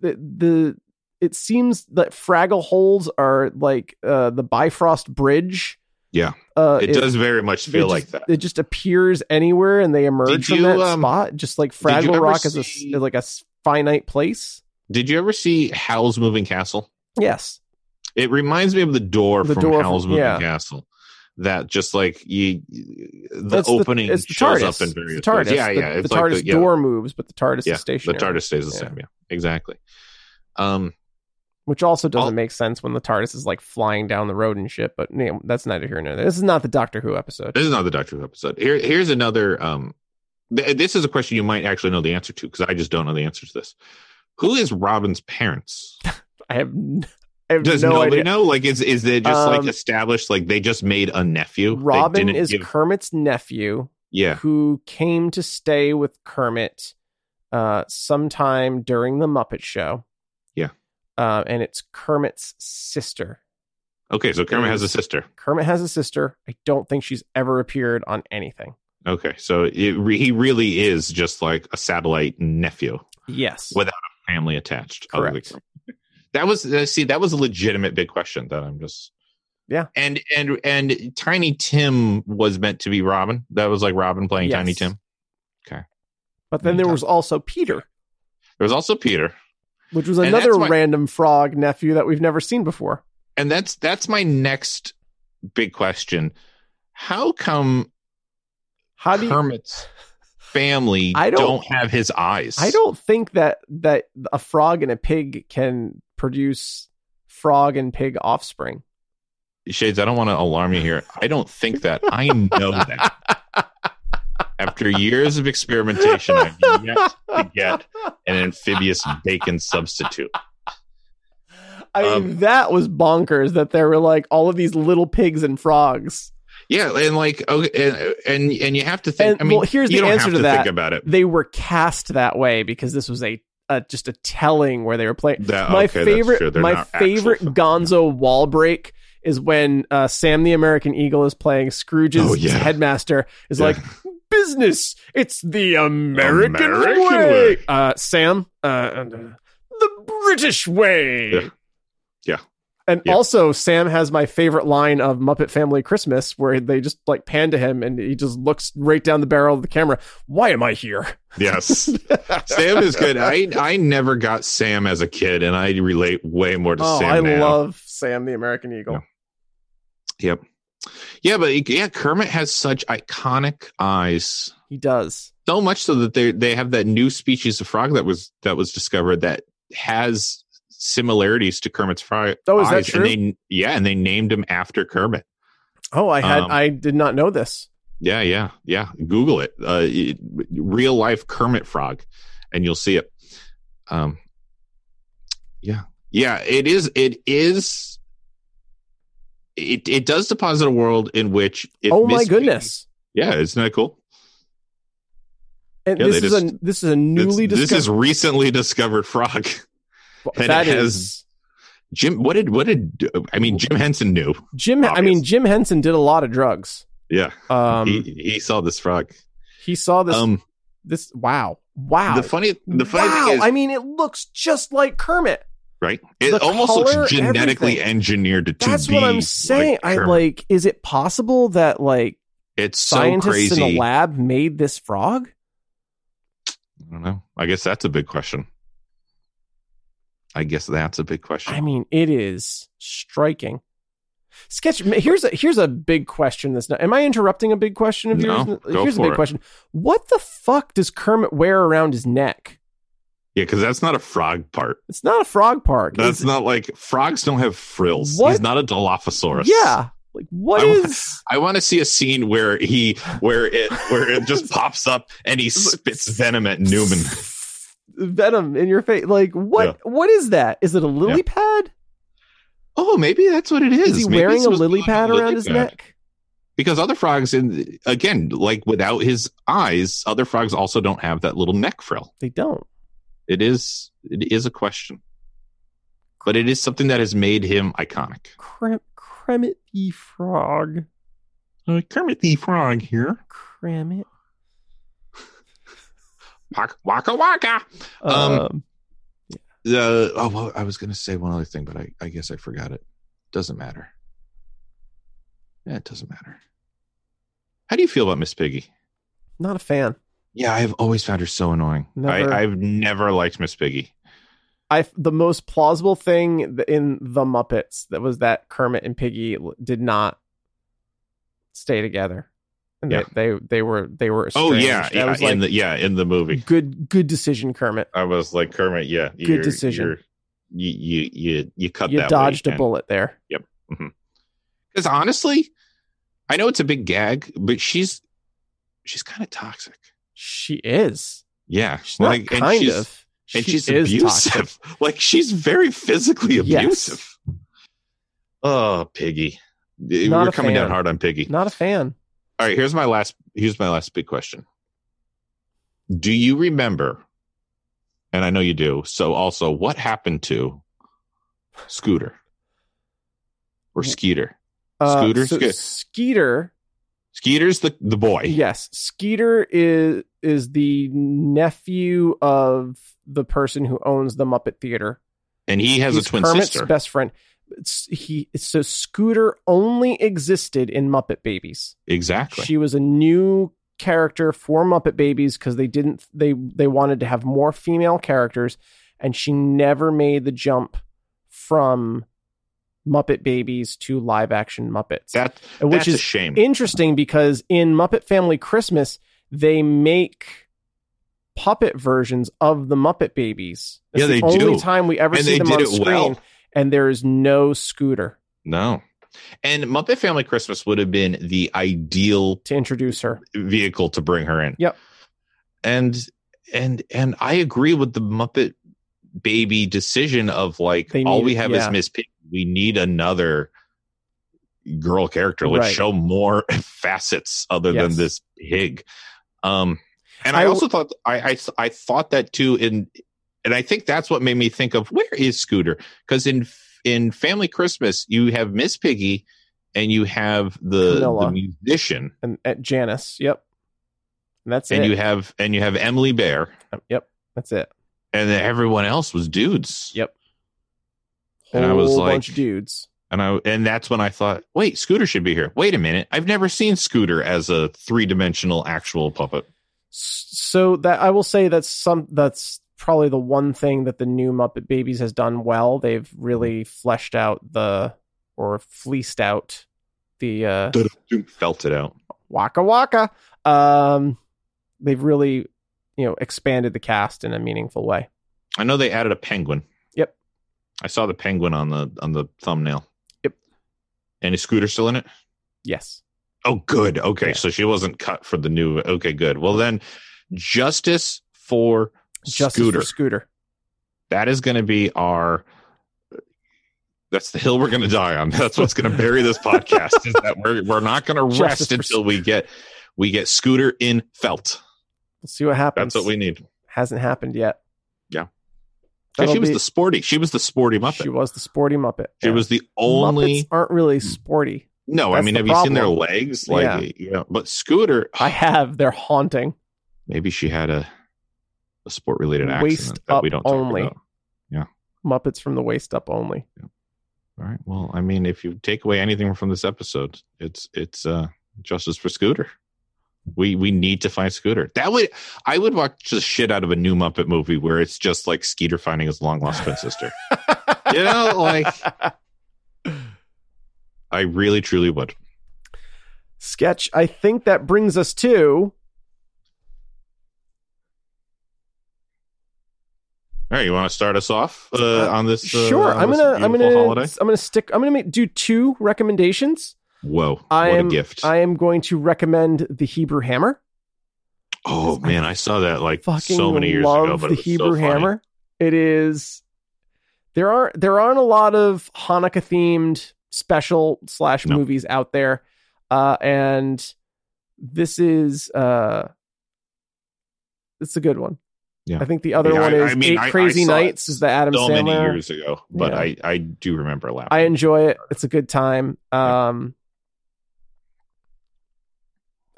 B: the, the it seems that Fraggle holes are like uh, the Bifrost Bridge.
A: Yeah.
B: uh,
A: It, does very much
B: they
A: feel
B: just-
A: like that.
B: It just appears anywhere, and they emerge from
A: you,
B: that
A: um,
B: spot, just like
A: did you
B: Fraggle
A: ever
B: Rock is a s-
A: see-
B: like a s- finite place.
A: Did you ever see Howl's Moving Castle?
B: Yes,
A: It reminds me of the door
B: The
A: from
B: door from-
A: Howl's Moving
B: yeah.
A: Castle. That just like you, the
B: That's the-
A: opening
B: it's the
A: shows
B: TARDIS.
A: up in
B: It's
A: various
B: the TARDIS.
A: ways. Yeah,
B: the,
A: yeah.
B: The
A: It's
B: TARDIS
A: like the, yeah,
B: door moves, but the TARDIS
A: Yeah,
B: is
A: the
B: stationary.
A: TARDIS stays the
B: Yeah.
A: same. Yeah, exactly. Um,
B: which also doesn't
A: All-
B: make sense when the TARDIS is like flying down the road and shit. But you know, that's neither here nor there. This is not the Doctor Who episode.
A: this is not the Doctor Who episode. Here, here's another. Um, th- this is a question you might actually know the answer to because I just don't know the answer to this. Who is Robin's parents?
B: I have, n- I have
A: Does
B: no
A: nobody
B: idea.
A: know? Like, is is it just
B: Um,
A: like established? Like they just made a nephew. They
B: Robin
A: didn't
B: is
A: give-
B: Kermit's nephew
A: yeah,
B: who came to stay with Kermit uh, sometime during the Muppet Show.
A: Yeah.
B: uh, and it's Kermit's sister.
A: okay. So Kermit has a
B: is-
A: sister.
B: Kermit has a sister. I don't think she's ever appeared on anything.
A: Okay, so it re- he really is just like a satellite nephew,
B: Yes.
A: What- family attached. other than
B: Correct.
A: Kermit. That was uh, see that was a legitimate big question that I'm just
B: Yeah.
A: and and and Tiny Tim was meant to be Robin. That was like Robin playing Tiny
B: Yes.
A: Tim.
B: But then there was also Peter,
A: There was also Peter,
B: which was
A: And that's
B: another
A: why-
B: random frog nephew that we've never seen before.
A: and that's that's my next big question. How come
B: How do you,
A: Kermit's family
B: I
A: don't,
B: don't-
A: have his eyes?
B: I don't think that that a frog and a pig can produce frog and pig offspring.
A: Shades. I don't want to alarm you here. I don't think that. I know that. After years of experimentation, I've yet to get an amphibious bacon substitute.
B: I mean,
A: Um,
B: that was bonkers that there were like all of these little pigs and frogs.
A: Yeah, and like okay, and and, and you have to think.
B: And,
A: I mean,
B: well, here's
A: you
B: the
A: don't
B: answer
A: have
B: to
A: to
B: that.
A: think about it.
B: They were cast that way because this was a, a just a telling where they were playing.
A: That-
B: my
A: okay, that's true.
B: favorite,
A: They're
B: my
A: not actual
B: favorite
A: film.
B: Gonzo wall break is when uh, Sam the American Eagle is playing Scrooge's
A: Oh, yeah.
B: headmaster
A: <laughs>
B: is
A: Yeah.
B: like business. It's the American,
A: American
B: way.
A: way."
B: Uh, Sam, uh, uh, the British way.
A: Yeah. Yeah.
B: And
A: Yeah.
B: also, Sam has my favorite line of Muppet Family Christmas, where they just like pan to him, and he just looks right down the barrel of the camera. Why am I here? <laughs>
A: Yes, Sam is good. I I never got Sam as a kid, and I relate way more to
B: Oh,
A: Sam
B: I
A: now.
B: love Sam the American Eagle.
A: Yeah. yep. Yeah, but yeah, Kermit has such iconic eyes.
B: He does.
A: so much so that they they have that new species of frog that was that was discovered that has similarities to Kermit's frog.
B: Oh, is that
A: eyes,
B: true?
A: And they, yeah, and they named him after Kermit.
B: Oh, I had
A: Um,
B: I did not know this.
A: Yeah, yeah, yeah. Google it. Uh, it- real life Kermit frog, and you'll see it. Um, yeah, yeah. It is. It is. It it does deposit a world in which. It
B: oh my
A: mis-
B: goodness!
A: Yeah, isn't that cool?
B: And
A: Yeah,
B: this
A: they
B: is
A: just-
B: a this is a newly
A: It's- this
B: discovered.
A: is recently discovered frog. <laughs> and it
B: that is
A: has- Jim, what did what did I mean? Jim Henson knew.
B: Jim. I mean, Jim Henson did a lot of drugs.
A: Yeah,
B: Um,
A: he
B: he,
A: he saw this frog.
B: saw this.
A: um,
B: this wow, wow.
A: the funny the funny
B: wow.
A: thing is
B: I mean, it looks just like Kermit.
A: right. It
B: the
A: almost
B: color,
A: looks genetically
B: everything.
A: engineered to
B: That's
A: be.
B: what I'm saying.
A: Like Kermit.
B: I like. Is it possible that like
A: It's so
B: scientists
A: crazy.
B: in a lab made this frog?
A: I don't know. I guess that's a big question. I guess that's a big question.
B: I mean, it is striking. Sketch. Here's a here's a big question. That's not. Am I interrupting a big question of yours?
A: No, go
B: here's a
A: for
B: big
A: it.
B: question. What the fuck does Kermit wear around his neck?
A: yeah, because that's not a frog part.
B: It's not a frog park.
A: That's
B: It's-
A: not like frogs don't have frills.
B: What?
A: He's not a Dilophosaurus.
B: yeah. Like what
A: I
B: is?
A: want- I want to see a scene where he where it where it <laughs> just pops up and he spits venom at <laughs> Newman.
B: Venom in your face. Like what?
A: Yeah.
B: What is that? Is it a lily pad?
A: Oh, maybe that's what it is.
B: Is he
A: Maybe
B: wearing
A: it's
B: a
A: supposed to
B: lily
A: be like
B: pad
A: a
B: around
A: lily
B: his
A: pad.
B: neck?
A: Because other frogs, in again, like without his eyes, other frogs also don't have that little neck frill.
B: They don't.
A: It is it is a question, but it is something that has made him iconic.
B: Krem- Kremit the frog.
A: Uh, Kermit the Frog here.
B: Kremit.
A: Waka waka. waka. Um,
B: um
A: The oh, well, I was going to say one other thing, but I, I guess I forgot it. Doesn't matter. Yeah, it doesn't matter. How do you feel about Miss Piggy?
B: not a fan.
A: Yeah, I've always found her so annoying.
B: Never-
A: I, I've never liked Miss Piggy.
B: I the most plausible thing th- in the Muppets that was that Kermit and Piggy l- did not stay together, and
A: Yeah.
B: they, they they were they were.
A: Oh
B: estranged.
A: yeah,
B: I
A: yeah,
B: was
A: in
B: like,
A: the yeah in the movie.
B: good good decision, Kermit.
A: I was like Kermit. Yeah,
B: Good decision.
A: you you you you cut
B: You
A: that.
B: dodged a bullet there.
A: Because honestly, I know it's a big gag, but she's she's kind of toxic.
B: She is.
A: Yeah,
B: She's not kind
A: she's,
B: of.
A: and
B: She
A: she's
B: is
A: abusive.
B: toxic.
A: <laughs> Like she's very physically
B: Yes.
A: abusive. Oh, Piggy,
B: Not
A: we're
B: a
A: coming down
B: fan.
A: hard on Piggy.
B: Not a fan.
A: All right, here's my last here's my last big question. Do you remember? And I know you do. So also, what happened to Scooter or Skeeter?
B: Uh,
A: Scooter?
B: so
A: Scoot-
B: Skeeter.
A: Skeeter's the the boy.
B: Yes, Skeeter is is the nephew of the person who owns the Muppet Theater.
A: And he has
B: He's
A: a twin
B: Kermit's
A: sister.
B: best friend. It's, he so Scooter only existed in Muppet Babies.
A: exactly.
B: She was a new character for Muppet Babies because they didn't they they wanted to have more female characters, and she never made the jump from Muppet Babies to live action Muppets,
A: that
B: which
A: that's a
B: is
A: shame.
B: interesting because in Muppet Family Christmas they make puppet versions of the Muppet Babies. It's
A: Yeah, they
B: the only
A: do.
B: time we ever
A: and
B: see
A: they
B: them
A: did
B: on
A: it
B: screen
A: well.
B: and there is no scooter
A: No. And Muppet Family Christmas would have been the ideal
B: to introduce her.
A: vehicle to bring her in.
B: Yep.
A: And and and I agree with the Muppet baby decision of like
B: They
A: all
B: need-
A: we have
B: yeah.
A: is Miss Piggy. We need another girl character. Let's
B: Right.
A: show more <laughs> facets other
B: Yes.
A: than this pig. Um, and I,
B: I w-
A: also thought I, I I thought that too in, and I think that's what made me think of where is Scooter because in in Family Christmas you have Miss Piggy and you have the the
B: Camilla.
A: musician
B: and at Janice. Yep. And that's
A: and
B: it.
A: you have and you have Emily Bear
B: yep. That's it.
A: and then everyone else was dudes.
B: Yep.
A: And I was
B: Whole
A: like-
B: bunch of dudes.
A: And I and that's when I thought, wait, Scooter should be here. Wait a minute, I've never seen Scooter as a three dimensional actual puppet.
B: S- So that I will say that's some that's probably the one thing that the new Muppet Babies has done well. They've really fleshed out the or fleeced out the uh
A: Felt it out.
B: waka waka. Um they've really, you know, expanded the cast in a meaningful way.
A: I know they added a penguin.
B: Yep.
A: I saw the penguin on the on the thumbnail.
B: Yep.
A: And is Scooter still in it?
B: Yes.
A: Oh, good. Okay,
B: Yeah.
A: so she wasn't cut for the new. Okay, good. Well, then, justice for
B: Just
A: Scooter.
B: for Scooter.
A: that is going to be our. That's the hill we're going to die on. <laughs> That's what's going to bury this podcast. Is that we're we're not going to
B: Justice
A: rest
B: for
A: until we get we get Scooter in felt.
B: We'll see what happens.
A: That's what we need.
B: hasn't happened yet.
A: Yeah. 'Cause
B: That'll
A: She was
B: be-
A: the sporty. She was the sporty Muppet.
B: She was the sporty Muppet.
A: She
B: Yeah.
A: was the only
B: Muppets aren't really sporty.
A: No, I
B: That's
A: mean,
B: the
A: have you seen their
B: problem.
A: legs? Like, you know, but Scooter,
B: I have. They're haunting.
A: maybe she had a a sport related accident
B: Waist
A: that
B: up
A: we don't talk
B: only.
A: about.
B: Muppets from the waist up only.
A: <laughs> All right. Well, I mean, if you take away anything from this episode, it's it's uh justice for Scooter. We we need to find Scooter. That would I would watch the shit out of a new Muppet movie where it's just like Skeeter finding his long lost twin
B: <laughs>
A: sister. You know, like I really truly would.
B: Sketch. I think that brings us to
A: All right, you want to start us off uh, on this? uh,
B: sure.
A: on
B: I'm
A: this
B: gonna. I'm
A: beautiful
B: gonna.
A: holiday.
B: I'm gonna stick. I'm gonna make, do two recommendations.
A: Whoa!
B: I
A: what
B: am-
A: a gift!
B: I am going to recommend the Hebrew Hammer.
A: Oh man, I saw that like
B: Fucking
A: so many years
B: love
A: ago. But
B: the
A: it was so
B: Hebrew
A: funny.
B: Hammer. It is. There aren't there aren't a lot of Hanukkah themed special slash
A: No.
B: movies out there, uh, and this is uh, it's a good one.
A: Yeah.
B: I think the other
A: Yeah,
B: one
A: I-
B: is
A: I mean,
B: Eight
A: I- I
B: Crazy
A: saw it
B: Nights is the Adam
A: So
B: Sandler.
A: many years ago, but
B: Yeah.
A: I I do remember laughing.
B: I enjoy it. It's a good time. Um,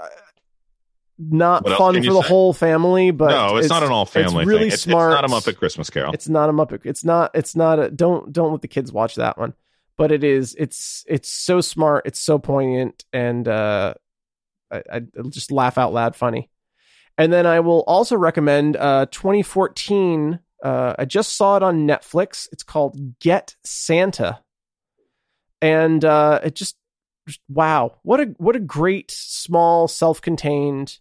B: uh, not
A: What else
B: fun
A: can
B: for
A: you
B: the
A: say?
B: whole family, but
A: no, it's, not an all family
B: really
A: thing. It's-
B: smart.
A: It's, not a Muppet Christmas Carol.
B: It's not a Muppet. It's not. It's not a. Don't don't let the kids watch that one. But it is. It's it's so smart. It's so poignant, and uh, I, I it'll just laugh out loud funny. And then I will also recommend uh 2014. Uh, I just saw it on Netflix. It's called Get Santa, and uh, it just, just wow what a what a great small self contained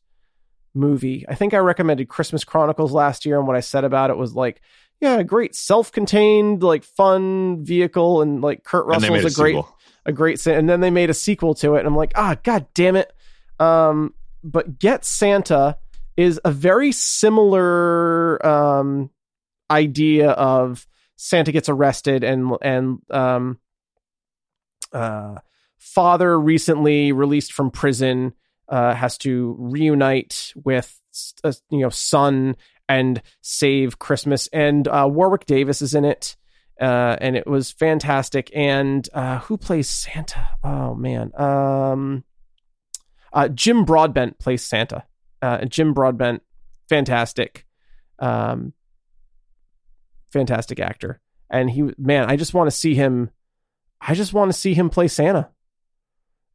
B: movie. I think I recommended Christmas Chronicles last year, and what I said about it was like, yeah, great self-contained, like fun vehicle, and like Kurt
A: and they made
B: Russell's a great,
A: sequel.
B: a great, sa- and then they made a sequel to it, and I'm like, ah, god damn it. Um, but Get Santa is a very similar um idea of Santa gets arrested and and um uh father recently released from prison uh has to reunite with uh, you know son and save Christmas and uh Warwick Davis is in it uh and it was fantastic and uh who plays Santa oh man um uh Jim Broadbent plays Santa uh Jim Broadbent fantastic um fantastic actor and he man i just want to see him i just want to see him play santa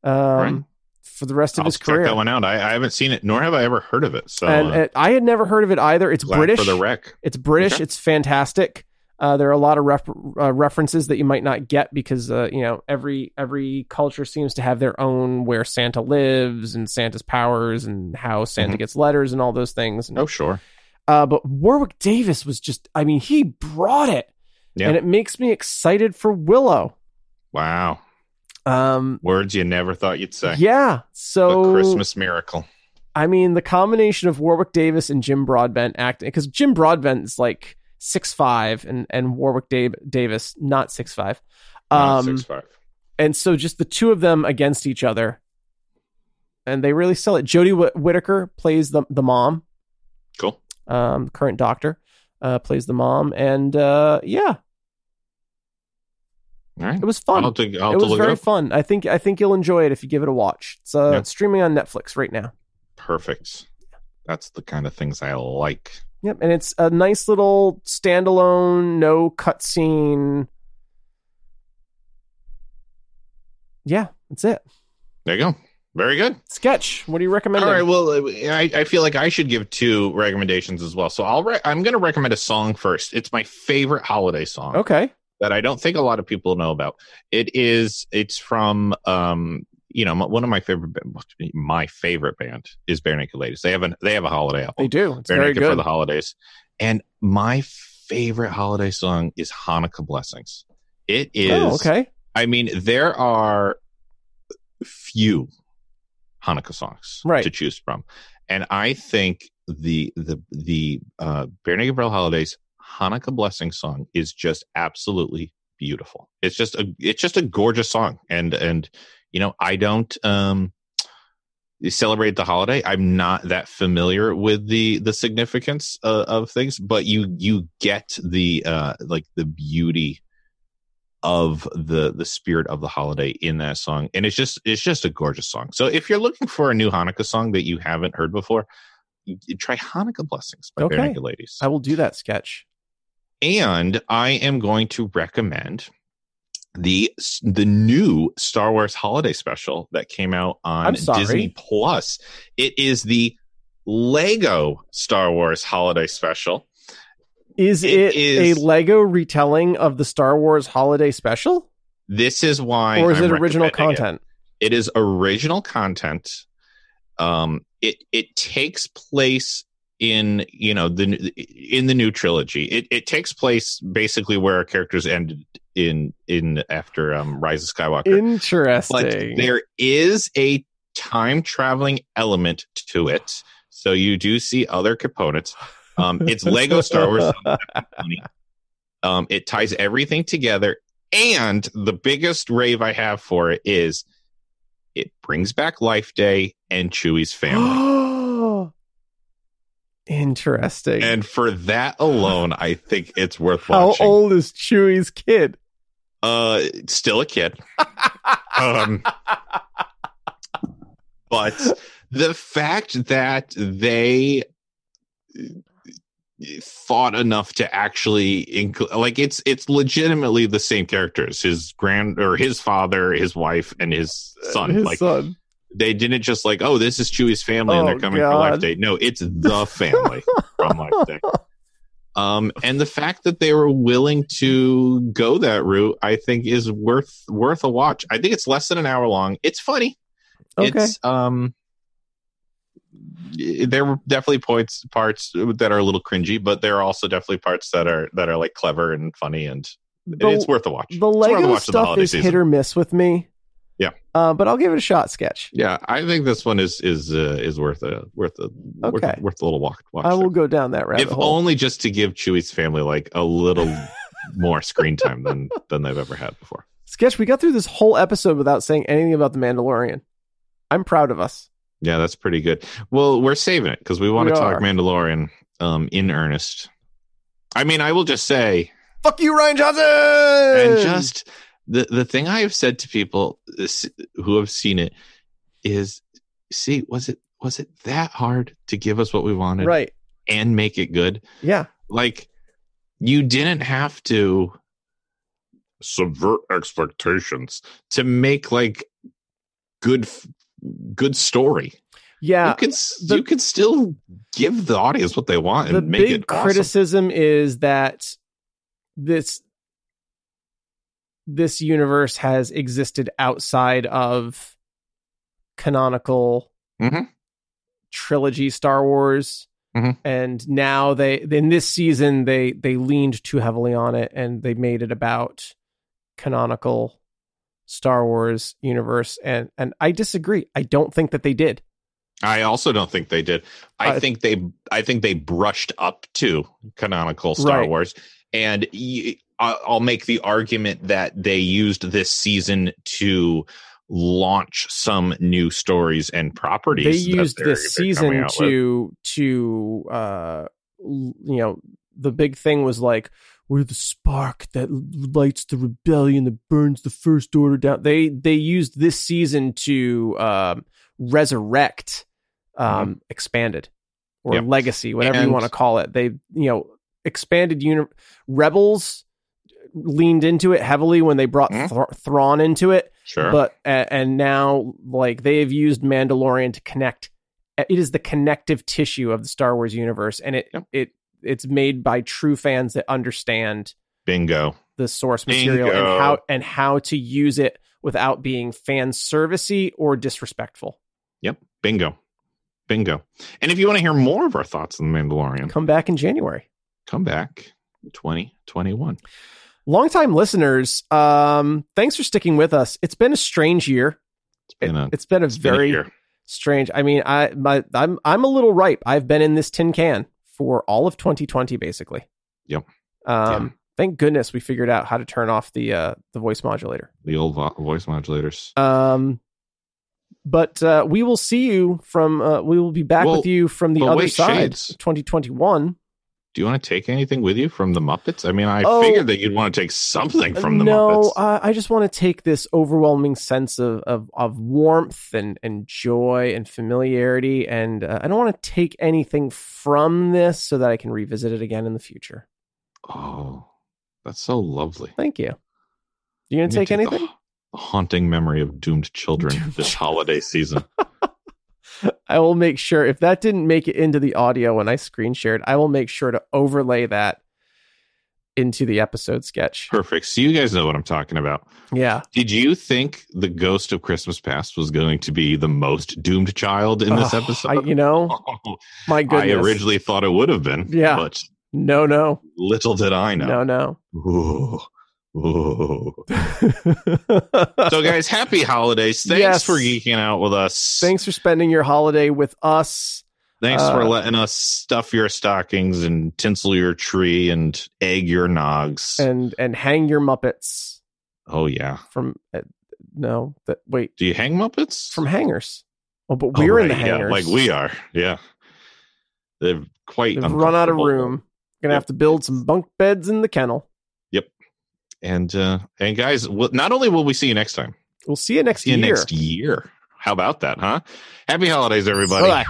B: um
A: Right.
B: for the rest of
A: I'll
B: his
A: check
B: career
A: that one out. I, I haven't seen it, nor have I ever heard of it. So
B: and,
A: uh,
B: and i had never heard of it either it's
A: glad
B: british
A: for the wreck.
B: it's british
A: Okay.
B: it's fantastic uh, there are a lot of ref- uh, references that you might not get because uh, you know every every culture seems to have their own where Santa lives and Santa's powers and how Santa
A: Mhm.
B: gets letters and all those things. And
A: Oh sure,
B: uh, but Warwick Davis was just, I mean, he brought it.
A: Yeah.
B: And it makes me excited for Willow.
A: wow,
B: Um,
A: words you never thought you'd say.
B: yeah. So,
A: the Christmas miracle.
B: I mean, the combination of Warwick Davis and Jim Broadbent acting, because Jim Broadbent is like six five, and, and Warwick Dav- Davis, not six five.
A: Wow,
B: Um,
A: six, five.
B: and so just the two of them against each other, and they really sell it. Jodie Whit- Whittaker plays the the mom,
A: Cool.
B: um, current doctor, uh, plays the mom, and uh, yeah,
A: All right.
B: it was fun.
A: I'll have to, I'll have
B: it
A: to
B: was
A: look
B: very
A: it up.
B: fun. I think I think you'll enjoy it if you give it a watch. It's uh,
A: Yeah.
B: it's streaming on Netflix right now.
A: Perfect. That's the kind of things I like.
B: Yep, and it's a nice little standalone, no cutscene. Yeah, that's it.
A: There you go. Very good.
B: Sketch. What do you recommend?
A: All right. Well, uh, I, I feel like I should give two recommendations as well. So I'll re- I'm going to recommend a song first. It's my favorite holiday song
B: Okay.
A: that I don't think a lot of people know about. It is. It's from um you know m- one of my favorite ba- my favorite band is Bare Naked Ladies. They have an they have a holiday album.
B: They do. It's
A: Bare
B: very
A: Naked for
B: good.
A: the holidays. And my favorite holiday song is Hanukkah Blessings. It is.
B: oh, okay.
A: I mean, there are few Hanukkah songs
B: Right.
A: to choose from, and I think the the the uh, Bare Naked Braille Holidays Hanukkah blessing song is just absolutely beautiful. It's just a it's just a gorgeous song, and and you know I don't um celebrate the holiday. I'm not that familiar with the the significance uh, of things, but you you get the uh like the beauty of the the spirit of the holiday in that song and it's just it's just a gorgeous song so if you're looking for a new hanukkah song that you haven't heard before y- try hanukkah blessings by
B: Okay.
A: bare naked ladies
B: I will do that sketch.
A: and i am going to recommend the s- the new star wars holiday special that came out on
B: I'm sorry.
A: disney plus it is the lego star wars holiday special
B: Is
A: It
B: it,
A: is-
B: a Lego retelling of the Star Wars holiday special?
A: this is why
B: or is
A: I'm
B: it original
A: recommending it. <laughs>
B: content?
A: it is original content um it it takes place in you know the in the new trilogy it it takes place basically where our characters ended in in after um rise of skywalker but
B: Interesting.
A: there is a time traveling element to it so you do see other components um it's lego star wars
B: <laughs>
A: um, it ties everything together. And the biggest rave I have for it is it brings back Life Day and Chewie's family.
B: <gasps> Interesting.
A: and for that alone, I think it's worth
B: How
A: watching.
B: old is Chewie's kid?
A: Uh, still a kid. um, but the fact that they uh, thought enough to actually include like it's it's legitimately the same characters his grand or his father his wife and his son
B: His
A: like
B: son.
A: they didn't just like oh this is chewie's family and
B: Oh,
A: they're coming for
B: God.
A: life day no it's the family from life
B: <laughs>
A: day um and the fact that they were willing to go that route i think is worth worth a watch i think it's less than an hour long it's funny
B: Okay.
A: it's um y- there were definitely points parts that are a little cringy but there are also definitely parts that are that are like clever and funny and
B: The-
A: it's worth a watch
B: The
A: It's worth a
B: Lego
A: watch in the
B: stuff
A: holiday
B: is hit
A: season.
B: or miss with me.
A: Yeah.
B: Uh, but I'll give it a shot, Sketch.
A: yeah i think this one is is uh, is worth a worth a
B: Okay.
A: worth, worth a little walk watch
B: I will
A: there.
B: go down that rabbit
A: if
B: hole.
A: only just to give chewie's family like a
B: <laughs>
A: little more screen time than than they've ever had before
B: Sketch, we got through this whole episode without saying anything about The Mandalorian. I'm proud of us.
A: yeah that's pretty good well we're saving it because we want
B: We
A: to talk
B: are.
A: mandalorian um in earnest i mean i will just say
B: Fuck you, Ryan Johnson!
A: and just the the thing I have said to people this, who have seen it is, see, was it was it that hard to give us what we wanted
B: Right.
A: and make it good?
B: Yeah.
A: Like, you didn't have to subvert expectations to make like good f- good story.
B: Yeah.
A: you could s
B: the-
A: you could still give the audience what they want and
B: the
A: make
B: big
A: it awesome.
B: criticism is that this this universe has existed outside of canonical
A: Mhm.
B: trilogy Star Wars.
A: Mhm.
B: And now they in this season they they leaned too heavily on it and they made it about canonical Star Wars universe and and I disagree. I don't think that they did.
A: I also don't think they did. I
B: Uh,
A: think they I think they brushed up to canonical Star
B: Right.
A: Wars and y- I- I'll make the argument that they used this season to launch some new stories and properties.
B: They
A: that
B: used
A: they're-
B: this
A: they're coming
B: season
A: out with.
B: to to uh, l- you know the big thing was like we're the spark that l- lights the rebellion that burns the first order down. They they used this season to um, resurrect um, expanded or
A: Yeah.
B: legacy, whatever
A: Mm-hmm. And-
B: you want to call it. They you know expanded uni- rebels leaned into it heavily when they brought
A: Mhm.
B: Thr- Thrawn into it
A: sure.
B: but a- and now like they have used Mandalorian to connect. It is the connective tissue of the Star Wars universe, and it
A: Yep.
B: it it's made by true fans that understand
A: Bingo.
B: the source material
A: Bingo.
B: and how and how to use it without being fan servicey or disrespectful.
A: Bingo. Bingo. And if you want to hear more of our thoughts on The Mandalorian,
B: Come back in January.
A: come back 2021.
B: Longtime listeners, um, thanks for sticking with us. It's been a strange year.
A: It's been a,
B: It's been a
A: it's been a
B: very
A: year.
B: strange. I mean, I my I'm I'm a little ripe. I've been in this tin can for all of 2020, basically.
A: Yep.
B: Um.
A: Yeah.
B: Thank goodness we figured out how to turn off the uh the voice modulator.
A: the old vo- voice modulators.
B: Um. But uh, we will see you from. Uh, we will be back
A: Well,
B: with you from the
A: but
B: other
A: wait,
B: side.
A: Shades.
B: 2021.
A: Do you want to take anything with you from the Muppets? I mean, I
B: Oh.
A: figured that you'd want to take something from the
B: no,
A: Muppets.
B: I, I just want to take this overwhelming sense of of, of warmth and, and joy and familiarity, and uh, I don't want to take anything from this so that I can revisit it again in the future.
A: oh, that's so lovely.
B: Thank you. You gonna
A: You
B: take
A: did the
B: anything?
A: ha- the haunting memory of doomed children
B: Doomed
A: this holiday season.
B: I will make sure if that didn't make it into the audio when I screen shared, I will make sure to overlay that into the
A: <laughs>
B: episode sketch.
A: Perfect. So you guys know what I'm talking about.
B: Yeah.
A: Did you think the ghost of Christmas past was going to be the most doomed child in this
B: Ugh,
A: episode?
B: <laughs>
A: <laughs>
B: I- you know,
A: Oh,
B: my
A: I
B: goodness.
A: originally thought it would have been.
B: Yeah.
A: But
B: no, no,
A: little did I know.
B: no, no.
A: Ooh.
B: <laughs>
A: Ooh. So guys, happy holidays. Thanks
B: Yes.
A: for geeking out with us.
B: Thanks for spending your holiday with us.
A: Thanks for
B: Uh,
A: letting us stuff your stockings and tinsel your tree and egg your nogs.
B: and and hang your muppets
A: oh yeah.
B: from uh, no that wait
A: Do you hang Muppets?
B: from hangers oh but
A: Oh,
B: we're in the
A: right, yeah,
B: hangers
A: like we are. Yeah. They've quite
B: They've run out of
A: uncomfortable.
B: room gonna have to build some bunk beds in the kennel
A: And uh and guys, we'll, not only will we see you next time,
B: we'll see you next
A: see you
B: year
A: next year. How about that, huh? Happy holidays, everybody.
B: Bye.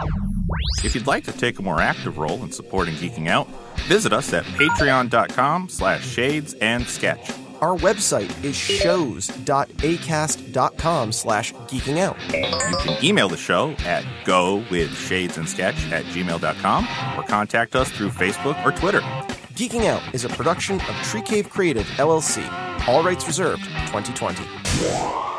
C: If you'd like to take a more active role in supporting Geeking Out, visit us at patreon.com slash shades and sketch.
D: Our website is shows.acast.com slash geeking out.
C: You can email the show at go with shades and sketch at gmail.com or contact us through Facebook or Twitter.
D: Geeking Out is a production of Tree Cave Creative, LLC. All rights reserved, 2020.